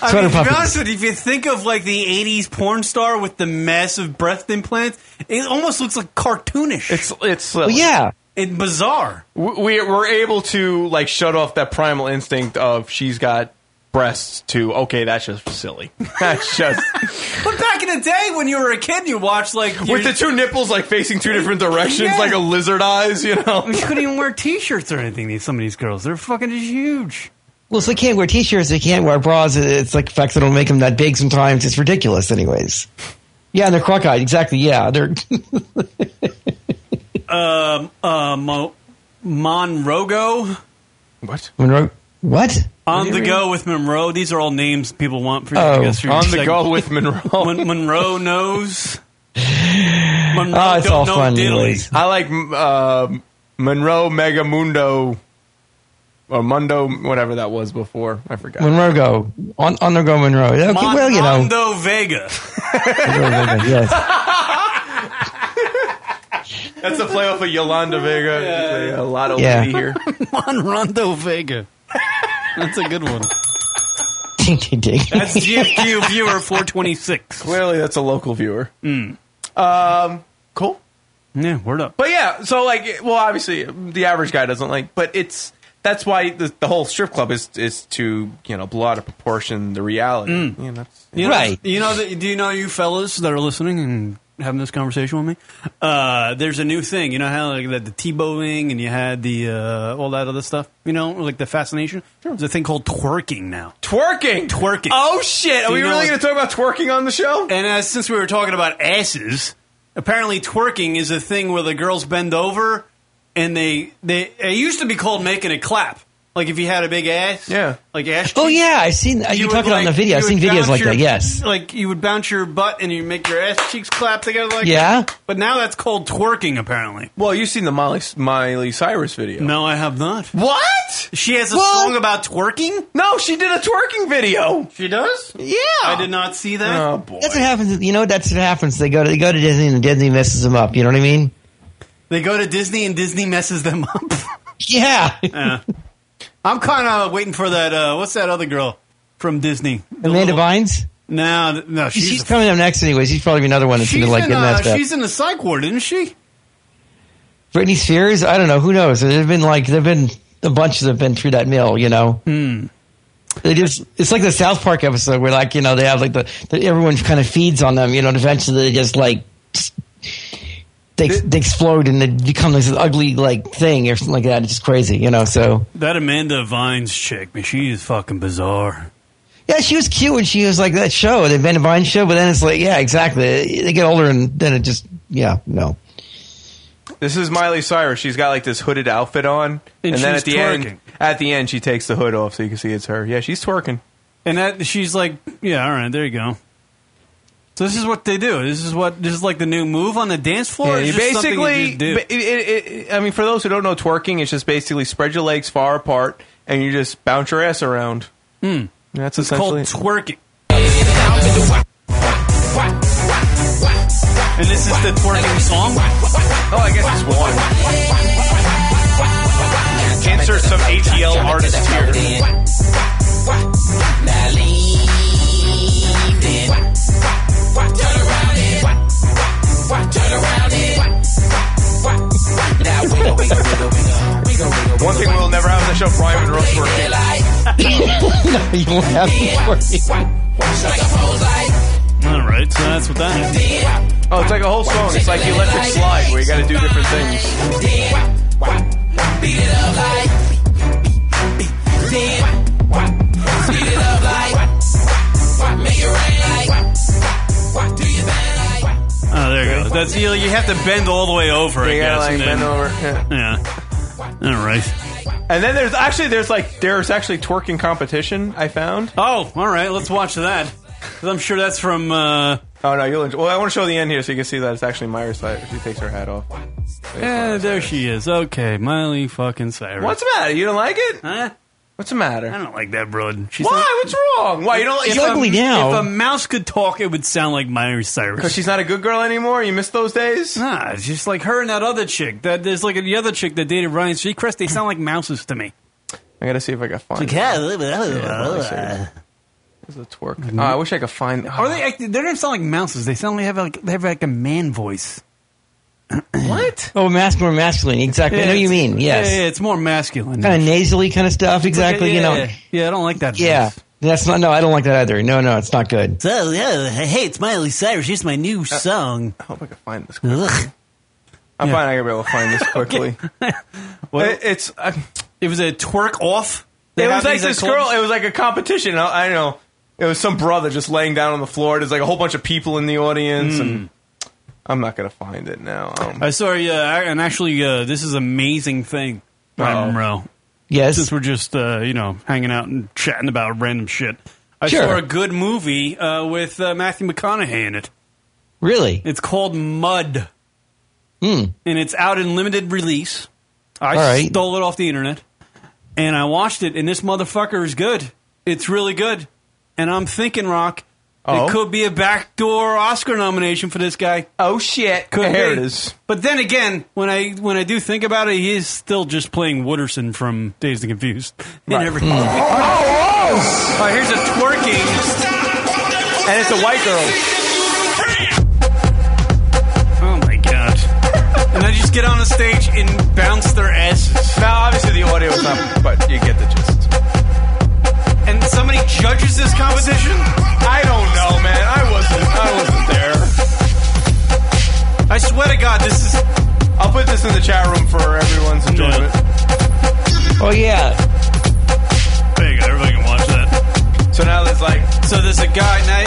I
Sweater
mean, to be
puppets.
honest with you, if you think of like the '80s porn star with the massive breast implants, it almost looks like cartoonish. It's
it's Well, yeah.
and bizarre.
w- we we're able to like shut off that primal instinct of she's got breasts to okay, that's just silly. That's just
But back in the day when you were a kid, you watched like
with the two nipples like facing two different directions,
Yeah.
like a lizard eyes, you know.
You couldn't even wear T-shirts or anything. These some of these girls, they're fucking just huge.
well, so they can't wear t-shirts, they can't wear bras. It's like the fact that it'll make them that big sometimes. It's ridiculous, anyways. Yeah, and they're crock-eyed. Exactly. Yeah, they're
Um, uh, Mo- Monrogo
what
Monroe. What?
on the go with Monroe. These are all names people want for you.
Oh.
I guess, for your
On the go
segment.
with Monroe.
Mon- Monroe knows. Monroe
Oh,
don't know diddly.
I like m- uh, Monroe Megamundo or Mundo, whatever that was before. I forgot.
Monroe go on on the go Monroe. Okay,
Mon-
well you know.
Mondo Vega.
yes.
That's a playoff of Yolanda Vega. It's A, a lot of
Yeah.
lady here.
Monrondo Vega. That's a good one.
Ding ding ding.
That's GFQ viewer 426.
Clearly, that's a local viewer. Um, cool.
Yeah, word up.
Mm. But yeah, so like, well, obviously, the average guy doesn't like, but it's that's why the, the whole strip club is is to you know blow out of proportion the reality. You know, that's-
Mm. You know, You know, that do you know you fellas that are listening and having this conversation with me? Uh, there's a new thing. You know how like the, the T-bowing and you had the uh, all that other stuff. You know, like the fascination. There's a thing called twerking now.
Twerking,
twerking.
Oh shit! Are
Do
we
you know
really going
what-
to talk about twerking on the show?
And uh, since we were talking about asses, apparently twerking is a thing where the girls bend over and they they it used to be called making a clap. Like if you had a big ass, yeah, like ass.
Oh yeah, I seen.
You
You, you
would,
talking on the
like-
video.
you
I've
would
seen videos
bounce
like
your-
that. Yes.
like you would bounce your butt and you make your ass cheeks clap together like
Yeah.
that. But now that's called twerking, apparently.
Well, you've seen the Miley, Miley Cyrus video.
No, I have not.
What?
She has a song about twerking?
No, she did a twerking video.
She does?
Yeah.
I did not see that.
Oh boy.
That's what happens. You know, that's what happens. They go to they go to Disney and Disney messes them up. You know what I mean?
They go to Disney and Disney messes them up.
Yeah.
I'm kind of waiting for that. Uh, what's that other girl from Disney?
Amanda Vines.
No, no, she's
She's, coming up next anyway. She's probably another one that's
she's,
gonna like
in,
get
uh,
messed up.
she's in the psych ward, isn't she?
Britney Spears. I don't know. Who knows? There've been like there've been a bunch that have been through that mill. You know.
Hmm.
They just, it's like the South Park episode where, like, you know, they have like the, the everyone kind of feeds on them, you know, and eventually they just like they, they explode and they become this ugly like thing or something like that. It's just crazy, you know. So
That Amanda Vines chick, man, she is fucking bizarre.
yeah, she was cute when she was like that show, the Van Vine show, but then it's like, yeah, exactly. They get older and then it just, yeah, no.
This is Miley Cyrus. She's got like this hooded outfit on,
And
and, then
she's
at the
twerking.
end, at the end, she takes the hood off so you can see it's her. Yeah, she's twerking.
And that she's like, yeah, all right, there you go. So this is what they do. This is what this is like the new move on the dance floor.
Yeah, you
It's just something
basically,
you do.
ba- it- it- it- I mean, for those who don't know twerking, it's just basically spread your legs far apart and you just bounce your ass around.
Hmm.
That's
It's called
essentially
twerking. And this is the twerking song.
Oh, I guess it's one.
Insert some ATL artist here. One thing we'll never have on the show: Brian Monroe twerking.
you won't have
All right, so that's what that is.
Oh, it's like a whole song. It's like the electric slide where you got to do different things.
Oh, there you go. That's you. You have to bend all the way over. I
You gotta,
guess.
like,
and then-
bend over. Yeah.
Yeah. All right.
And then there's actually there's like there's actually twerking competition I found.
Oh, all right. Let's watch that. 'Cause I'm sure that's from. Uh,
oh no, you'll enjoy. Well, I want to show the end here so you can see that it's actually Myra Cyrus. She takes her hat off.
Yeah, there she is. Okay, Miley fucking Cyrus.
What's the matter? You don't like it?
Huh?
What's the matter?
I don't like that, broad. She's
Why?
not-
What's wrong? Why you don't?
If
you
a-
don't-
If a mouse could talk, it would sound like Miley Cyrus.
Because she's not a good girl anymore. You miss those days.
Nah, it's just like her and that other chick. That there's like the other chick that dated Ryan Seacrest. They sound like mouses to me.
I gotta see if I can find.
Like, yeah,
it.
blah, blah, blah,
Yeah, Miley
blah.
Cyrus. There's a twerk. Oh, I wish I could find.
Mm-hmm. Are they? act- They don't sound like mouses. They sound like have like they have like a man voice.
what?
Oh, mas- more masculine. Exactly. I know what you
it's-
mean. Yes.
Yeah, yeah, it's more masculine.
Kind of nasally kind of stuff. Exactly.
yeah,
you know.
Yeah, yeah, I don't like that.
Yeah. That's not, no, I don't like that either. No, no, it's not good.
So, yeah, hey, it's Miley Cyrus. Here's my
Uh,
new song. I
hope I can find this.
Mm-hmm.
Ugh.
I'm fine. I gotta be able to find this quickly.
Well,
It- it's uh,
it was a twerk off. They
It
have
was like
these at
this
clubs?
girl. It was like a competition. I, I don't know. It was some brother just laying down on the floor. There's like a whole bunch of people in the audience, and I'm not gonna find it now. Um,
Hmm. Uh, I saw. Yeah, and actually, uh, this is an amazing thing,
Uh-oh.
Brian Monroe.
Yes,
since we're just uh, you know hanging out and chatting about random shit. I
Sure.
saw a good movie uh, with uh, Matthew McConaughey in it.
Really? Hmm.
It's called Mud, and it's out in limited release. I
All right.
stole it off the internet, and I watched it. And this motherfucker is good. It's really good. And I'm thinking, Rock,
Oh.
it could be a backdoor Oscar nomination for this guy.
Oh shit!
Could
Here
be.
it is.
But then again, when I when I do think about it, he is still just playing Wooderson from Days and Confused in every.
Hmm. Oh, here's a twerking, and it's a white girl.
Oh my god! and I just get on the stage and bounce their asses.
Now, obviously, the audio is not, but you get the gist.
And somebody judges this competition.
I don't know, man. I wasn't. I wasn't there.
I swear to God, this is.
I'll put this in the chat room for everyone's enjoyment.
Oh yeah.
There you go. Everybody can watch that.
So now there's like
So there's a guy. Now,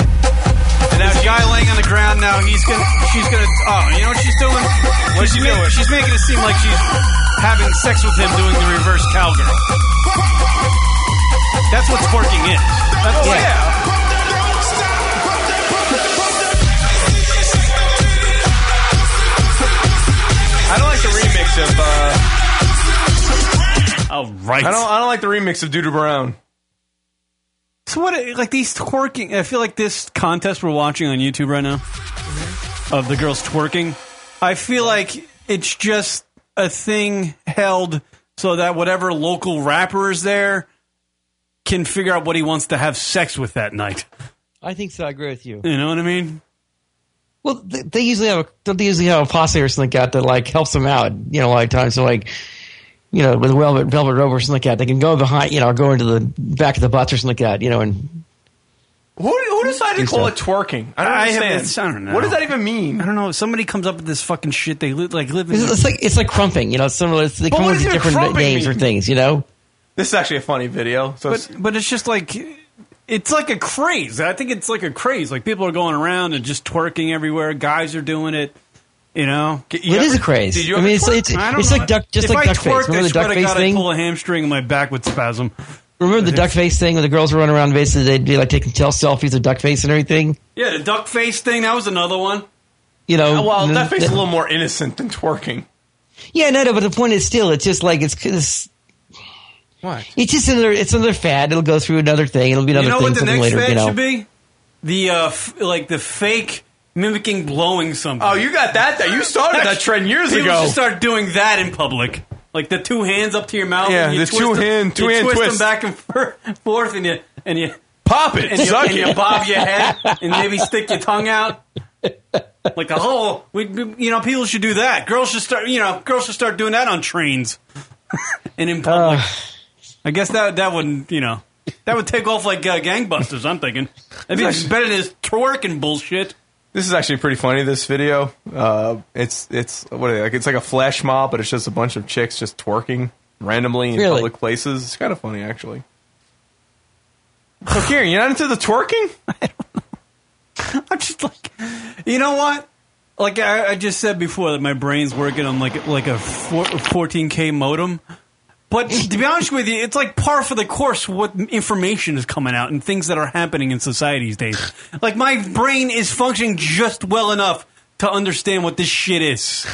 and now there's a guy laying on the the ground now. He's gonna, she's gonna. Oh, you know what she's doing? What's she doing? She's making it seem like she's having sex with him, doing the reverse cowgirl. That's what twerking is. That's
Oh, yeah.
I don't like the remix of. Uh,
All right.
I don't. I don't like the remix of Duda Brown.
So what? Like these twerking? I feel like this contest we're watching on YouTube right now of the girls twerking. I feel like it's just a thing held so that whatever local rapper is there can figure out what he wants to have sex with that night.
I think so. I agree with you.
You know what I mean?
Well, they, they usually have a, don't they usually have a posse or something like that that like helps them out. You know, a lot of times, so like. You know, with velvet, velvet rope or something like that, they can go behind. You know, go into the back of the butts or something like that. You know, and
Who, who decided to
Think
call
so.
it twerking? I don't
I have-
understand.
I don't know.
What does that even mean?
I don't know. Somebody comes up with this fucking shit. They li- like live in.
it's, it's like it's like crumping. You know, it's similar. It's, they
But
come
what
up
does
with
even
different
crumping
names
mean?
for things. You know,
This is actually a funny video. So
but
it's-
but it's just like it's like a craze. I think it's like a craze. Like people are going around and just twerking everywhere. Guys are doing it. You know,
it
you It ever- is a craze. did you I ever mean, it's- twerk? it's-
I don't
it's
know.
like duck- just
if
like
I
duck face.
twerked,
Remember
I
the
swear
duck
to
face
God,
thing?
I pull a hamstring and my back would spasm.
remember the duck face thing where the girls were running around basically they'd be like taking tail selfies of duck face and everything.
Yeah, the duck face thing. That was another one.
You know,
Oh, well,
the-
that face is a
the-
little more innocent than twerking.
Yeah, no, no, but the point is still, it's just like it's, it's
What?
it's just another it's another fad. It'll go through another thing. It'll be another
you know
thing
what the
something
next
later.
fad
You know,
should be? The uh, f- like the fake mimicking blowing something.
Oh, you got that? That you started that trend years
People
ago.
should start doing that in public. Like the two hands up to your mouth.
Yeah,
and you
the
twist
two
them-
hand- two
you
hand
twist,
twist.
them back and for- forth, and you and you
Pop it,
and you,
suck
and you
it.
bob your head, and maybe stick your tongue out. Like the whole, we, we- you know, people should do that. Girls should start, you know, girls should start doing that on trains and in public. I guess that that wouldn't, you know, that would take off like uh, gangbusters. I'm thinking that'd be better than this twerking bullshit.
This is actually pretty funny. This video, uh, it's it's what are they, like it's like a flash mob, but it's just a bunch of chicks just twerking randomly in
Really?
public places. It's kind of funny actually. So Kieran, you're not into the twerking?
I'm just like, you know what? Like I, I just said before, that my brain's working on like like a four- 14k modem. But to be honest with you, it's like par for the course what information is coming out and things that are happening in society these days. Like my brain is functioning just well enough to understand what this shit is.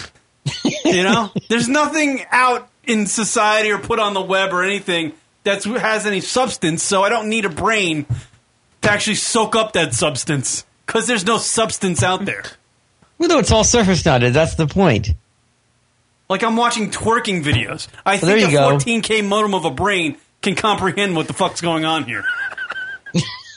You know, there's nothing out in society or put on the web or anything that has any substance, so I don't need a brain to actually soak up that substance because there's no substance out there.
well, no, it's all surface now. dude. That's the point.
Like I'm watching twerking videos. I
Well, there
think
you
a
go.
14k modem of a brain can comprehend what the fuck's going on here.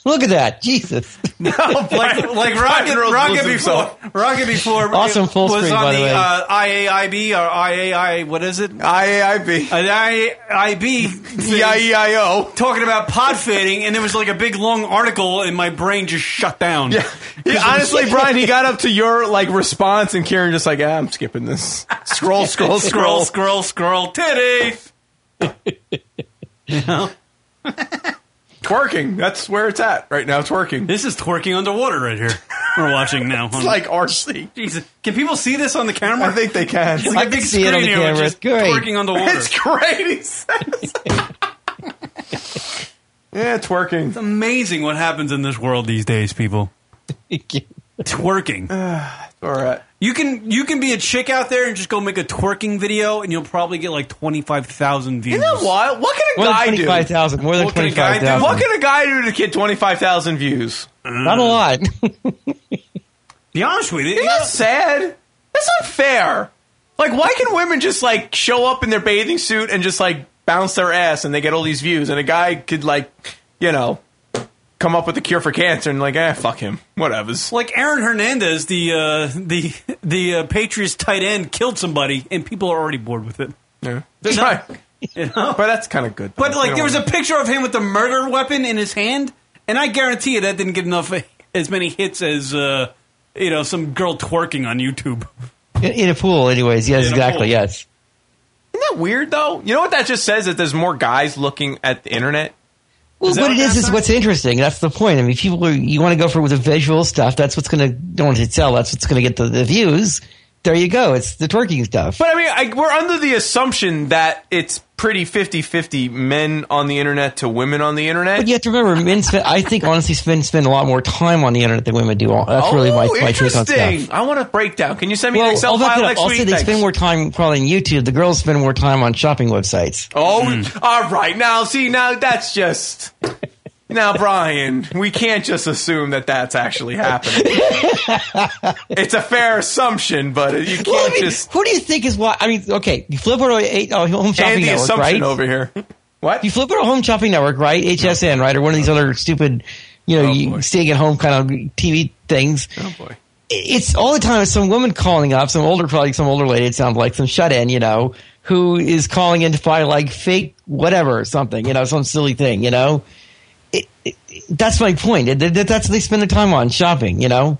Look at that, Jesus!
like like Rocket,
Brian Rose
Rocket
loses
before Rocket before
Awesome
it
full
was
screen,
on
by
the,
the way.
Uh, IAIB or IAI what is it Uh,
IAIB
an IAIB
E
thing,
EIEIO.
talking about pod fading and there was like a big long article and my brain just shut down yeah,
Yeah, honestly, Brian, he got up to your like response, and Kieran just like, ah, I'm skipping this. Scroll, scroll,
scroll,
scroll.
scroll, scroll, titty. you know?
twerking. That's where it's at right now. Twerking.
This is twerking underwater right here. We're watching now.
It's like RC.
Jesus. Can people see this on the camera?
I think they can.
It's like a big screen here with just twerking underwater.
It's great. he says. yeah, twerking. It's
amazing what happens in this world these days, people. twerking.
Uh. All right.
You can you can be a chick out there and just go make a twerking video and you'll probably get like twenty five thousand views.
Isn't that wild? What can a
More than
guy do?
twenty-five thousand. More than
What can a guy
twenty-five
do? What
thousand.
can a guy do to get twenty five thousand views?
Not a lot.
Uh, Be honest with you.
Isn't that sad? That's not fair. Like, why can women just like show up in their bathing suit and just like bounce their ass and they get all these views, and a guy could like, you know, come up with a cure for cancer and like, eh, fuck him, whatever's.
Like Aaron Hernandez, the uh, the the uh, Patriots tight end, killed somebody, and people are already bored with it.
Yeah. That's right. But that's kind of good.
But
though. You
like,
don't
there was a
wanna-
picture of him with the murder weapon in his hand, and I guarantee you that didn't get enough as many hits as uh, you know some girl twerking on YouTube.
in, in a pool, anyways. Yes,
In a
exactly.
pool.
Yes.
Isn't that weird though? You know what that just says that there's more guys looking at the internet.
Well, what it is is what's interesting. That's the point. I mean, people are, you want to go for with the visual stuff. That's what's going to don't want to sell. That's what's going to get the, the views. There you go. It's the twerking stuff.
But I mean, I, we're under the assumption that it's pretty 50-50 men on the internet to women on the internet.
But you have to remember, men. Spend, I think honestly, men spend a lot more time on the internet than women do. That's really my
oh,
my take on stuff.
interesting. I want a breakdown. Can you send me an Excel
I'll look it
file
up.
next
I'll
week?
say they
Thanks.
spend more time probably on YouTube. The girls spend more time on shopping websites.
Oh, all right. Now, see, now that's just. Now, Brian, we can't just assume that that's actually happening. it's a fair assumption, but you can't
Well, I mean,
just.
who do you think is why? I mean, okay, you flip over to eight, oh, Home Shopping
And the
Network,
assumption
right?
over here. What?
You flip over to Home Shopping Network, right? HSN, right? Or one of these other stupid, you know, you staying at home kind of TV things. Oh, boy. It's all the time it's some woman calling up, some older, probably some older lady, it sounds like, some shut in, you know, who is calling in to buy like fake whatever, or something, you know, some silly thing, you know? It, it, that's my point. It- that- that's what they spend their time on, shopping, you know?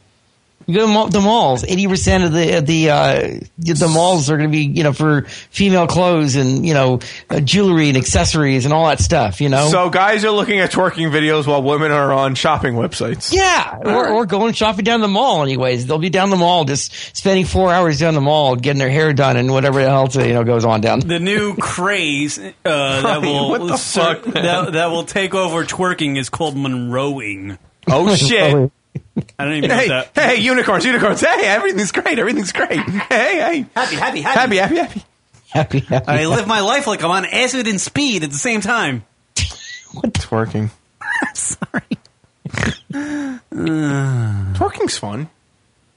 You go to mall, the malls. Eighty percent of the of the uh, the malls are going to be you know for female clothes and you know uh, jewelry and accessories and all that stuff. You know,
So, guys are looking at twerking videos while women are on shopping websites.
yeah, or, or going shopping down the mall. Anyways, they'll be down the mall just spending four hours down the mall getting their hair done and whatever the hell you know goes on down.
The new craze uh, that
Brian,
will
what the
sur-
fuck, man?
that, that will take over twerking is called Monroeing.
Oh, shit.
I don't even know
Hey,
what that.
hey, unicorns, unicorns. Hey, everything's great. Everything's great. Hey, hey.
Happy, happy, happy.
Happy, happy, happy.
Happy, happy.
I live my life like I'm on acid and speed at the same time.
Twerking. Twerking's fun.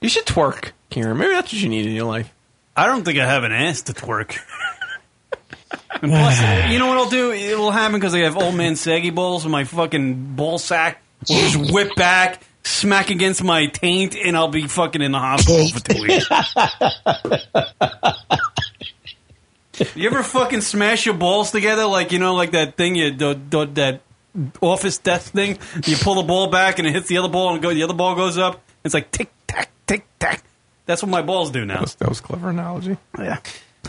You should twerk, Kieran. Maybe that's what you need in your life.
I don't think I have an ass to twerk. And plus, you know what I'll do? It will happen because I have old man saggy balls, and my fucking ball sack will just whip back, smack against my taint, and I'll be fucking in the hospital for two weeks. you ever fucking smash your balls together, like you know, like that thing you do, do, that office death thing? You pull the ball back, and it hits the other ball, and go the other ball goes up. It's like tick tack, tick tack. That's what my balls do now.
That was clever analogy.
Yeah.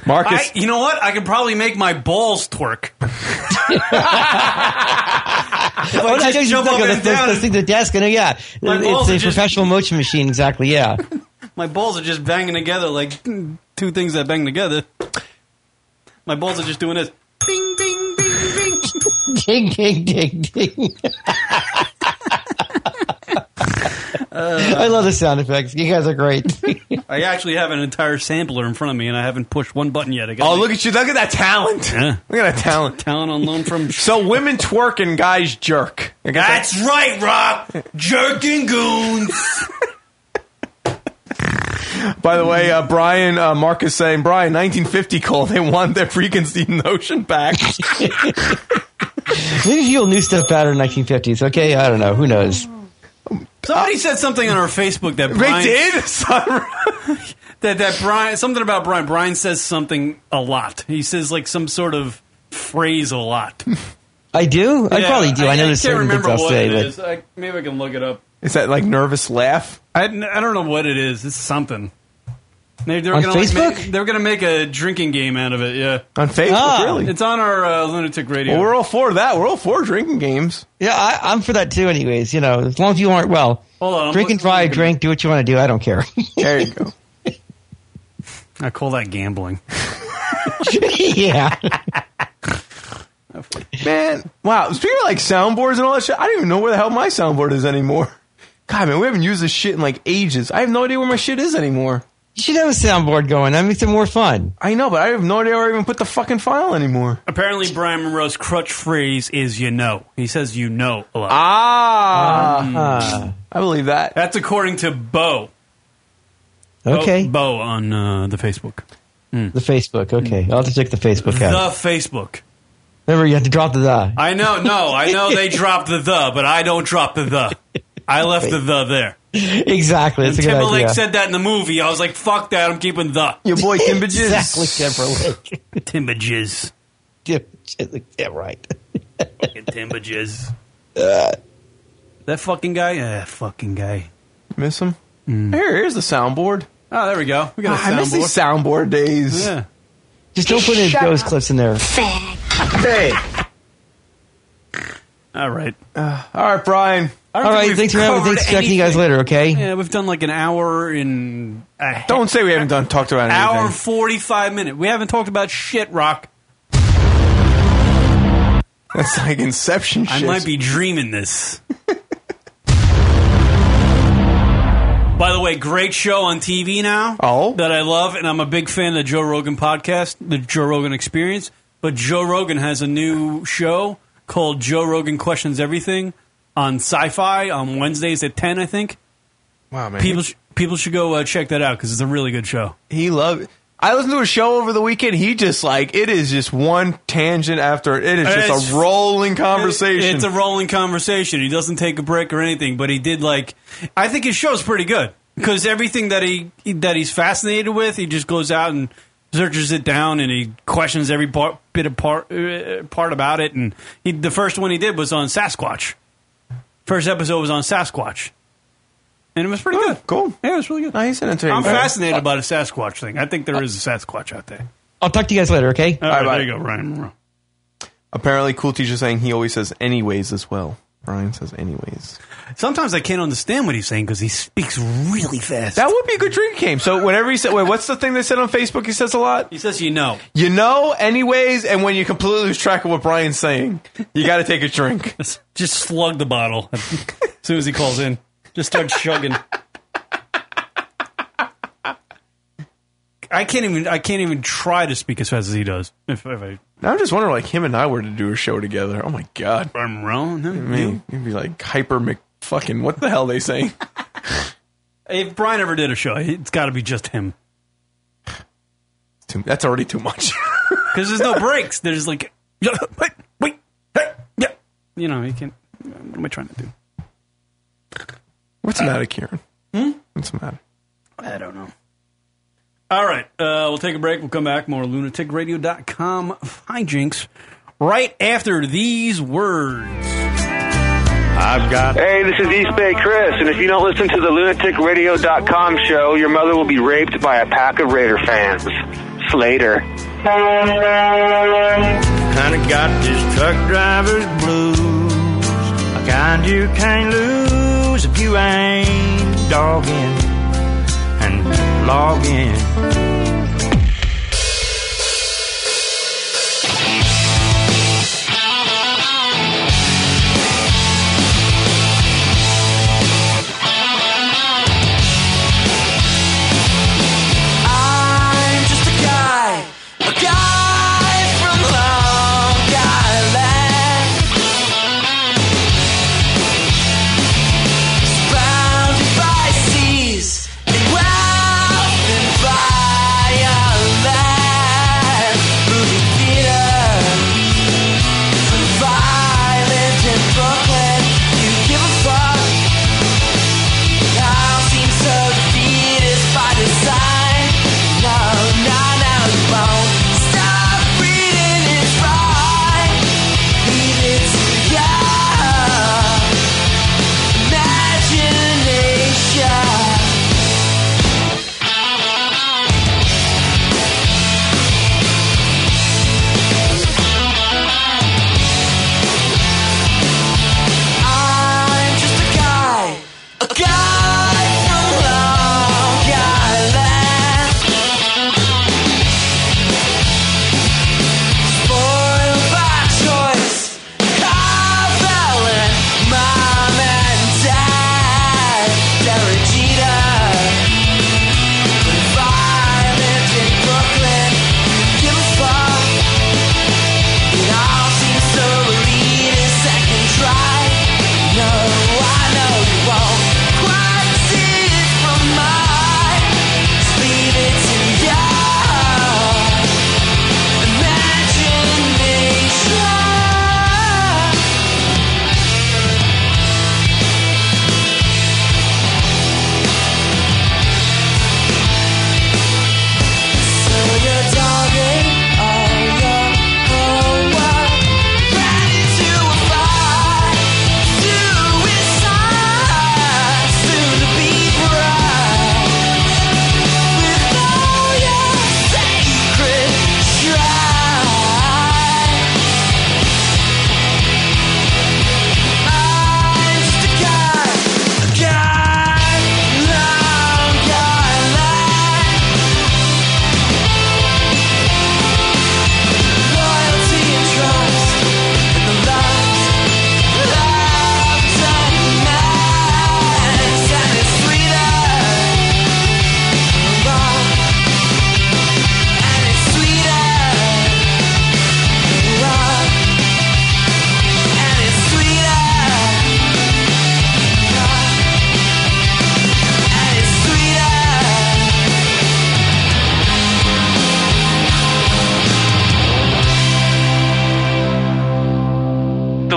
Marcus.
I- you know what? I could probably make my balls twerk.
Oh,
I
no,
just
no,
jump
no,
up
that's-
and
that's-
down
that's the desk. And, uh, yeah,
My balls
it's
are
a
just-
professional motion machine. Exactly. Yeah.
My balls are just banging together like mm, two things that bang together. My balls are just doing this. Ding, ding, ding, ding.
ding, ding, ding, ding. I love the sound effects. You guys are great.
I actually have an entire sampler in front of me, and I haven't pushed one button yet. I got
Oh,
me-
look at you. Look at that talent. Look at that talent.
Talent on loan from.
so women twerk and guys jerk. I guess
That's right, Rob. Jerking goons.
By the way, uh, Brian uh, Marcus saying, Brian, 1950 call. They want their preconceived notion back.
Maybe people knew stuff better in 1950s. Okay, I don't know. Who knows?
Somebody said something on our Facebook that Brian
did?
that that Brian something about Brian. Brian says something a lot. He says like some sort of phrase a lot.
I do. I
Yeah,
probably do. I, know
I
there's
can't
certain things
remember
I'll
what
say,
it
but
is. I, maybe I can look it up.
Is that like nervous laugh?
I, I don't know what it is. It's something. They, they were
On
gonna, like,
Facebook?
make- they were going to make a drinking game out of it. Yeah,
On Facebook, Ah. really?
It's on our uh, lunatic radio.
Well, we're all for that. We're all for drinking games.
yeah, I, I'm for that too. Anyways, you know, as long as you aren't well,
Hold on, I'm
drink and
looking-
drive, drink, do what you want to do. I don't care.
There you go.
I call that gambling.
yeah.
Man, wow. Speaking of like soundboards and all that shit, I don't even know where the hell my soundboard is anymore. God, man, we haven't used this shit in like ages. I have no idea where my shit is anymore.
You should have a soundboard going. That makes it more fun.
I know, but I have no idea where I even put the fucking file anymore.
Apparently, Brian Monroe's crutch phrase is "you know." He says "you know" a lot. Mm.
Ah. I believe that.
That's according to Bo. Oh,
Okay.
Bo, Bo on uh, the Facebook.
The Facebook. Okay, I'll have to check the Facebook out.
The Facebook.
Remember, you have to drop the the.
I know, no, I know they dropped the the, but I don't drop the the. I left the the there.
Exactly. That's a good
Timberlake
idea.
said that in the movie. I was like, fuck that, I'm keeping the.
Your boy
Timbages. Exactly, Timberlake.
Timbages.
Timbages. Yeah, right.
fucking Timbages. that fucking guy? Yeah, fucking guy.
Miss him? Here, here's the soundboard.
Oh, there we go. We got a
Mm. Ah, I miss these soundboard days.
Yeah.
Just don't put any
Shut
ghost
up.
clips in there.
Hey.
All right.
all right, Brian.
I don't
All
think
right,
we've
thanks for having-
covered
thanks for checking you guys
anything.
later, okay?
Yeah, we've done like an hour and a
Don't say we haven't done talked about anything.
hour forty five minute. We haven't talked about shit, Rock.
That's like Inception.
I
shit.
might be dreaming this. By the way, great show on TV now.
Oh,
that I love, and I'm a big fan of the Joe Rogan podcast, the Joe Rogan Experience. But Joe Rogan has a new show called Joe Rogan Questions Everything on Sci-Fi on Wednesdays at ten, I think.
Wow, man.
People, sh- people should go uh, check that out because it's a really good show.
He loved. I listened to a show over the weekend. He just like it is just one tangent after it is just
It's-
a rolling conversation.
It- It's a rolling conversation. He doesn't take a break or anything, but he did like. I think his show's pretty good because everything that he that he's fascinated with, he just goes out and searches it down and he questions every part, bit of part uh, part about it. And he, the first one he did was on Sasquatch. First episode was on Sasquatch. And it was pretty good.
Cool.
Yeah, it was really good.
Nice and entertaining.
I'm
All right.
fascinated about a Sasquatch thing. I think there is a Sasquatch out there.
I'll talk to you guys later, okay?
All right, there you go, Ryan Monroe.
Apparently, cool teacher saying he always says anyways as well. Brian says anyways.
Sometimes I can't understand what he's saying because he speaks really fast.
That would be a good drink game. So whenever he said, "Wait, what's the thing they said on Facebook?" He says a lot.
He says, "You know."
You know, anyways, and when you completely lose track of what Brian's saying, you got to take a drink.
Just slug the bottle as soon as he calls in. Just start chugging. I can't even. I can't even try to speak as fast as he does. If, if I,
Now I'm just wondering, like him and I were to do a show together. Oh my god,
I'm wrong. I
I mean, you'd be like hyper Mc fucking. What the hell they saying?
if Brian ever did a show, it's got to be just him
Too- That's already too much.
because there's no breaks. There's like, wait, wait, hey, yeah. You know, he can. What am I trying to do?
What's the matter, Kieran?
Hmm?
What's the matter?
I don't know. All right. Uh, we'll take a break. We'll come back. More lunaticradio.com hijinks right after these words.
I've got. Hey, this is East Bay Chris, and if you don't listen to the lunaticradio.com show, your mother will be raped by a pack of Raider fans. Slater.
Kinda got this truck driver's blues. A kind you can't lose if you ain't dogging and logging.
I'm just a guy, a guy from Long Island, surrounded by seas and wealth and violence.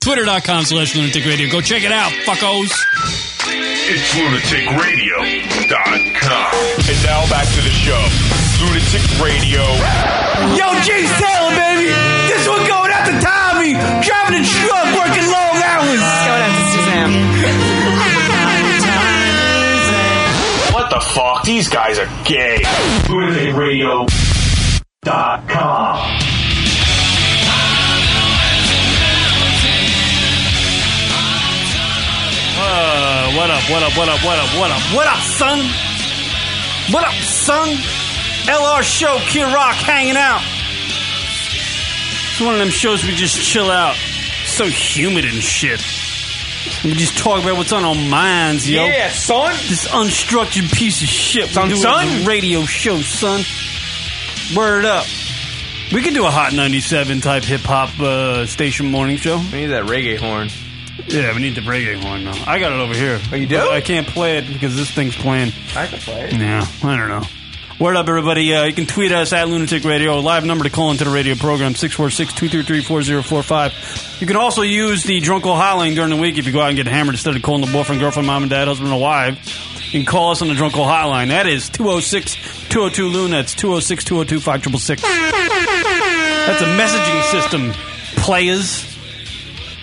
Twitter.com slash lunatic radio. Go check it out, fuckos.
It's lunaticradio.com. And now back to the show. Lunatic Radio.
Yo, Jay Sailor, baby! This one going out to Tommy! Driving a truck, working long hours! Going out to
What the fuck? These guys are gay. LunaticRadio.com.
Uh, what up, what up, what up, what up, what up, what up, son? What up, son? LR Show, Kid Rock hanging out. It's one of them shows we just chill out. So humid and shit. We just talk about what's on our minds, yo.
Yeah, son.
This unstructured piece of shit.
Son,
we do
son.
on the radio show, son. Word up. We could do a Hot 97 type hip hop uh, station morning show.
We need that reggae horn.
Yeah, we need the reggae horn, though. I got it over here.
Oh, you do?
I can't play it because this thing's playing.
I can play it.
Yeah, I don't know. Word up, everybody. Uh, you can tweet us at Lunatic Radio. Live number to call into the radio program, 646-233-4045. You can also use the drunk old hotline during the week if you go out and get hammered instead of calling the boyfriend, girlfriend, mom and dad, husband, or wife. You can call us on the drunk old hotline. That is 206-202-LUN. That's 206-202-5666. That's a messaging system, players.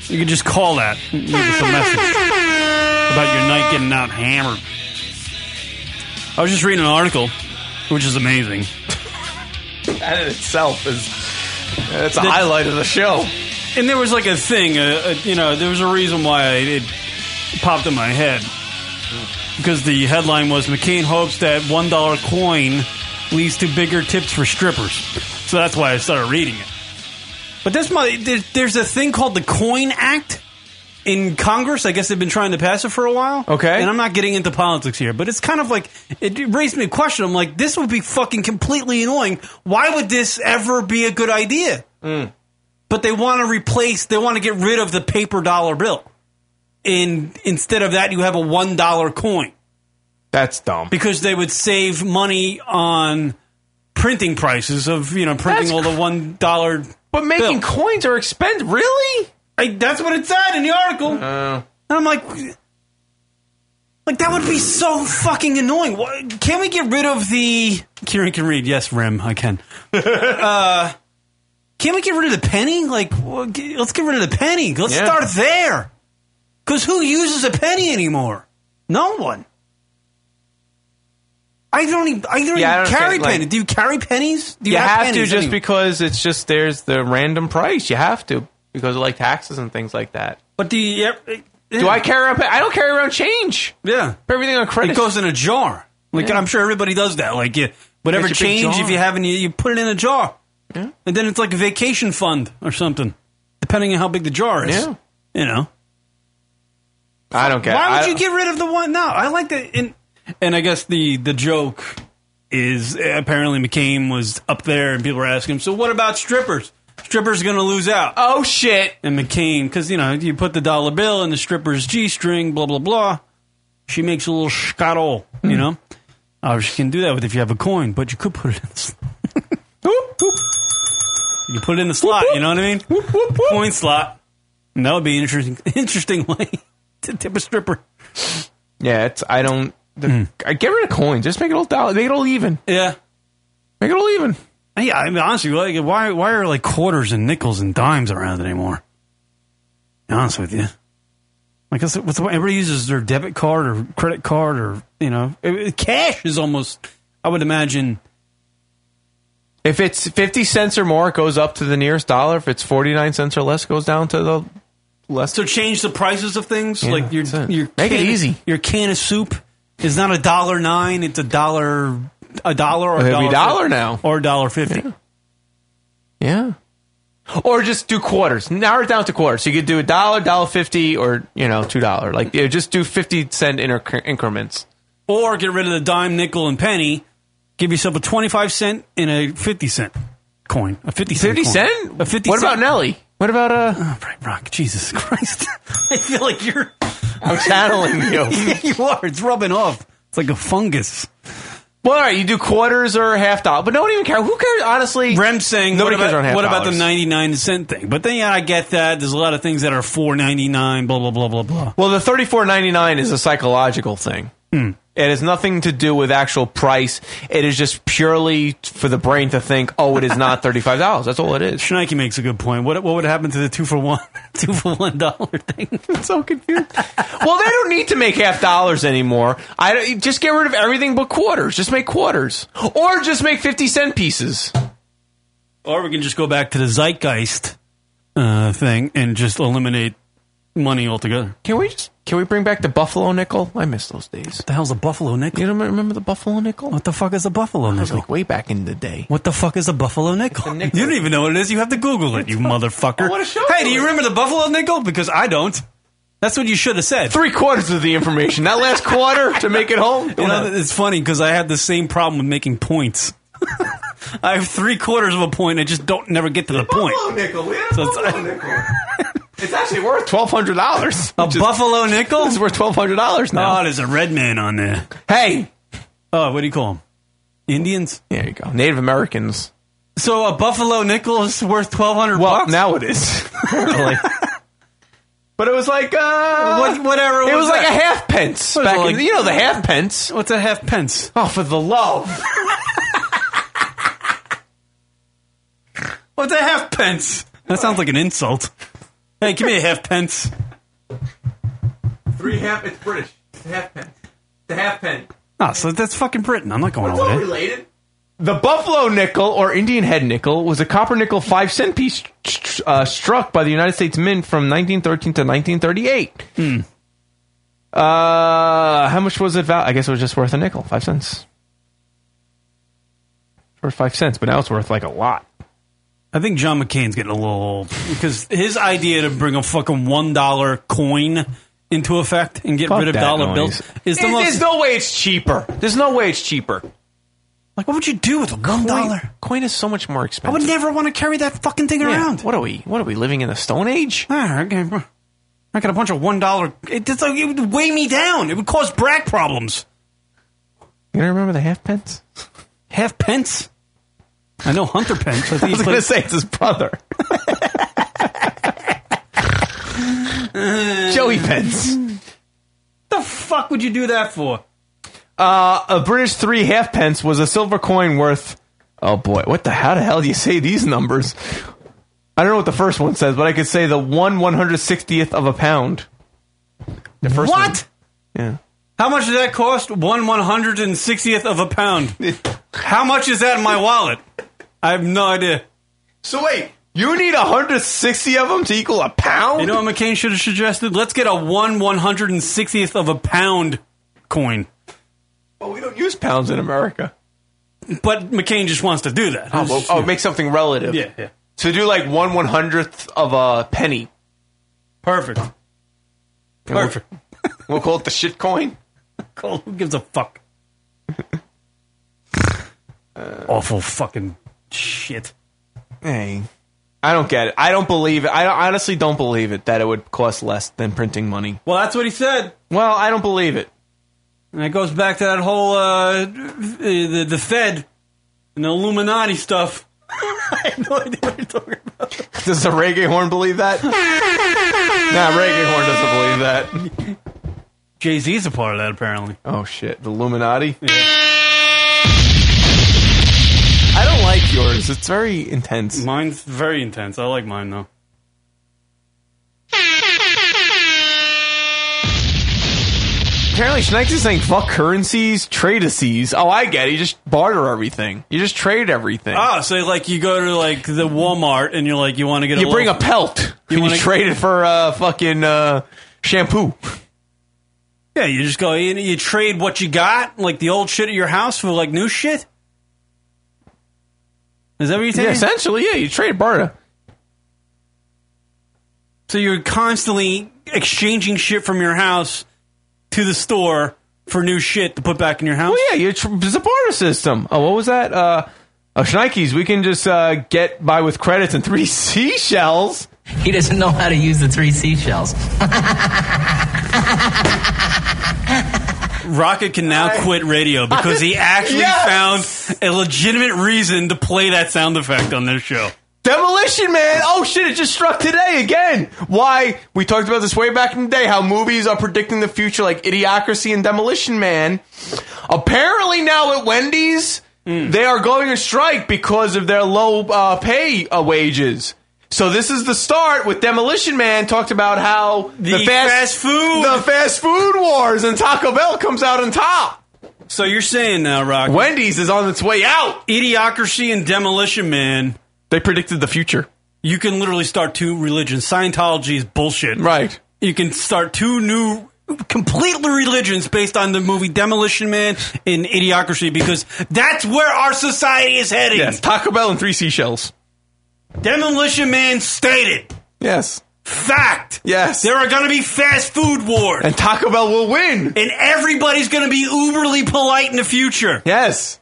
You can just call that. Leave us a message about your night getting out hammered. I was just reading an article, which is amazing.
That in itself is that's a highlight of the show.
And there was like a thing, uh, uh, you know, there was a reason why it popped in my head because the headline was McCain hopes that one dollar coin leads to bigger tips for strippers. So that's why I started reading it. But this my there, there's a thing called the Coin Act in Congress. I guess they've been trying to pass it for a while.
Okay.
and I'm not getting into politics here, but it's kind of like it raised me a question. I'm like, this would be fucking completely annoying. Why would this ever be a good idea? But they want to replace. They want to get rid of the paper dollar bill. In instead of that, you have a one dollar coin
That's dumb.
because they would save money on printing prices of you know printing
That's
all the one dollar.
But making coins are expensive. Really?
I, that's what it said in the article.
Uh,
And I'm like, like that would be so fucking annoying. Why- Can we get rid of the? Kieran can read. Yes, Rim, I can. uh, can we get rid of the penny? Like, wha- g- let's get rid of the penny. Let's
Yeah.
start there. Because who uses a penny anymore? No one. I don't even. I don't
Yeah, I
even
don't
carry
get, like-
pennies. Do you carry pennies? Do
you have, to
pennies
just
anymore?
because it's just there's the random price. You have to because of like taxes and things like that.
But do you? ever-
Do I carry? Up, I don't carry around change.
Yeah.
Everything on credit.
It goes in a jar. Like
Yeah.
I'm sure everybody does that. Like you, whatever
It's a big
change
jar.
if you have any, you put it in a jar, and then it's like a vacation fund or something, depending on how big the jar is.
Yeah.
You know.
I don't care.
Why would
I-
you get rid of the one? No, I like the. And, and I guess the the joke is eh, apparently McCain was up there and people were asking him. So what about strippers? Strippers going to lose out.
Oh shit!
And McCain, because you know you put the dollar bill in the stripper's g string, blah blah blah. She makes a little scuttle, you know.
Hmm.
Oh, she can do that with if you have a coin, but you could put it in the slot. You can put it in the slot. You know what I mean? Coin slot. And that would be an interesting, interesting way to tip a stripper.
Yeah, it's I don't. The, I get rid of coins. Just make it all dollar. Make it all even.
Yeah.
Make it all even.
Yeah, I mean, honestly, like, why why are like quarters and nickels and dimes around anymore? To be honest with you, like that's what's the point- everybody uses their debit card or credit card or you know it- it- cash is almost. I would imagine.
If it's fifty cents or more, it goes up to the nearest dollar. If it's forty nine cents or less, it goes down to the less.
So change the prices of things.
Yeah,
like your
that's it.
your
Make it
can-
easy.
Your can of soup is not a dollar nine. It's a dollar a dollar or
It'd
a
be dollar
dollar, fif-
now.
or a dollar fifty.
Yeah. Or just do quarters. Narrow it down to quarters. So you could do a dollar, dollar fifty, or you know, two dollar. Like yeah, just do fifty cent inter- increments.
Or get rid of the dime, nickel, and penny. Give yourself a 25 cent and a 50 cent coin. A 50 cent
50
coin.
cent?
A 50
What
cent-
about Nelly? What about uh? Oh,
Bright Rock. Jesus Christ. I feel like you're.
I'm channeling you.
Yeah, you are. It's rubbing off. It's like a fungus.
Well, all right, you do quarters or half dollar, but no one even cares. Who cares? Honestly,
Rem's saying
nobody
what
cares
about,
on half
what about the
dollars.
99 cent thing? But then yeah, I get that. There's a lot of things that are 4.99. Blah blah blah blah blah.
Well, the thirty four ninety nine is a psychological thing.
Hmm.
It has nothing to do with actual price. It is just purely for the brain to think, oh, it is not thirty five dollars. That's all it is.
Schneike makes a good point. What what would happen to the two for one two for one dollar thing?
I'm so confused. well, they don't need to make half dollars anymore. I don't, just get rid of everything but quarters. Just make quarters, or just make fifty cent pieces.
Or we can just go back to the zeitgeist uh, thing and just eliminate money altogether.
Can we just can we bring back the buffalo nickel? I miss those days. What
the hell's a buffalo nickel?
You don't remember the buffalo nickel?
What the fuck is a buffalo nickel?
like way back in the day.
What the fuck is a buffalo nickel? You don't even know what it is. You have to Google it, you motherfucker. hey, do you remember the buffalo nickel? Because I don't. That's what you should have said.
Three quarters of the information. That last quarter to make it home.
You know, it's funny because I had the same problem with making points. I have three quarters of a point. I just don't never get to the point.
nickel.
So it's-
It's actually worth twelve hundred dollars.
A buffalo nickel?
It's worth twelve hundred dollars now.
Oh, there's a red man on there.
Hey.
Oh, what do you call them? Indians?
There you go. Native Americans.
So a buffalo nickel is worth twelve hundred
Well,
bucks.
now it is. Apparently. but it was like uh,
What- whatever.
It was like
that?
a half pence
What is
back
it,
in-
like-
you know the half pence.
What's a half pence?
Oh, for the love!
What's a half pence? That sounds like an insult. Hey, give me a half pence.
Three half. It's British. It's a half pence. The half pence.
Ah, so that's fucking Britain. I'm not going over there.
related. The buffalo nickel or Indian head nickel was a copper nickel five cent piece uh, struck by the United States Mint from 1913 to 1938.
Hmm.
Uh, how much was it? Val- I guess it was just worth a nickel, five cents. Worth five cents, but now it's worth like a lot.
I think John McCain's getting a little old because his idea to bring a fucking one dollar coin into effect and get
Fuck
rid of
that
dollar
noise.
bills is the
There-
most.
There's no way it's cheaper. There's no way it's cheaper.
like, what would you do with a one dollar?
Coin is so much more
I
expensive.
would never want to carry that fucking thing
Yeah.
around.
What are we? What are we living in the Stone Age?
Ah, okay. I got a bunch of one dollar. It, it's like, it would weigh me down. It would cause brack problems.
You don't remember the half pence?
Half pence. I know Hunter Pence. I, think
I was going to
he played-
say it's his brother. Joey Pence.
the fuck would you do that for?
Uh, a British three halfpence was a silver coin worth. Oh boy, what the how the hell do you say these numbers? I don't know what the first one says, but I could say the one one hundred sixtieth of a pound. The first
what?
one. Yeah.
How much does that cost? One one hundred and sixtieth of a pound. How much is that in my wallet? I have no idea.
So wait, you need hundred sixty of them to equal a pound?
You know what McCain should have suggested? Let's get a one one hundred and sixtieth of a pound coin.
well, we don't use pounds in America.
But McCain just wants to do that.
Oh, well, oh, make something relative.
yeah, yeah.
So do like one one hundredth of a penny.
Perfect.
And we'll-
Perfect.
we'll call it the shit coin.
Cole, who gives a fuck? Awful fucking shit.
Hey, I don't get it. I don't believe it. I don't- honestly don't believe it that it would cost less than printing money.
Well, that's what he said.
Well, I don't believe it.
And it goes back to that whole uh, the the Fed and the Illuminati stuff. I have no idea what you're talking about.
Does the reggae horn believe that? nah, reggae horn doesn't believe that.
Jay Z's a part of that, apparently.
Oh shit, the Illuminati. I don't like yours. It's very intense.
Mine's very intense. I like mine though.
Apparently, Schneik's is saying fuck currencies, trade aces. Oh, I get it. You just barter everything. You just trade everything.
Ah, so like you go to like the Walmart and you're like you want to get a
you bring a
loaf-
pelt.
You
You,
wanna-
you trade it for uh, fucking uh, shampoo.
yeah you just go you, you trade what you got like the old shit at your house for like new shit. Is that what you're saying?
Yeah, essentially, yeah. You trade barter.
So you're constantly exchanging shit from your house to the store for new shit to put back in your house.
Well, yeah, you're tr- it's a barter system. Oh, what was that? Uh, oh, Schneikes, we can just uh, get by with credits and three seashells. He doesn't know how to use the three seashells.
Rocket can now quit radio because he actually found a legitimate reason to play that sound effect on this show.
Demolition Man! Oh shit, it just struck today again! Why? We talked about this way back in the day how movies are predicting the future like Idiocracy and Demolition Man. Apparently now at Wendy's, they are going to strike because of their low uh, pay uh, wages. So this is the start with Demolition Man talked about how the,
The fast
food the fast food wars and Taco Bell comes out on top.
So you're saying now, Rock?
Wendy's is on its way out.
Idiocracy and Demolition Man.
They predicted the future.
You can literally start two religions. Scientology is bullshit.
Right.
You can start two new, completely religions based on the movie Demolition Man and Idiocracy because that's where our society is heading.
Yes, Taco Bell and three seashells.
Demolition Man stated.
Yes.
Fact.
Yes.
There are going to be fast food wars.
And Taco Bell will win.
And everybody's going to be uberly polite in the future. uh,
Yes.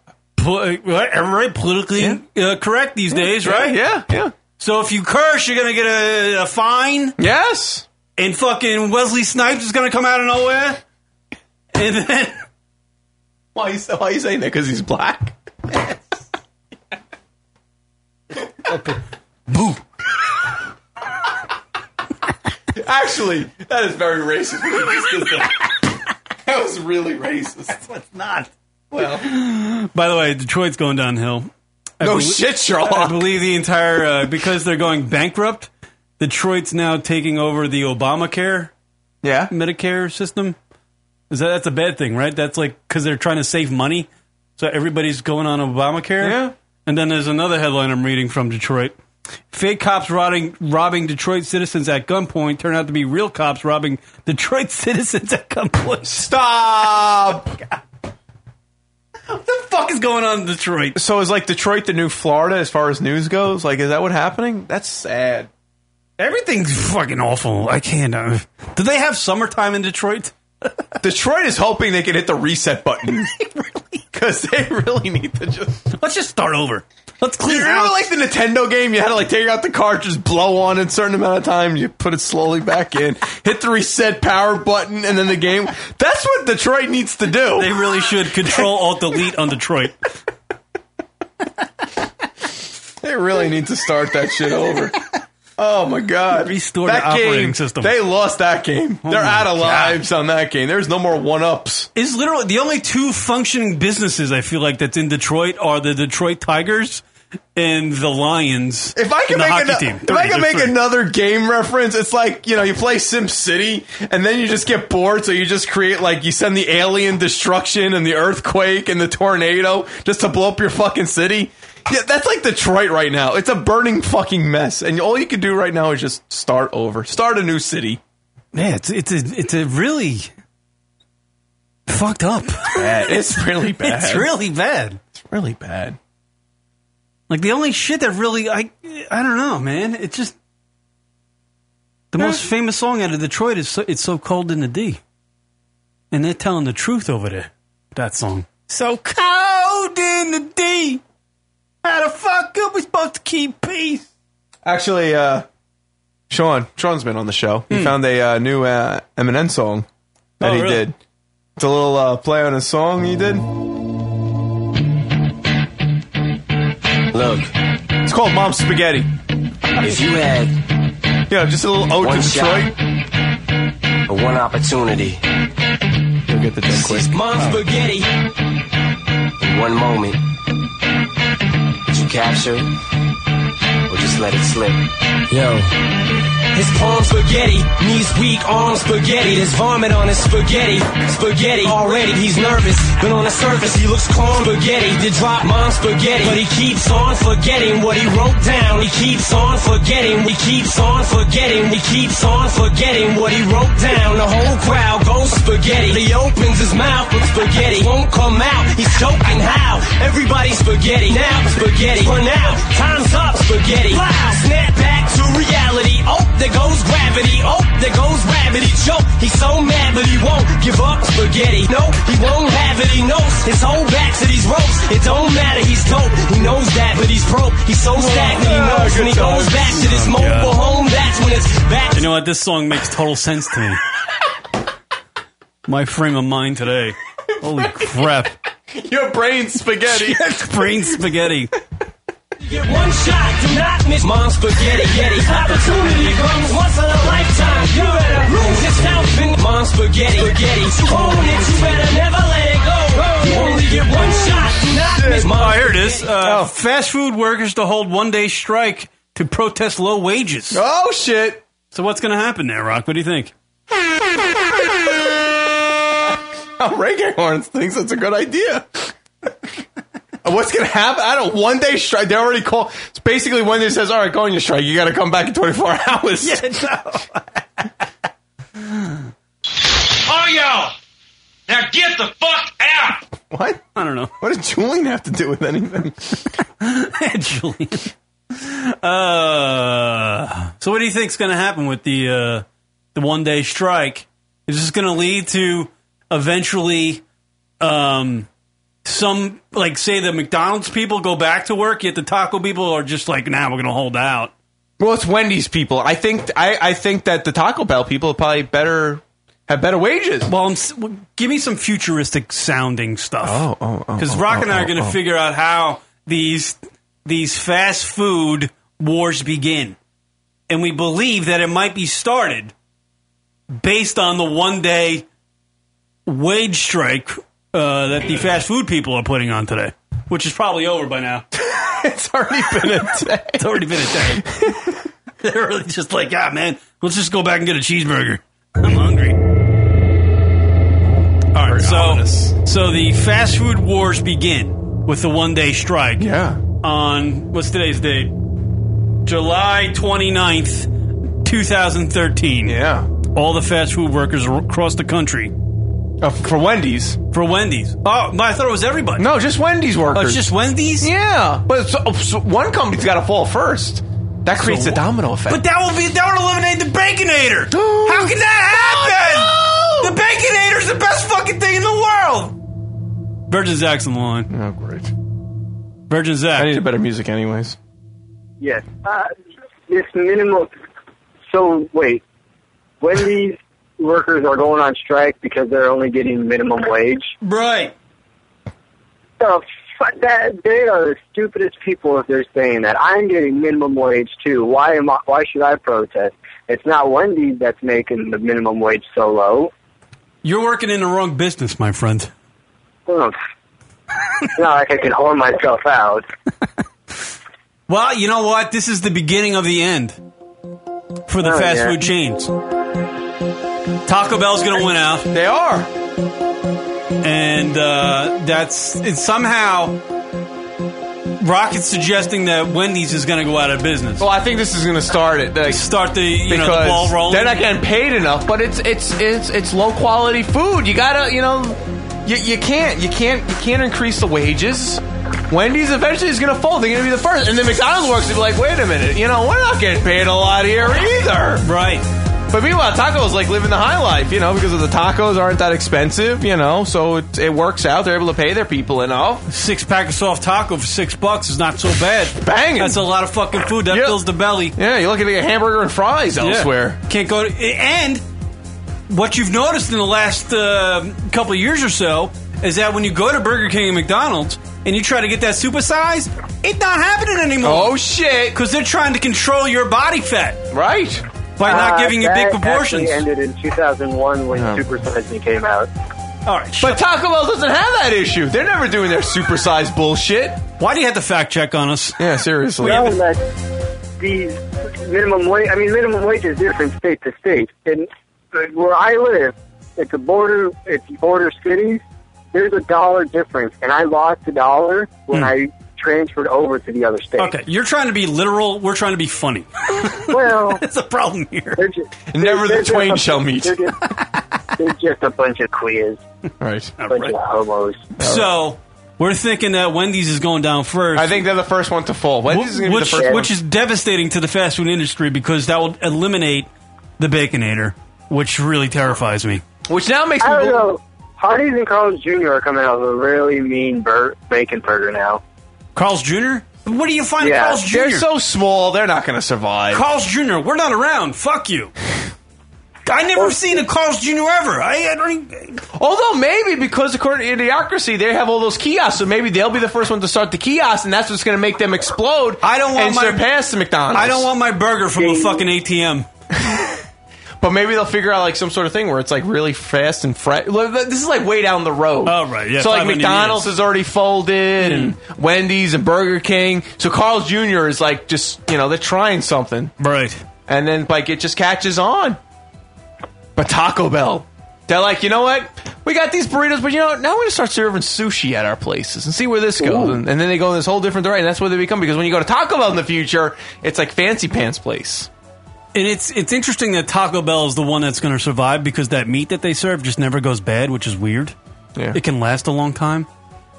Everybody politically uh, correct these days,
yeah,
right?
yeah, yeah.
So if you curse, you're going to get a, a fine.
Yes.
And fucking Wesley Snipes is going to come out of nowhere. And then.
Why you, why you saying that? Because he's black? Boo. Actually, that is very racist. what you just did there. that was really racist.
That's not.
Well,
By the way, Detroit's going downhill.
No shit, Sherlock.
I believe the entire uh, because they're going bankrupt. Detroit's now taking over the Obamacare,
yeah,
Medicare system. Is that that's a bad thing, right? That's like because they're trying to save money, so everybody's going on Obamacare.
Yeah.
And then there's another headline I'm reading from Detroit: Fake cops robbing robbing Detroit citizens at gunpoint turn out to be real cops robbing Detroit citizens at gunpoint.
Stop.
what the fuck is going on in Detroit?
so is like Detroit the new Florida as far as news goes? Like, is that what's happening? That's sad.
Everything's fucking awful. I can't. Uh, do they have summertime in Detroit?
Detroit is hoping they can hit the reset button. Because they really need to just.
Let's just start over. Let's clear
You remember like the Nintendo game? You had to like take out the cartridge, blow on it a certain amount of time, you put it slowly back in, hit the reset power button, and then the game. That's what Detroit needs to do.
They really should control alt delete on Detroit.
They really need to start that shit over. Oh my god!
Restore
that
the operating
game,
system.
They lost that game.
Oh
They're
my
out of
God.
lives on that game. There's no more one ups.
Is literally the only two functioning businesses I feel like that's in Detroit are the Detroit Tigers and the Lions.
If I can
and the
make
hockey
ano-
team.
if I
Three,
can
there's
make
three.
another game reference, it's like you know you play Sim City and then you just get bored, so you just create like you send the alien destruction and the earthquake and the tornado just to blow up your fucking city. Yeah, that's like Detroit right now. It's a burning fucking mess, and all you can do right now is just start over, start a new city.
man, it's it's a it's a really fucked up.
Bad. It's really bad.
It's really bad.
It's really bad.
Like the only shit that really I I don't know, man. It's just the most famous song out of Detroit is so, "It's So Cold in the D," and they're telling the truth over there. That song. So cold in the D. How the fuck are we supposed to keep peace?
Actually, uh, Sean, Sean's been on the show. He found a uh, new uh, Eminem song that
Hmm. Oh,
he
really?
did. It's a little uh, play on a song he did.
Look,
It's called Mom Spaghetti.
if you had
Yeah, just a little ode to
One
Detroit.
a one opportunity,
You'll get the dead quick.
Mom's spaghetti. in one moment, did you capture it or just let it slip? Yo. His palm spaghetti, knees weak, arms spaghetti. There's vomit on his spaghetti, spaghetti. Already he's nervous, but on the surface he looks calm. Spaghetti did drop mom spaghetti, but he keeps on forgetting what he wrote down. He keeps on forgetting, he keeps on forgetting, he keeps on forgetting what he wrote down. The whole crowd goes spaghetti. He opens his mouth, but spaghetti won't come out. He's choking how? Everybody spaghetti now, spaghetti. For now, time's up, spaghetti. Wow, snap back to reality. Oh, the
there goes gravity. Oh, there goes gravity. Choke. He's so mad, but he won't give up spaghetti. No, he won't have it. He knows his whole back to these ropes. It don't matter. He's dope. He knows that, but he's broke. He's so stagnant. He knows when he goes back to this mobile home. That's when it's back
You know what? This song makes total sense to me. My frame of mind today. Holy crap.
Your brain spaghetti.
Brain spaghetti.
Get one shot, do not miss Mom's spaghetti yeti. Opportunity comes once in a lifetime. You better lose yourself in Mom's spaghetti. Spaghetti, own it. You better never let it go. You only get one shot, do not miss
Oh,
Mom's.
here it is.
Oh.
Uh, Fast food workers to hold one day strike to protest low wages.
Oh, shit.
So, what's going to happen there, Rock? What do you think?
How Reggae Horns thinks that's a good idea. What's gonna happen? I don't. One day strike. They already call. It's basically when they says, "All right, go on your strike. You got to come back in 24 hours."
All Oh, y'all, now get the fuck out.
What?
I don't know.
What does Julian have to do with anything?
Julian. Uh, so, what do you think's going to happen with the uh, the one day strike? Is this going to lead to eventually um, some like say the McDonald's people go back to work, yet the taco people are just like, nah, we're going to hold out.
Well, it's Wendy's people. I think. I, I think that the Taco Bell people are probably better have better wages.
Well, I'm, s- well, give me some futuristic sounding stuff. Oh,
oh, oh.
Because Rock and I
oh,
are going to
oh.
figure out how these these fast food wars begin, and we believe that it might be started based on the one day wage strike uh, that the fast food people are putting on today, which is probably over by now.
it's already been a day.
it's already been a day. They're really just like, ah, man, let's just go back and get a cheeseburger. I'm hungry. All right, so so the fast food wars begin with the one day strike.
Yeah.
On what's today's date? July 29th, 2013.
Yeah.
All the fast food workers ar- across the country.
for Wendy's.
For Wendy's. Oh, no, I thought it was everybody.
No, just Wendy's workers.
Oh, it's just Wendy's?
Yeah, but so, oh, so one company's got to fall first. That creates a domino effect.
But that will be that would eliminate the Baconator. How can that happen?
Oh,
The Baconator's the best fucking thing in the world. Virgin Zach's on the line.
Oh, great.
Virgin Zach.
I need a better music, anyways.
Yes. Uh, this minimal. So wait, Wendy's workers are going on strike because they're only getting minimum wage.
Right.
The fuck that they are the stupidest people if they're saying that. I'm getting minimum wage too. Why am I? Why should I protest? It's not Wendy's that's making the minimum wage so low.
You're working in the wrong business, my friend.
Ugh. It's not like I can horn myself out.
Well, you know what? This is the beginning of the end for the
Oh,
fast
yeah.
food chains. Taco Bell's going to win out.
They are.
And uh, that's it's somehow Rocket's suggesting that Wendy's is going to go out of business.
Well, I think this is going to start it. Like,
start the you know
because
the ball rolling.
they're not getting paid enough, but it's it's it's it's low quality food. You gotta you know you, you can't you can't you can't increase the wages. Wendy's eventually is gonna fold. They're gonna be the first, and then McDonald's works to be like, wait a minute, you know we're not getting paid a lot here either,
right?
But meanwhile, tacos like living the high life, you know, because of the tacos aren't that expensive, you know, so it, it works out. They're able to pay their people enough.
Six pack of soft taco for six bucks is not so bad.
Banging.
That's a lot of fucking food that fills the belly.
Yeah, you're looking at a hamburger and fries elsewhere.
Can't go to and what you've noticed in the last uh, couple of years or so is that when you go to Burger King and McDonald's and you try to get that super size, it's not happening anymore.
Oh shit!
Because they're trying to control your body fat,
right?
By not
Uh,
giving you
that
big
actually
proportions.
ended in 2001 when Super Size Me came out.
All right,
but Taco Bell doesn't have that issue. They're never doing their supersized bullshit.
Why do you have to fact check on us?
Yeah, seriously.
Well, that these minimum wage, I mean, minimum wage is different state to state. And uh, where I live, it's a border, it's border cities. There's a dollar difference, and I lost a dollar when
Hmm.
I transferred over to the other state.
Okay, you're trying to be literal. We're trying to be funny.
Well,
that's a problem here.
Never
They're
the
just
twain
a-
shall meet.
They're just, they're just a bunch of queers,
Right.
a bunch of homos.
So We're thinking that Wendy's is going down first. I
think they're the first one to fall. Wendy's is gonna be the
which,
first one.
which is devastating to the fast food industry because that will eliminate the Baconator, which really terrifies me.
Which now makes
I don't know. Hardee's and Carl's Jr. are coming out with a really mean bur- bacon burger now.
Carl's Jr. What do you find
Yeah.
Carl's Jr.?
They're so small, they're not going to survive.
Carl's Jr. We're not around. Fuck you. I never seen a Carl's Jr. ever. I, I don't. Even,
Although maybe because according to Idiocracy, they have all those kiosks, so maybe they'll be the first one to start the kiosk, and that's what's going to make them explode. I
don't want
and
my-
surpass the McDonald's.
I don't want my burger from a fucking ATM.
But maybe they'll figure out like some sort of thing where it's like really fast and fresh. This is like way down the road.
Oh right, yeah.
so like
500
McDonald's
years. Mm.
is already folded, and Wendy's and Burger King. So Carl's Jr. is like just you know they're trying something,
right?
And then like it just catches on. But Taco Bell, they're like, you know what? We got these burritos, but you know what? now we're gonna start serving sushi at our places and see where this goes.
Ooh.
And, and then they go in this whole different direction. That's what they become because when you go to Taco Bell in the future, it's like fancy pants place.
And it's it's interesting that Taco Bell is the one that's going to survive because that meat that they serve just never goes bad, which is weird.
Yeah.
It can last a long time,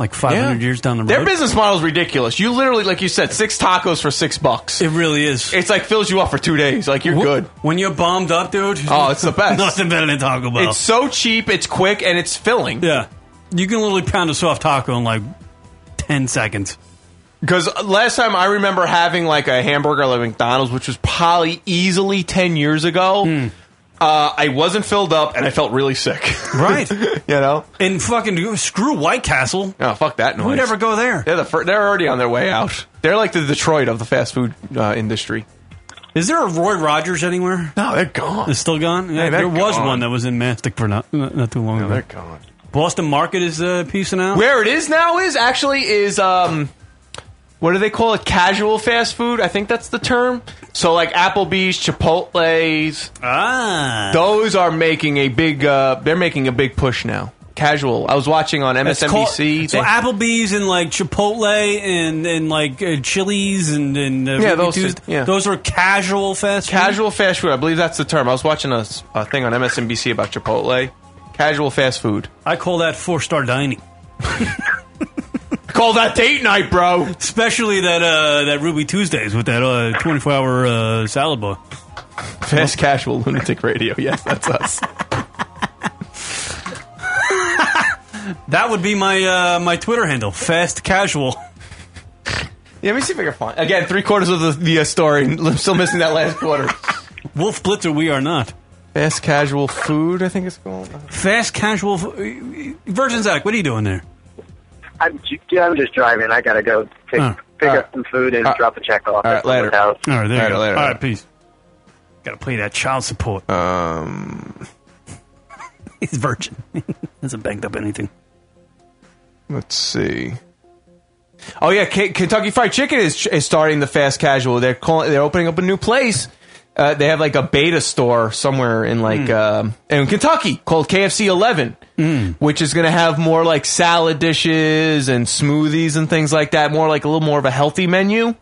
like 500
Yeah.
years down the road.
Their business model is ridiculous. You literally, like you said, six tacos for six bucks.
It really is.
It's like fills you up for two days. Like you're good.
When you're bombed up, dude.
Oh, it's the best.
Nothing better than Taco Bell.
It's so cheap, it's quick, and it's filling.
Yeah. You can literally pound a soft taco in like 10 seconds.
Because last time I remember having like a hamburger at McDonald's, which was probably easily ten years ago.
Hmm.
Uh, I wasn't filled up, and I felt really sick.
Right.
you know.
And fucking screw White Castle.
Oh, fuck that noise.
Who'd ever go there?
They're the fir- They're already on their way out. They're like the Detroit of the fast food uh, industry.
Is there a Roy Rogers anywhere?
No, they're gone.
It's still gone? Yeah,
Yeah, they're
there was
gone.
one that was in Mastic for not, not, not too long ago.
they're gone.
Boston Market is uh, piecing out.
Where it is now is actually is um what do they call it? Casual fast food. I think that's the term. So like Applebee's, Chipotle's.
Ah.
Those are making a big uh they're making a big push now. Casual. I was watching on
It's called-
MSNBC.
so
They-
Applebee's and like Chipotle and and like uh, Chili's and and uh,
yeah,
Ruby
those,
Tuesday-
yeah.
those are casual fast food.
Casual fast food. I believe that's the term. I was watching a, s- a thing on MSNBC about Chipotle. Casual fast food.
I call that four star dining.
Call that date night, bro.
Especially that uh, that Ruby Tuesdays with that twenty four hour uh, salad bar.
Fast casual lunatic radio. Yes, that's us.
That would be my uh, my Twitter handle. Fast casual.
Yeah, let me see if I can find. Again, three quarters of the, the uh, story. I'm still missing that last quarter.
Wolf Blitzer, we are not.
Fast casual food, I think it's called.
Fast casual. F- Virgin Zach, what are you doing there?
I'm, ju- I'm just driving. I gotta go pick,
Oh.
pick
All
up some food and
All right.
drop a check off.
All right,
at someone's
later.
house.
All right, there
Later,
you go.
later.
All right, peace. Got to play that child support.
Um,
he's virgin. Hasn't banked up anything.
Let's see. Oh yeah, K- Kentucky Fried Chicken is, is starting the fast casual. They're calling. They're opening up a new place. Uh, they have like a beta store somewhere in like
Hmm.
um, in Kentucky called KFC Eleven, which is going to have more like salad dishes and smoothies and things like that. More like a little more of a healthy menu.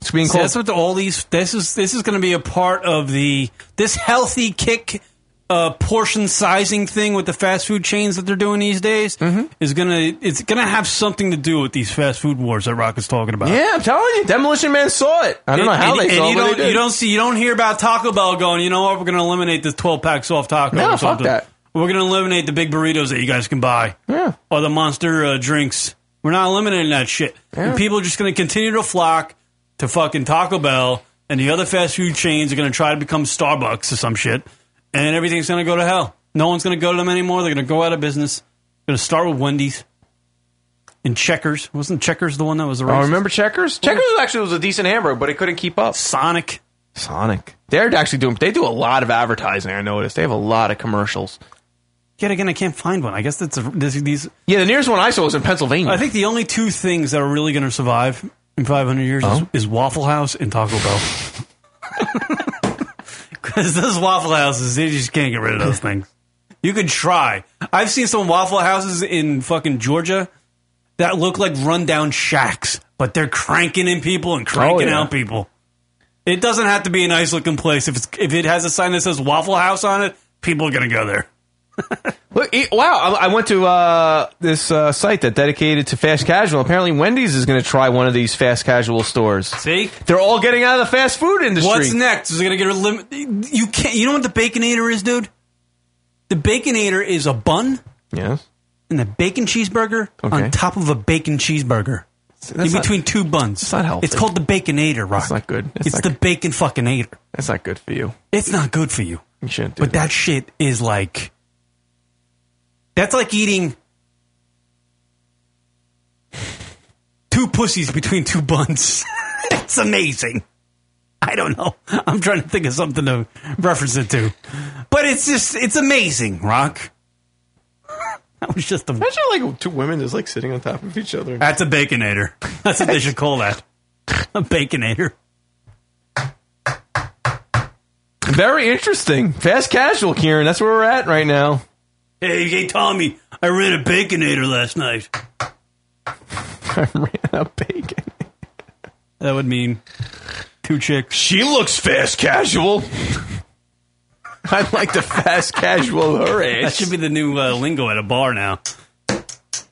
It's being
See,
called
that's what the- all these. This is this is going to be a part of the this healthy kick uh, portion sizing thing with the fast food chains that they're doing these days
Mm-hmm.
is gonna it's gonna have something to do with these fast food wars that Rock is talking about.
Yeah, I'm telling you, Demolition Man saw it. I don't know
And-
how
and-
they
and
saw it.
you
but they
don't,
did.
you don't see you don't hear about Taco Bell going. You know what? We're going to eliminate this twelve pack soft taco.
No,
or
fuck
something.
that.
We're going to eliminate the big burritos that you guys can buy. Yeah. Or the monster uh, drinks. We're not eliminating that shit. And people are just going to continue to flock to fucking Taco Bell, and the other fast food chains are going to try to become Starbucks or some shit, and everything's going to go to hell. No one's going to go to them anymore. They're going to go out of business. Going to start with Wendy's and Checkers. Wasn't Checkers the one that was the?
Oh,
racist?
remember Checkers? Checkers actually was a decent hamburger, but it couldn't keep up.
Sonic.
Sonic. They're actually doing. They do a lot of advertising. I noticed they have a lot of commercials.
Yet again, I can't find one. I guess that's a, this, these.
Yeah, the nearest one I saw was in Pennsylvania.
I think the only two things that are really going to survive in 500 years
Oh?
is, is Waffle House and Taco Bell. Because those Waffle Houses, they just can't get rid of those things. You could try. I've seen some Waffle Houses in fucking Georgia that look like rundown shacks, but they're cranking in people and cranking
Oh, yeah.
out people. It doesn't have to be a nice looking place. If it's, if it has a sign that says Waffle House on it, people are going to go there.
Look, e- wow! I, I went to uh, this uh, site that dedicated to fast casual. Apparently, Wendy's is going to try one of these fast casual stores. See, they're all getting out of the fast food industry.
What's next? Is it gonna get a limit? You can't. You know what the baconator is, dude? The baconator is a bun
Yes.
and a bacon cheeseburger
Okay.
on top of a bacon cheeseburger.
that's
in
not-
between two buns. It's not
healthy.
It's called the baconator, Rock. That's not
good.
it's the bacon fucking ator.
That's not good for you.
It's not good for you.
You shouldn't do
But that shit is like that's like eating two pussies between two buns. it's amazing. I don't know. I'm trying to think of something to reference it to. But it's just it's amazing, Rock. That was just a
Imagine like two women just like sitting on top of each other.
That's a baconator. That's what they should call that. A baconator.
Very interesting. Fast casual, Kieran. That's where we're at right now.
Hey, hey Tommy, I ran a baconator last night.
I ran a bacon.
That would mean two chicks.
She looks fast casual. I like the fast casual her
That
age.
should be the new uh, lingo at a bar now.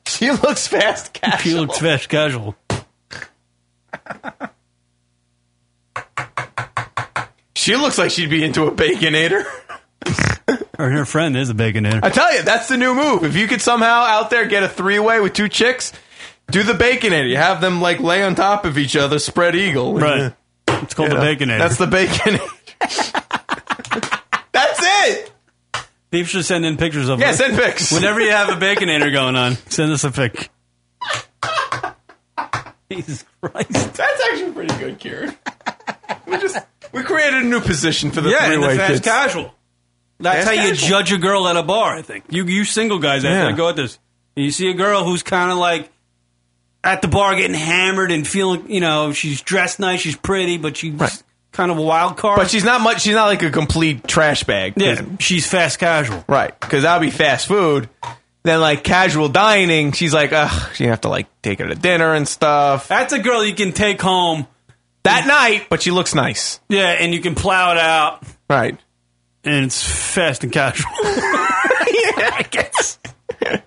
She looks fast casual.
She looks fast casual.
She looks like she'd be into a baconator.
Or her friend is a baconator.
I tell you, that's the new move. If you could somehow out there get a three way with two chicks, do the baconator. You have them like lay on top of each other, spread eagle.
Right. It's called
You
the
know,
baconator.
That's the baconator. that's it.
People should send in pictures of
Yeah,
it.
send pics.
Whenever you have a baconator going on, send us a pic. Jesus Christ.
That's actually pretty good, Kieran. we just we created a new position for the
yeah,
three
and the
way
fast
kids.
casual. That's
Fast
how you
casual.
judge a girl at a bar, I think. You you single guys out
Yeah.
there go at this. And you see a girl who's kind of like at the bar getting hammered and feeling, you know, she's dressed nice, she's pretty, but she's kind of a wild card.
But she's not much. She's not like a complete trash bag.
Yeah, she's fast casual.
Right, because that'll be fast food. Then like casual dining, she's like, ugh, she have to like take her to dinner and stuff.
That's a girl you can take home
that night, but she looks nice.
Yeah, and you can plow it out.
Right.
And it's fast and casual.
I guess. Well,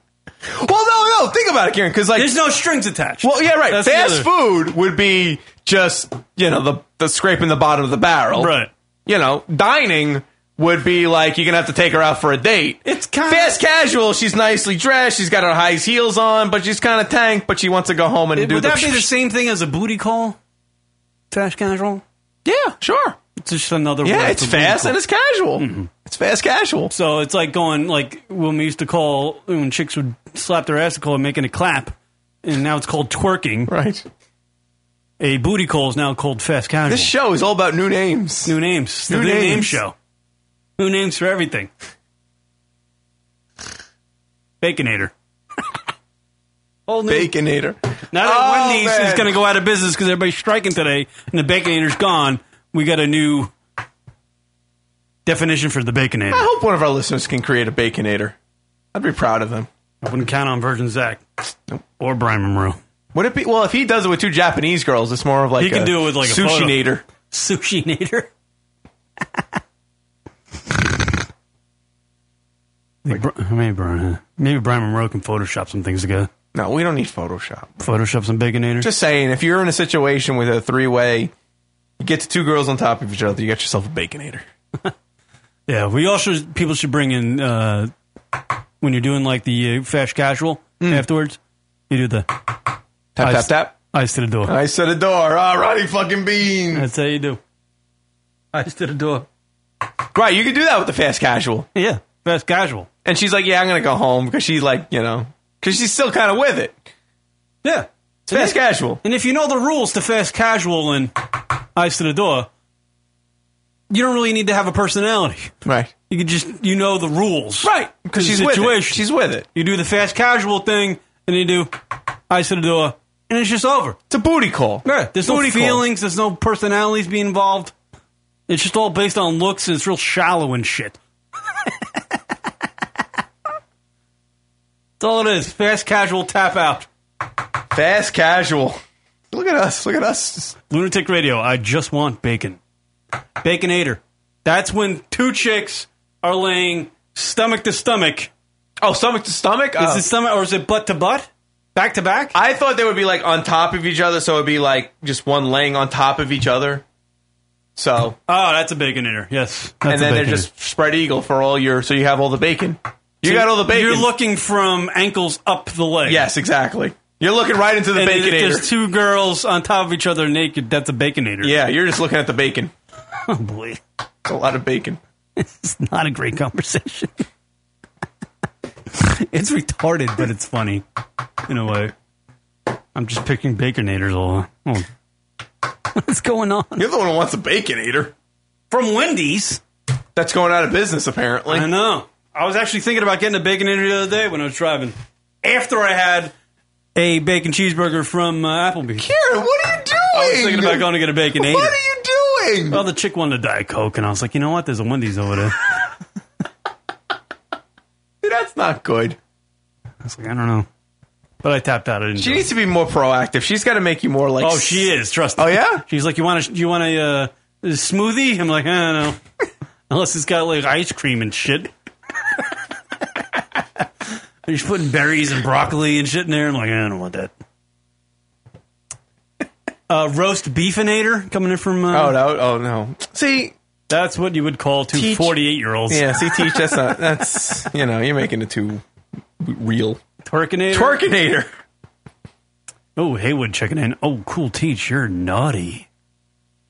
no, no. Think about it, Karen. Because like,
There's no strings attached.
Well, yeah, right.
That's the
Fast
other-
food would be just you know the the scraping the bottom of the barrel,
Right.
You know, dining would be like you're gonna have to take her out for a date. It's kind fast casual. She's nicely dressed. She's got her high heels on, but she's kind of tanked. But she wants to go home and
Would
do
that
the
be the same thing as a booty call? Fast casual?
Yeah, sure.
It's just another
Yeah,
word
it's
for booty
fast
call.
and it's casual.
Mm-hmm.
It's fast casual.
So it's like going like when we used to call when chicks would slap their ass to call and making a clap, and now it's called twerking.
Right.
A booty call is now called fast casual.
This show is all about new names.
New names. It's the
New
New
names.
name show. New names for everything. Baconator. Whole new-
Baconator.
Now that
Oh,
Wendy's is
man.
going to go out of business because everybody's striking today and the Baconator's gone, we got a new definition for the Baconator.
I hope one of our listeners can create a baconator. I'd be proud of them.
I wouldn't count on Virgin Zach or Brian Monroe.
Would it be well if he does it with two Japanese girls? It's more of like
he can
a
do it with like a photo.
sushi nator.
Sushi nader. maybe Brian. Maybe Brian Monroe can Photoshop some things together.
No, we don't need Photoshop.
Photoshop some baconator.
Just saying, if you're in a situation with a three way, you get to two girls on top of each other, you got yourself a baconator.
Yeah, we also people should bring in uh, when you're doing like the uh, fast casual
Mm.
afterwards. You do the tap
tap, tap.
Ice to the door.
I set a door. Ah, Ronnie fucking Bean.
That's how you do. Ice to the door.
Right, you could do that with the fast casual.
Yeah, fast casual.
And she's like, yeah, I'm going to go home because she's like, you know, because she's still kind of with it.
Yeah,
It's fast casual.
And if you know the rules to fast casual and ice to the door, you don't really need to have a personality.
Right.
You can just you know the rules.
Right. Because
To the
she's with it.
situation.
She's with it.
You do the fast casual thing, and you do ice to the door, and it's just over.
It's a booty call.
Yeah, there's
Booty
no
call.
feelings. There's no personalities being involved. It's just all based on looks, and it's real shallow and shit. That's all it is. Fast casual tap out.
Fast casual. Look at us. Look at us.
Lunatic Radio. I just want bacon. Baconator. That's when two chicks are laying Stomach to stomach.
Oh, stomach to stomach?
Is
Oh.
it stomach or is it butt to butt? Back to back?
I thought they would be like on top of each other, so it'd be like just one laying on top of each other. So,
Oh, that's a baconator. Yes.
and
That's a
then they're
baconator.
just spread eagle for all your, so you have all the bacon. You
So
got all the bacon.
You're looking from ankles up the leg.
Yes, exactly. You're looking right into the
and if
baconator.
There's two girls on top of each other naked. That's a baconator.
Yeah, you're just looking at the bacon.
Oh boy,
it's a lot of bacon.
It's not a great conversation. it's retarded, but it's funny in a way. I'm just picking baconators all. Oh. What's going on?
You're the one who wants a baconator
from Wendy's.
That's going out of business, apparently.
I know. I was actually thinking about getting a baconator the other day when I was driving. After I had a bacon cheeseburger from uh, Applebee's.
Karen, what are you doing?
I was thinking about going to get a baconator.
What are you doing?
Well, the chick wanted a Diet Coke, and I was like, you know what? There's a Wendy's over there.
That's not good.
I was like, I don't know. But I tapped out. I didn't.
She needs to be more proactive. She's got to make you more like.
oh, she is. Trust me.
Oh, yeah?
She's like, you want a, you want a, uh, a smoothie? I'm like, I don't know. Unless it's got like ice cream and shit. And She's putting berries and broccoli and shit in there. I'm like, I don't want that. Uh, roast beefinator coming in from. Uh,
Oh no! Oh no! See,
that's what you would call two
Teach-
48 year olds.
Yeah, see, teach. That's not. uh, That's you know, you're making it too real.
Twerkinator.
Twerkinator.
Oh, Haywood checking in. Oh, cool, teach. You're naughty.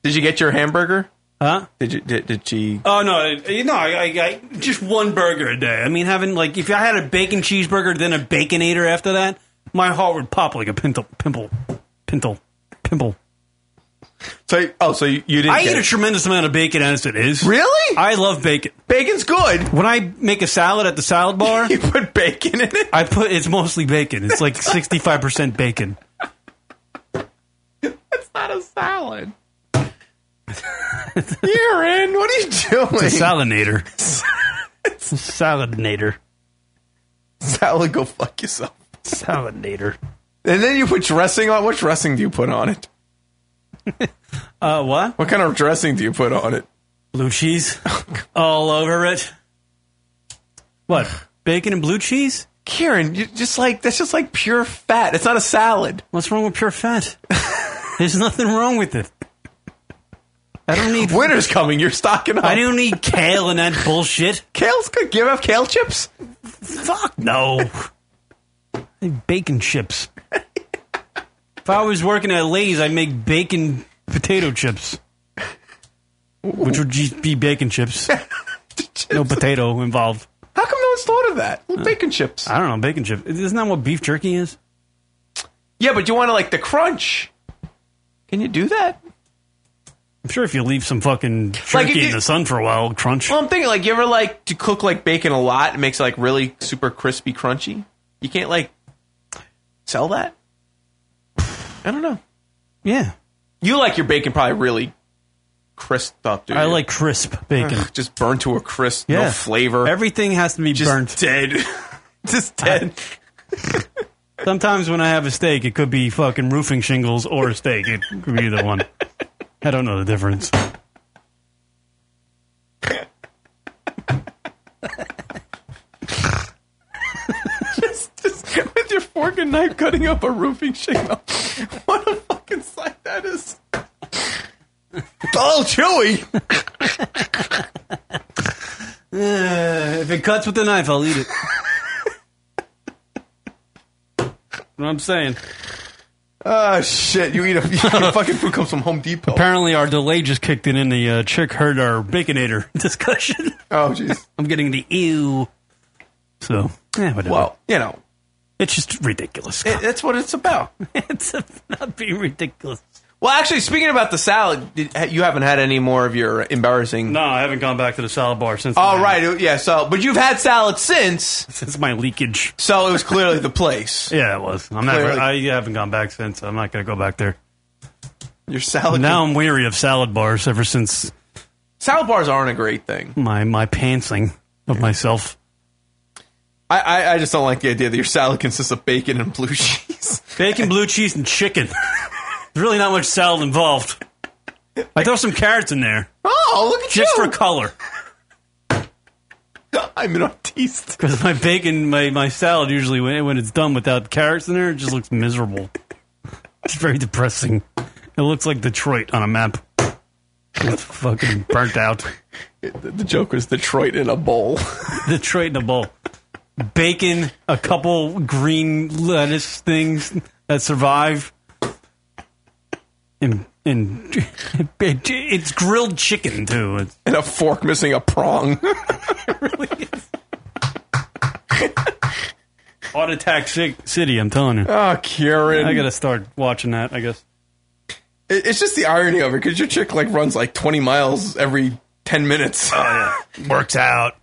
Did you get your hamburger?
Huh?
Did you? Did, did she?
Oh no, you know, I, I, I just one burger a day. I mean, having like if I had a bacon cheeseburger, then a baconator after that, my heart would pop like a pimple, pimple, pimple, pimple.
So oh, so you, you didn't.
I
get
eat a
it.
tremendous amount of bacon as it is.
Really?
I love bacon.
Bacon's good.
When I make a salad at the salad bar, you
put bacon in it.
I put it's mostly bacon. It's like sixty five percent bacon.
It's not a salad. you're in. What are you doing?
It's a salinator. it's a salinator.
Salad, go fuck yourself.
Salinator.
And then you put dressing on. What dressing do you put on it?
Uh, what?
What kind of dressing do you put on it?
Blue cheese all over it. What? Bacon and blue cheese?
Karen, you just like that's just like pure fat. It's not a salad.
What's wrong with pure fat? There's nothing wrong with it. I don't need
winter's coming. You're stocking up.
I don't need kale and that bullshit.
Kale's good. Give up kale chips.
Fuck no. bacon chips. if I was working at Lay's, I'd make bacon potato chips, which would just be bacon chips. No potato involved.
How come no one's thought of that? Bacon chips.
I don't know bacon chips. Isn't that what beef jerky is?
Yeah, but you want to like the crunch. Can you do that?
I'm sure if you leave some fucking jerky
Like, if you-
in the sun for a while, it'll crunch.
Well, I'm thinking like you ever like to cook like bacon a lot. It makes it like really super crispy, crunchy. You can't like sell that. I don't know.
Yeah,
You like your bacon probably really crisped up, dude.
I like crisp bacon.
just burned to a crisp,
yeah,
no flavor.
Everything has to be
just
burnt.
dead. just dead.
Sometimes when I have a steak, it could be fucking roofing shingles or a steak. It could be either one. I don't know the difference.
just, just with your fork and knife cutting up a roofing shingle. What a fucking sight that is. Oh, chewy.
Uh, if it cuts with the knife, I'll eat it. what I'm saying.
Oh shit! You eat a your fucking food comes from Home Depot.
Apparently, our delay just kicked in, and the uh, chick heard our baconator discussion.
Oh, jeez.
I'm getting the ew. So, yeah, whatever.
Well, you know,
it's just ridiculous.
it, that's what it's about.
it's not being ridiculous.
Well, actually, speaking about the salad, did, ha- you haven't had any more of your embarrassing.
No, I haven't gone back to the salad bar since.
All right, oh, yeah. So, but you've had salad since.
Since my leakage.
So it was clearly the place.
Yeah, it was. I'm not.
Clearly.
I haven't gone back since. I'm not going to go back there.
Your salad.
now I'm weary of salad bars ever since
salad bars aren't a great thing.
my my pantsing of myself.
I, I, I just don't like the idea that your salad consists of bacon and blue cheese.
Bacon, blue cheese, and chicken. There's really not much salad involved. I throw some carrots in there
Oh, look at
just
you!
for color.
I'm an artiste.
Because my bacon, my, my salad usually when when it's done without carrots in there, it just looks miserable. It's very depressing. It looks like Detroit on a map. It's fucking burnt out.
The joke was Detroit in a bowl.
Detroit in a bowl. Bacon, a couple green lettuce things that survive, and and it- it's grilled chicken too. It's,
and a fork missing a prong.
Heart Attack Ci- City, I'm telling you.
Oh, Kieran.
I gotta start watching that, I guess.
It- It's just the irony of it because your chick like runs like 20 miles every 10 minutes.
Oh, Works out.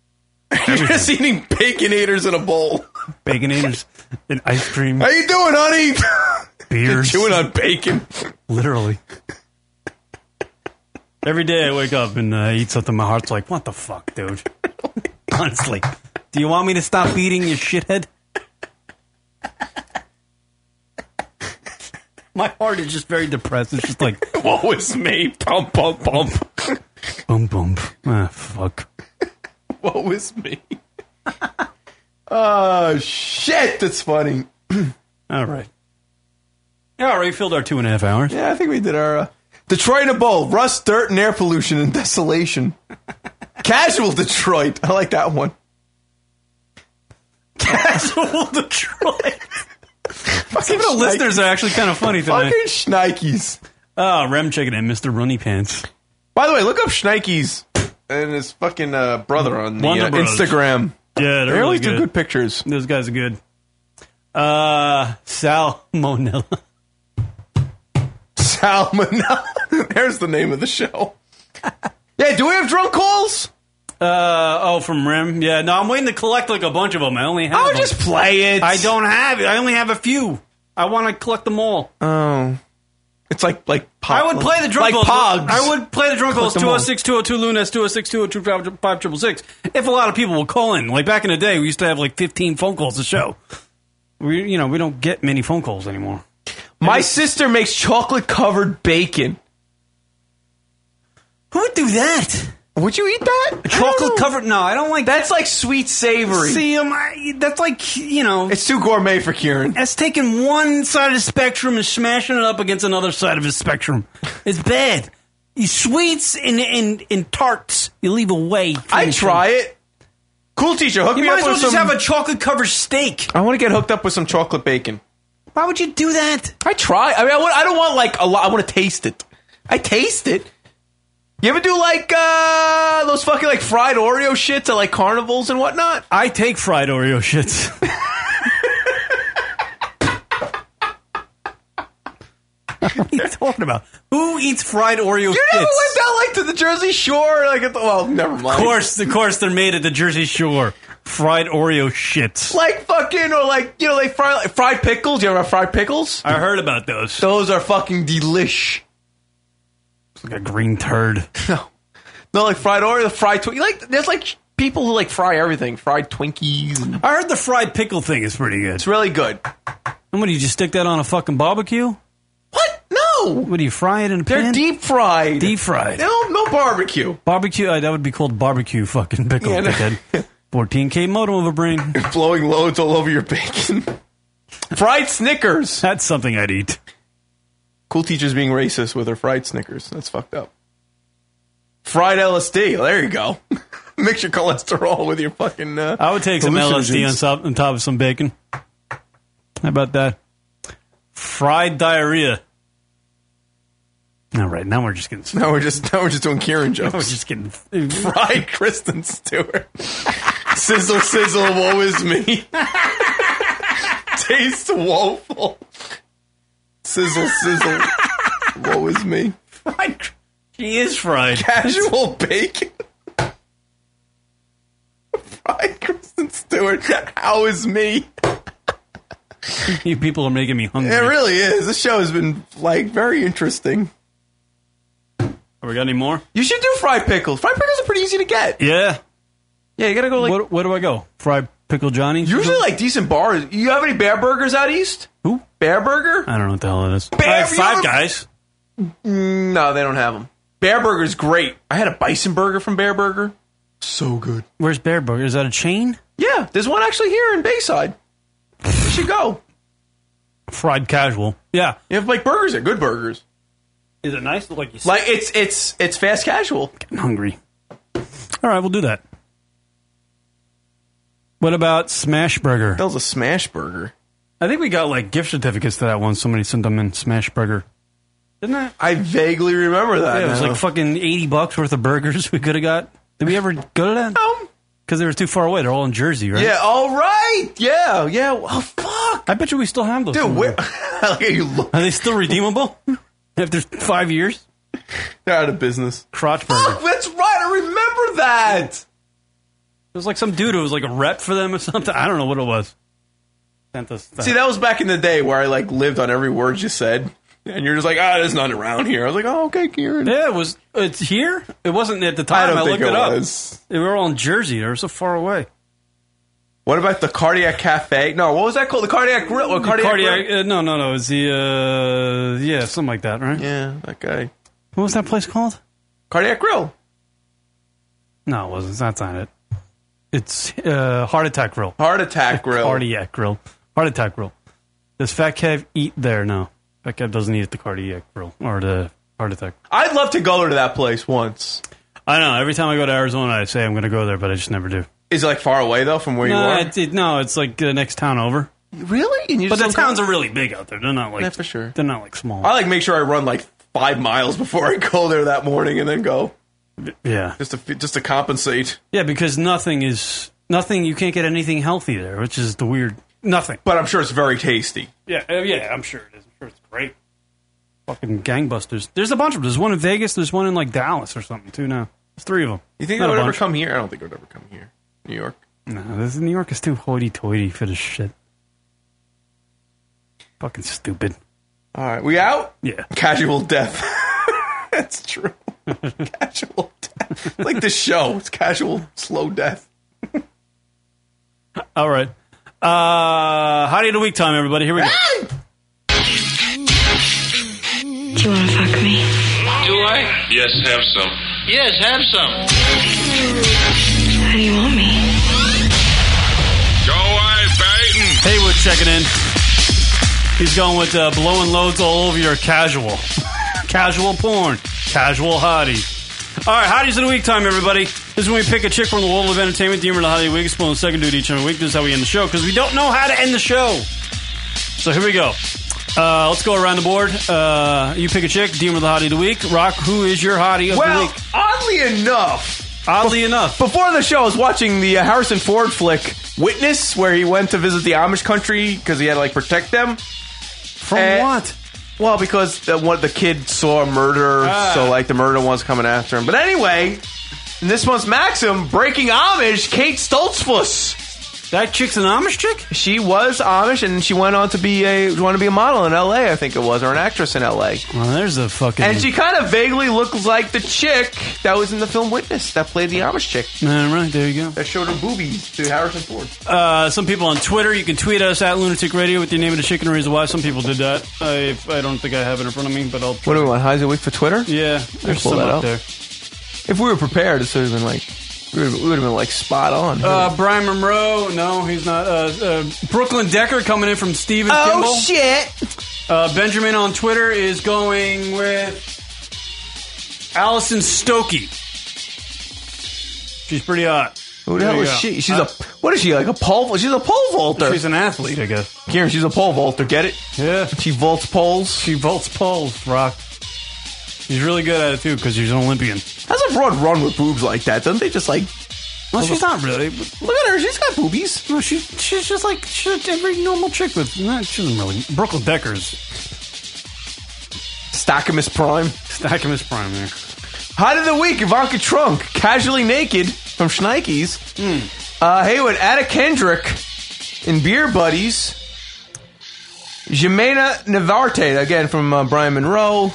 You're just eating baconators in a bowl.
Baconators and ice cream.
How you doing, honey?
Beers.
chewing on bacon.
Literally. Every day I wake up and uh, eat something, my heart's like, what the fuck, dude? Honestly. Do you want me to stop eating, you shithead? My heart is just very depressed. It's just like,
Woe is me. Pump, pump, pump.
boom, boom. Ah, fuck.
Woe is me. oh, shit. That's funny.
All right. Yeah, all right, we filled our two and a half hours.
Yeah, I think we did our uh, Detroit in a bowl, rust, dirt, and air pollution and desolation. Casual Detroit. I like that one.
Casual Detroit. Some of the listeners are actually kind of funny tonight.
Fucking Schnikes.
Ah, Rem checking in, Mr. Runny Pants.
By the way, look up Schnikes and his fucking uh, brother on the,
Wonder
uh,
Bros.
Instagram.
Yeah, they're
they
really
always do
good.
good pictures.
Those guys are good. Uh, Salmonella.
Salmonella. There's the name of the show. yeah, do we have drunk calls?
Uh, oh, from Rim. Yeah, no, I'm waiting to collect like a bunch of them. I only have.
Oh,
a bunch.
just play it.
I don't have it. I only have a few. I want to collect them all.
Oh. It's like like
I would play the drunk
like
calls.
pogs.
I would play the drunk
Collect
calls.
them
Two
all.
hundred six, two hundred two, Lunas, two hundred six, two hundred two, five triple six. If a lot of people will call in, like back in the day, we used to have like fifteen phone calls a show. We, you know, we don't get many phone calls anymore.
My sister makes chocolate covered bacon.
Who would do that?
Would you eat that?
Chocolate covered? No, I don't like.
That's like sweet savory.
See, um, I, that's like you know,
It's too gourmet for Kieran.
that's taking one side of the spectrum and smashing it up against another side of his spectrum. It's bad. You sweets and and, and tarts, you leave away. from
I
the
try
show.
it. Cool teacher, hook
You
me
might
up
as well
with
just
some.
have a chocolate covered steak.
I want to get hooked up with some chocolate bacon.
Why would you do that?
I try. I mean, I, want, I don't want like a lot. I want to taste it. I taste it. You ever do like uh those fucking like fried Oreo shits at like carnivals and whatnot?
I take fried Oreo shits. what are you talking about? Who eats fried Oreo
You never
shits?
went down like to the Jersey Shore, like at the well, never mind.
Of course, of course, they're made at the Jersey Shore. Fried Oreo shits.
like fucking or like you know they fry like fried pickles. You ever have fried pickles?
I heard about those.
Those are fucking delish.
It's like a green turd.
No, no, like fried Oreo, fried Twinkie. Like there's like people who like fry everything, fried Twinkies. and-
I heard the fried pickle thing is pretty good.
It's really good.
And what do you just stick that on a fucking barbecue?
What? No,
What do you fry it in a
they're
pan?
deep fried.
Deep fried.
No, no barbecue.
Barbecue. Uh, that would be called barbecue fucking pickle.
Yeah, no.
dickhead. 14k modem of a brain.
Blowing loads all over your bacon. fried Snickers.
That's something I'd eat.
Cool teacher's being racist with her fried Snickers. That's fucked up. Fried LSD. There you go. Mix your cholesterol with your fucking. Uh,
I would take some LSD on
hallucinogens.
top, on top of some bacon. How about that? Fried diarrhea. All right, now we're just getting.
Now we're just now we're just doing Kieran jokes.
We're just getting.
fried Kristen Stewart. sizzle, sizzle, woe is me. Taste woeful. Sizzle, sizzle, woe is me.
She is fried.
Casual bacon. Fried Kristen Stewart, how is me?
you people are making me hungry.
It really is. This show has been like very interesting.
we got any more?
You should do fried pickles. Fried pickles are pretty easy to get.
Yeah.
Yeah, you gotta go like
What, where do I go? Fried pickle Johnny.
usually like decent bars. You have any Bear Burgers out east?
Who?
Bear Burger?
I don't know what the hell it is.
Bear-
I have
you
five
ever-
guys.
No, they don't have them. Bear Burger's great. I had a bison burger from Bear Burger.
So good. Where's Bear Burger? Is that a chain?
Yeah, there's one actually here in Bayside. We should go.
Fried casual. Yeah.
You have like burgers are good burgers.
Is it nice? Like you
Like it's it's it's fast casual.
I'm hungry. All right, we'll do that. What about Smash Burger? That
was a Smash Burger.
I think we got like gift certificates to that one. Somebody sent them in Smash Burger. Didn't I?
I vaguely remember that.
Yeah, it was
now.
like fucking eighty bucks worth of burgers we could have got. Did we ever go to that? No, because they were too far away. They're all in Jersey, right?
Yeah, all right. Yeah, yeah. Oh, fuck.
I bet you we still have those.
Dude, where,
are they still redeemable after five years?
They're out of business.
Crotch burger.
Fuck, that's right. I remember that.
It was like some dude who was like a rep for them or something. I don't know what it was. Sent us
See, that was back in the day where I like lived on every word you said, and you're just like, ah, there's none around here. I was like, oh, okay, Kieran.
Yeah, it was. It's here. It wasn't at the time. I,
don't think
looked it,
it
up.
was.
They were all in Jersey. They were so far away.
What about the cardiac cafe? No, what was that called? The cardiac grill. Or
The
cardiac.
cardiac-
Grill?
uh, no, no, no. It was the uh, yeah, something like that, right?
Yeah, that guy.
What was that place called?
Cardiac grill.
No, it wasn't. That's not it. It's uh, Heart Attack Grill.
Heart Attack Grill.
Cardiac Grill. Heart Attack Grill. Does Fat Kev eat there? No. Fat Kev doesn't eat at the Cardiac Grill or the Heart Attack.
I'd love to go to that place once.
I know. Every time I go to Arizona, I say I'm going to go there, but I just never do.
Is it like far away though from where you
no,
are?
it- it- no, it's like the next town over.
Really? And you
but the
just don't
towns
go-
are really big out there. They're not like
Yeah, for sure.
They're not like small.
I like make sure I run like five miles before I go there that morning, and then go
Yeah.
just to just to compensate.
Yeah, because nothing is nothing. You can't get anything healthy there, which is the weird nothing.
But I'm sure it's very tasty.
Yeah, uh, yeah, I'm sure it is. I'm sure it's great. Fucking gangbusters. There's a bunch of them. There's one in Vegas. There's one in like Dallas or something too. Now there's three of them.
You think
Not
it
a
would ever
bunch.
come here? I don't think it would ever come here. New York.
No, this New York is too hoity-toity for this shit. Fucking stupid.
All right, we out.
Yeah.
Casual death. That's true. casual death. Like this show. It's casual, slow death.
All right. Uh, howdy of the week time, everybody. Here we go.
Do you want to fuck me? Do I?
Yes, have some.
Yes, have some.
How do you want me?
Go away, Baton.
Haywood checking in. He's going with uh, blowing loads all over your casual, casual porn, casual hottie. All right, hotties of the week time, everybody. This is when we pick a chick from the world of entertainment, the humor, the hottie of the week, explode the second dude each and every week. This is how we end the show because we don't know how to end the show. So here we go. Uh, let's go around the board. Uh, you pick a chick, deem with the hottie of the week. Rock, who is your hottie of the
Well,
week?
oddly enough.
Oddly enough.
Before the show, I was watching the uh, Harrison Ford flick Witness, where he went to visit the Amish country because he had to like protect them. From
what?
Well, because uh, one, the kid saw a murder,
Ah.
so like the murder one's coming after him. But anyway, in this month's Maxim, breaking Amish, Kate Stoltzfus.
That chick's an Amish chick.
She was Amish, and she went on to be a want to be a model in L.A. I think it was, or an actress in L.A.
Well, there's a fucking.
And she kind of vaguely looks like the chick that was in the film Witness that played the Amish chick.
All right, there you go.
That showed her boobies to Harrison Ford.
Uh, some people on Twitter. You can tweet us at Lunatic Radio with your name and the chicken reason why. Some people did that. I, I don't think I have it in front of me, but I'll.
What do we want? Highs a week for Twitter?
Yeah,
I'll
there's
pull
some
that
up
up.
there.
If we were prepared, it would have been like we would have been like spot on.
Uh, Brian Monroe. No, he's not. Uh, uh, Brooklyn Decker coming in from Steven
Oh,
Kimball.
shit.
Uh, Benjamin on Twitter is going with Allison Stokey. She's pretty hot.
Who the
There
hell
you
is
go.
she? She's
Uh,
a what is she like a pole? She's a pole vaulter.
She's an athlete, I guess.
Karen, she's a pole vaulter. Get it?
Yeah.
She vaults poles.
She vaults poles. Rock. She's really good at it too because she's an Olympian.
How's a broad run with boobs like that? Don't they just like?
Well, she's not really.
Look at her. She's got boobies.
No, she she's just like she's every normal chick with. Nah, she doesn't really. Brooklyn Decker's
Stockamus Prime.
Stockamus Prime. There.
Hot of the week, Ivanka Trump, casually naked from Schneikes. Uh, Haywood, Ada Kendrick in Beer Buddies. Jimena Navarte, again from uh, Brian Monroe.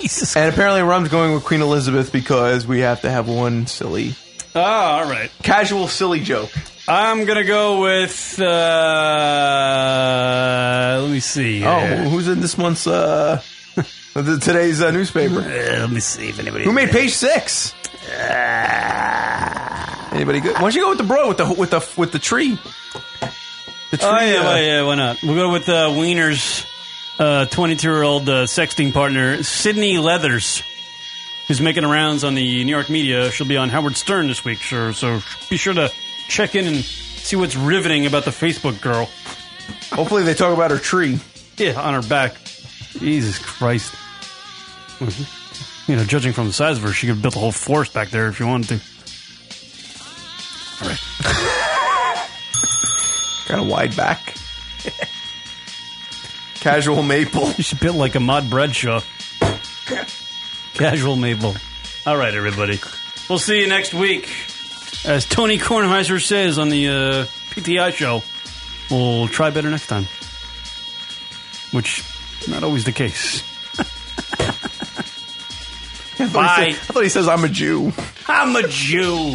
Jesus. And apparently Rum's going with Queen Elizabeth because we have to have one silly,
Ah, all right.
casual silly joke.
I'm gonna go with. uh Let me see. here.
Oh, who's in this month's, uh, the- today's uh, newspaper?
Uh, let me see if anybody.
Ah. Who made page six? Anybody good? Why don't you go with the bro with the with the with the tree? The tree.
oh yeah,
uh,
why- yeah, why not? We'll go with uh, Wiener's twenty-two-year-old uh, sexting partner, Sydney Leathers, who's making rounds on the New York media. She'll be on Howard Stern this week, sure. So be sure to check in and see what's riveting about the Facebook girl.
Hopefully, they talk about her tree.
Yeah, on her back. Jesus Christ! Mm-hmm. You know, judging from the size of her, she could have built a whole forest back there if she wanted to.
Kind of wide back. Casual maple.
You should build like a Mod Bradshaw. Casual maple. All right, everybody. We'll see you next week. As Tony Kornheiser says on the uh, PTI show, we'll try better next time. Which, not always the case.
I thought he said- I thought he says I'm a Jew.
I'm a Jew.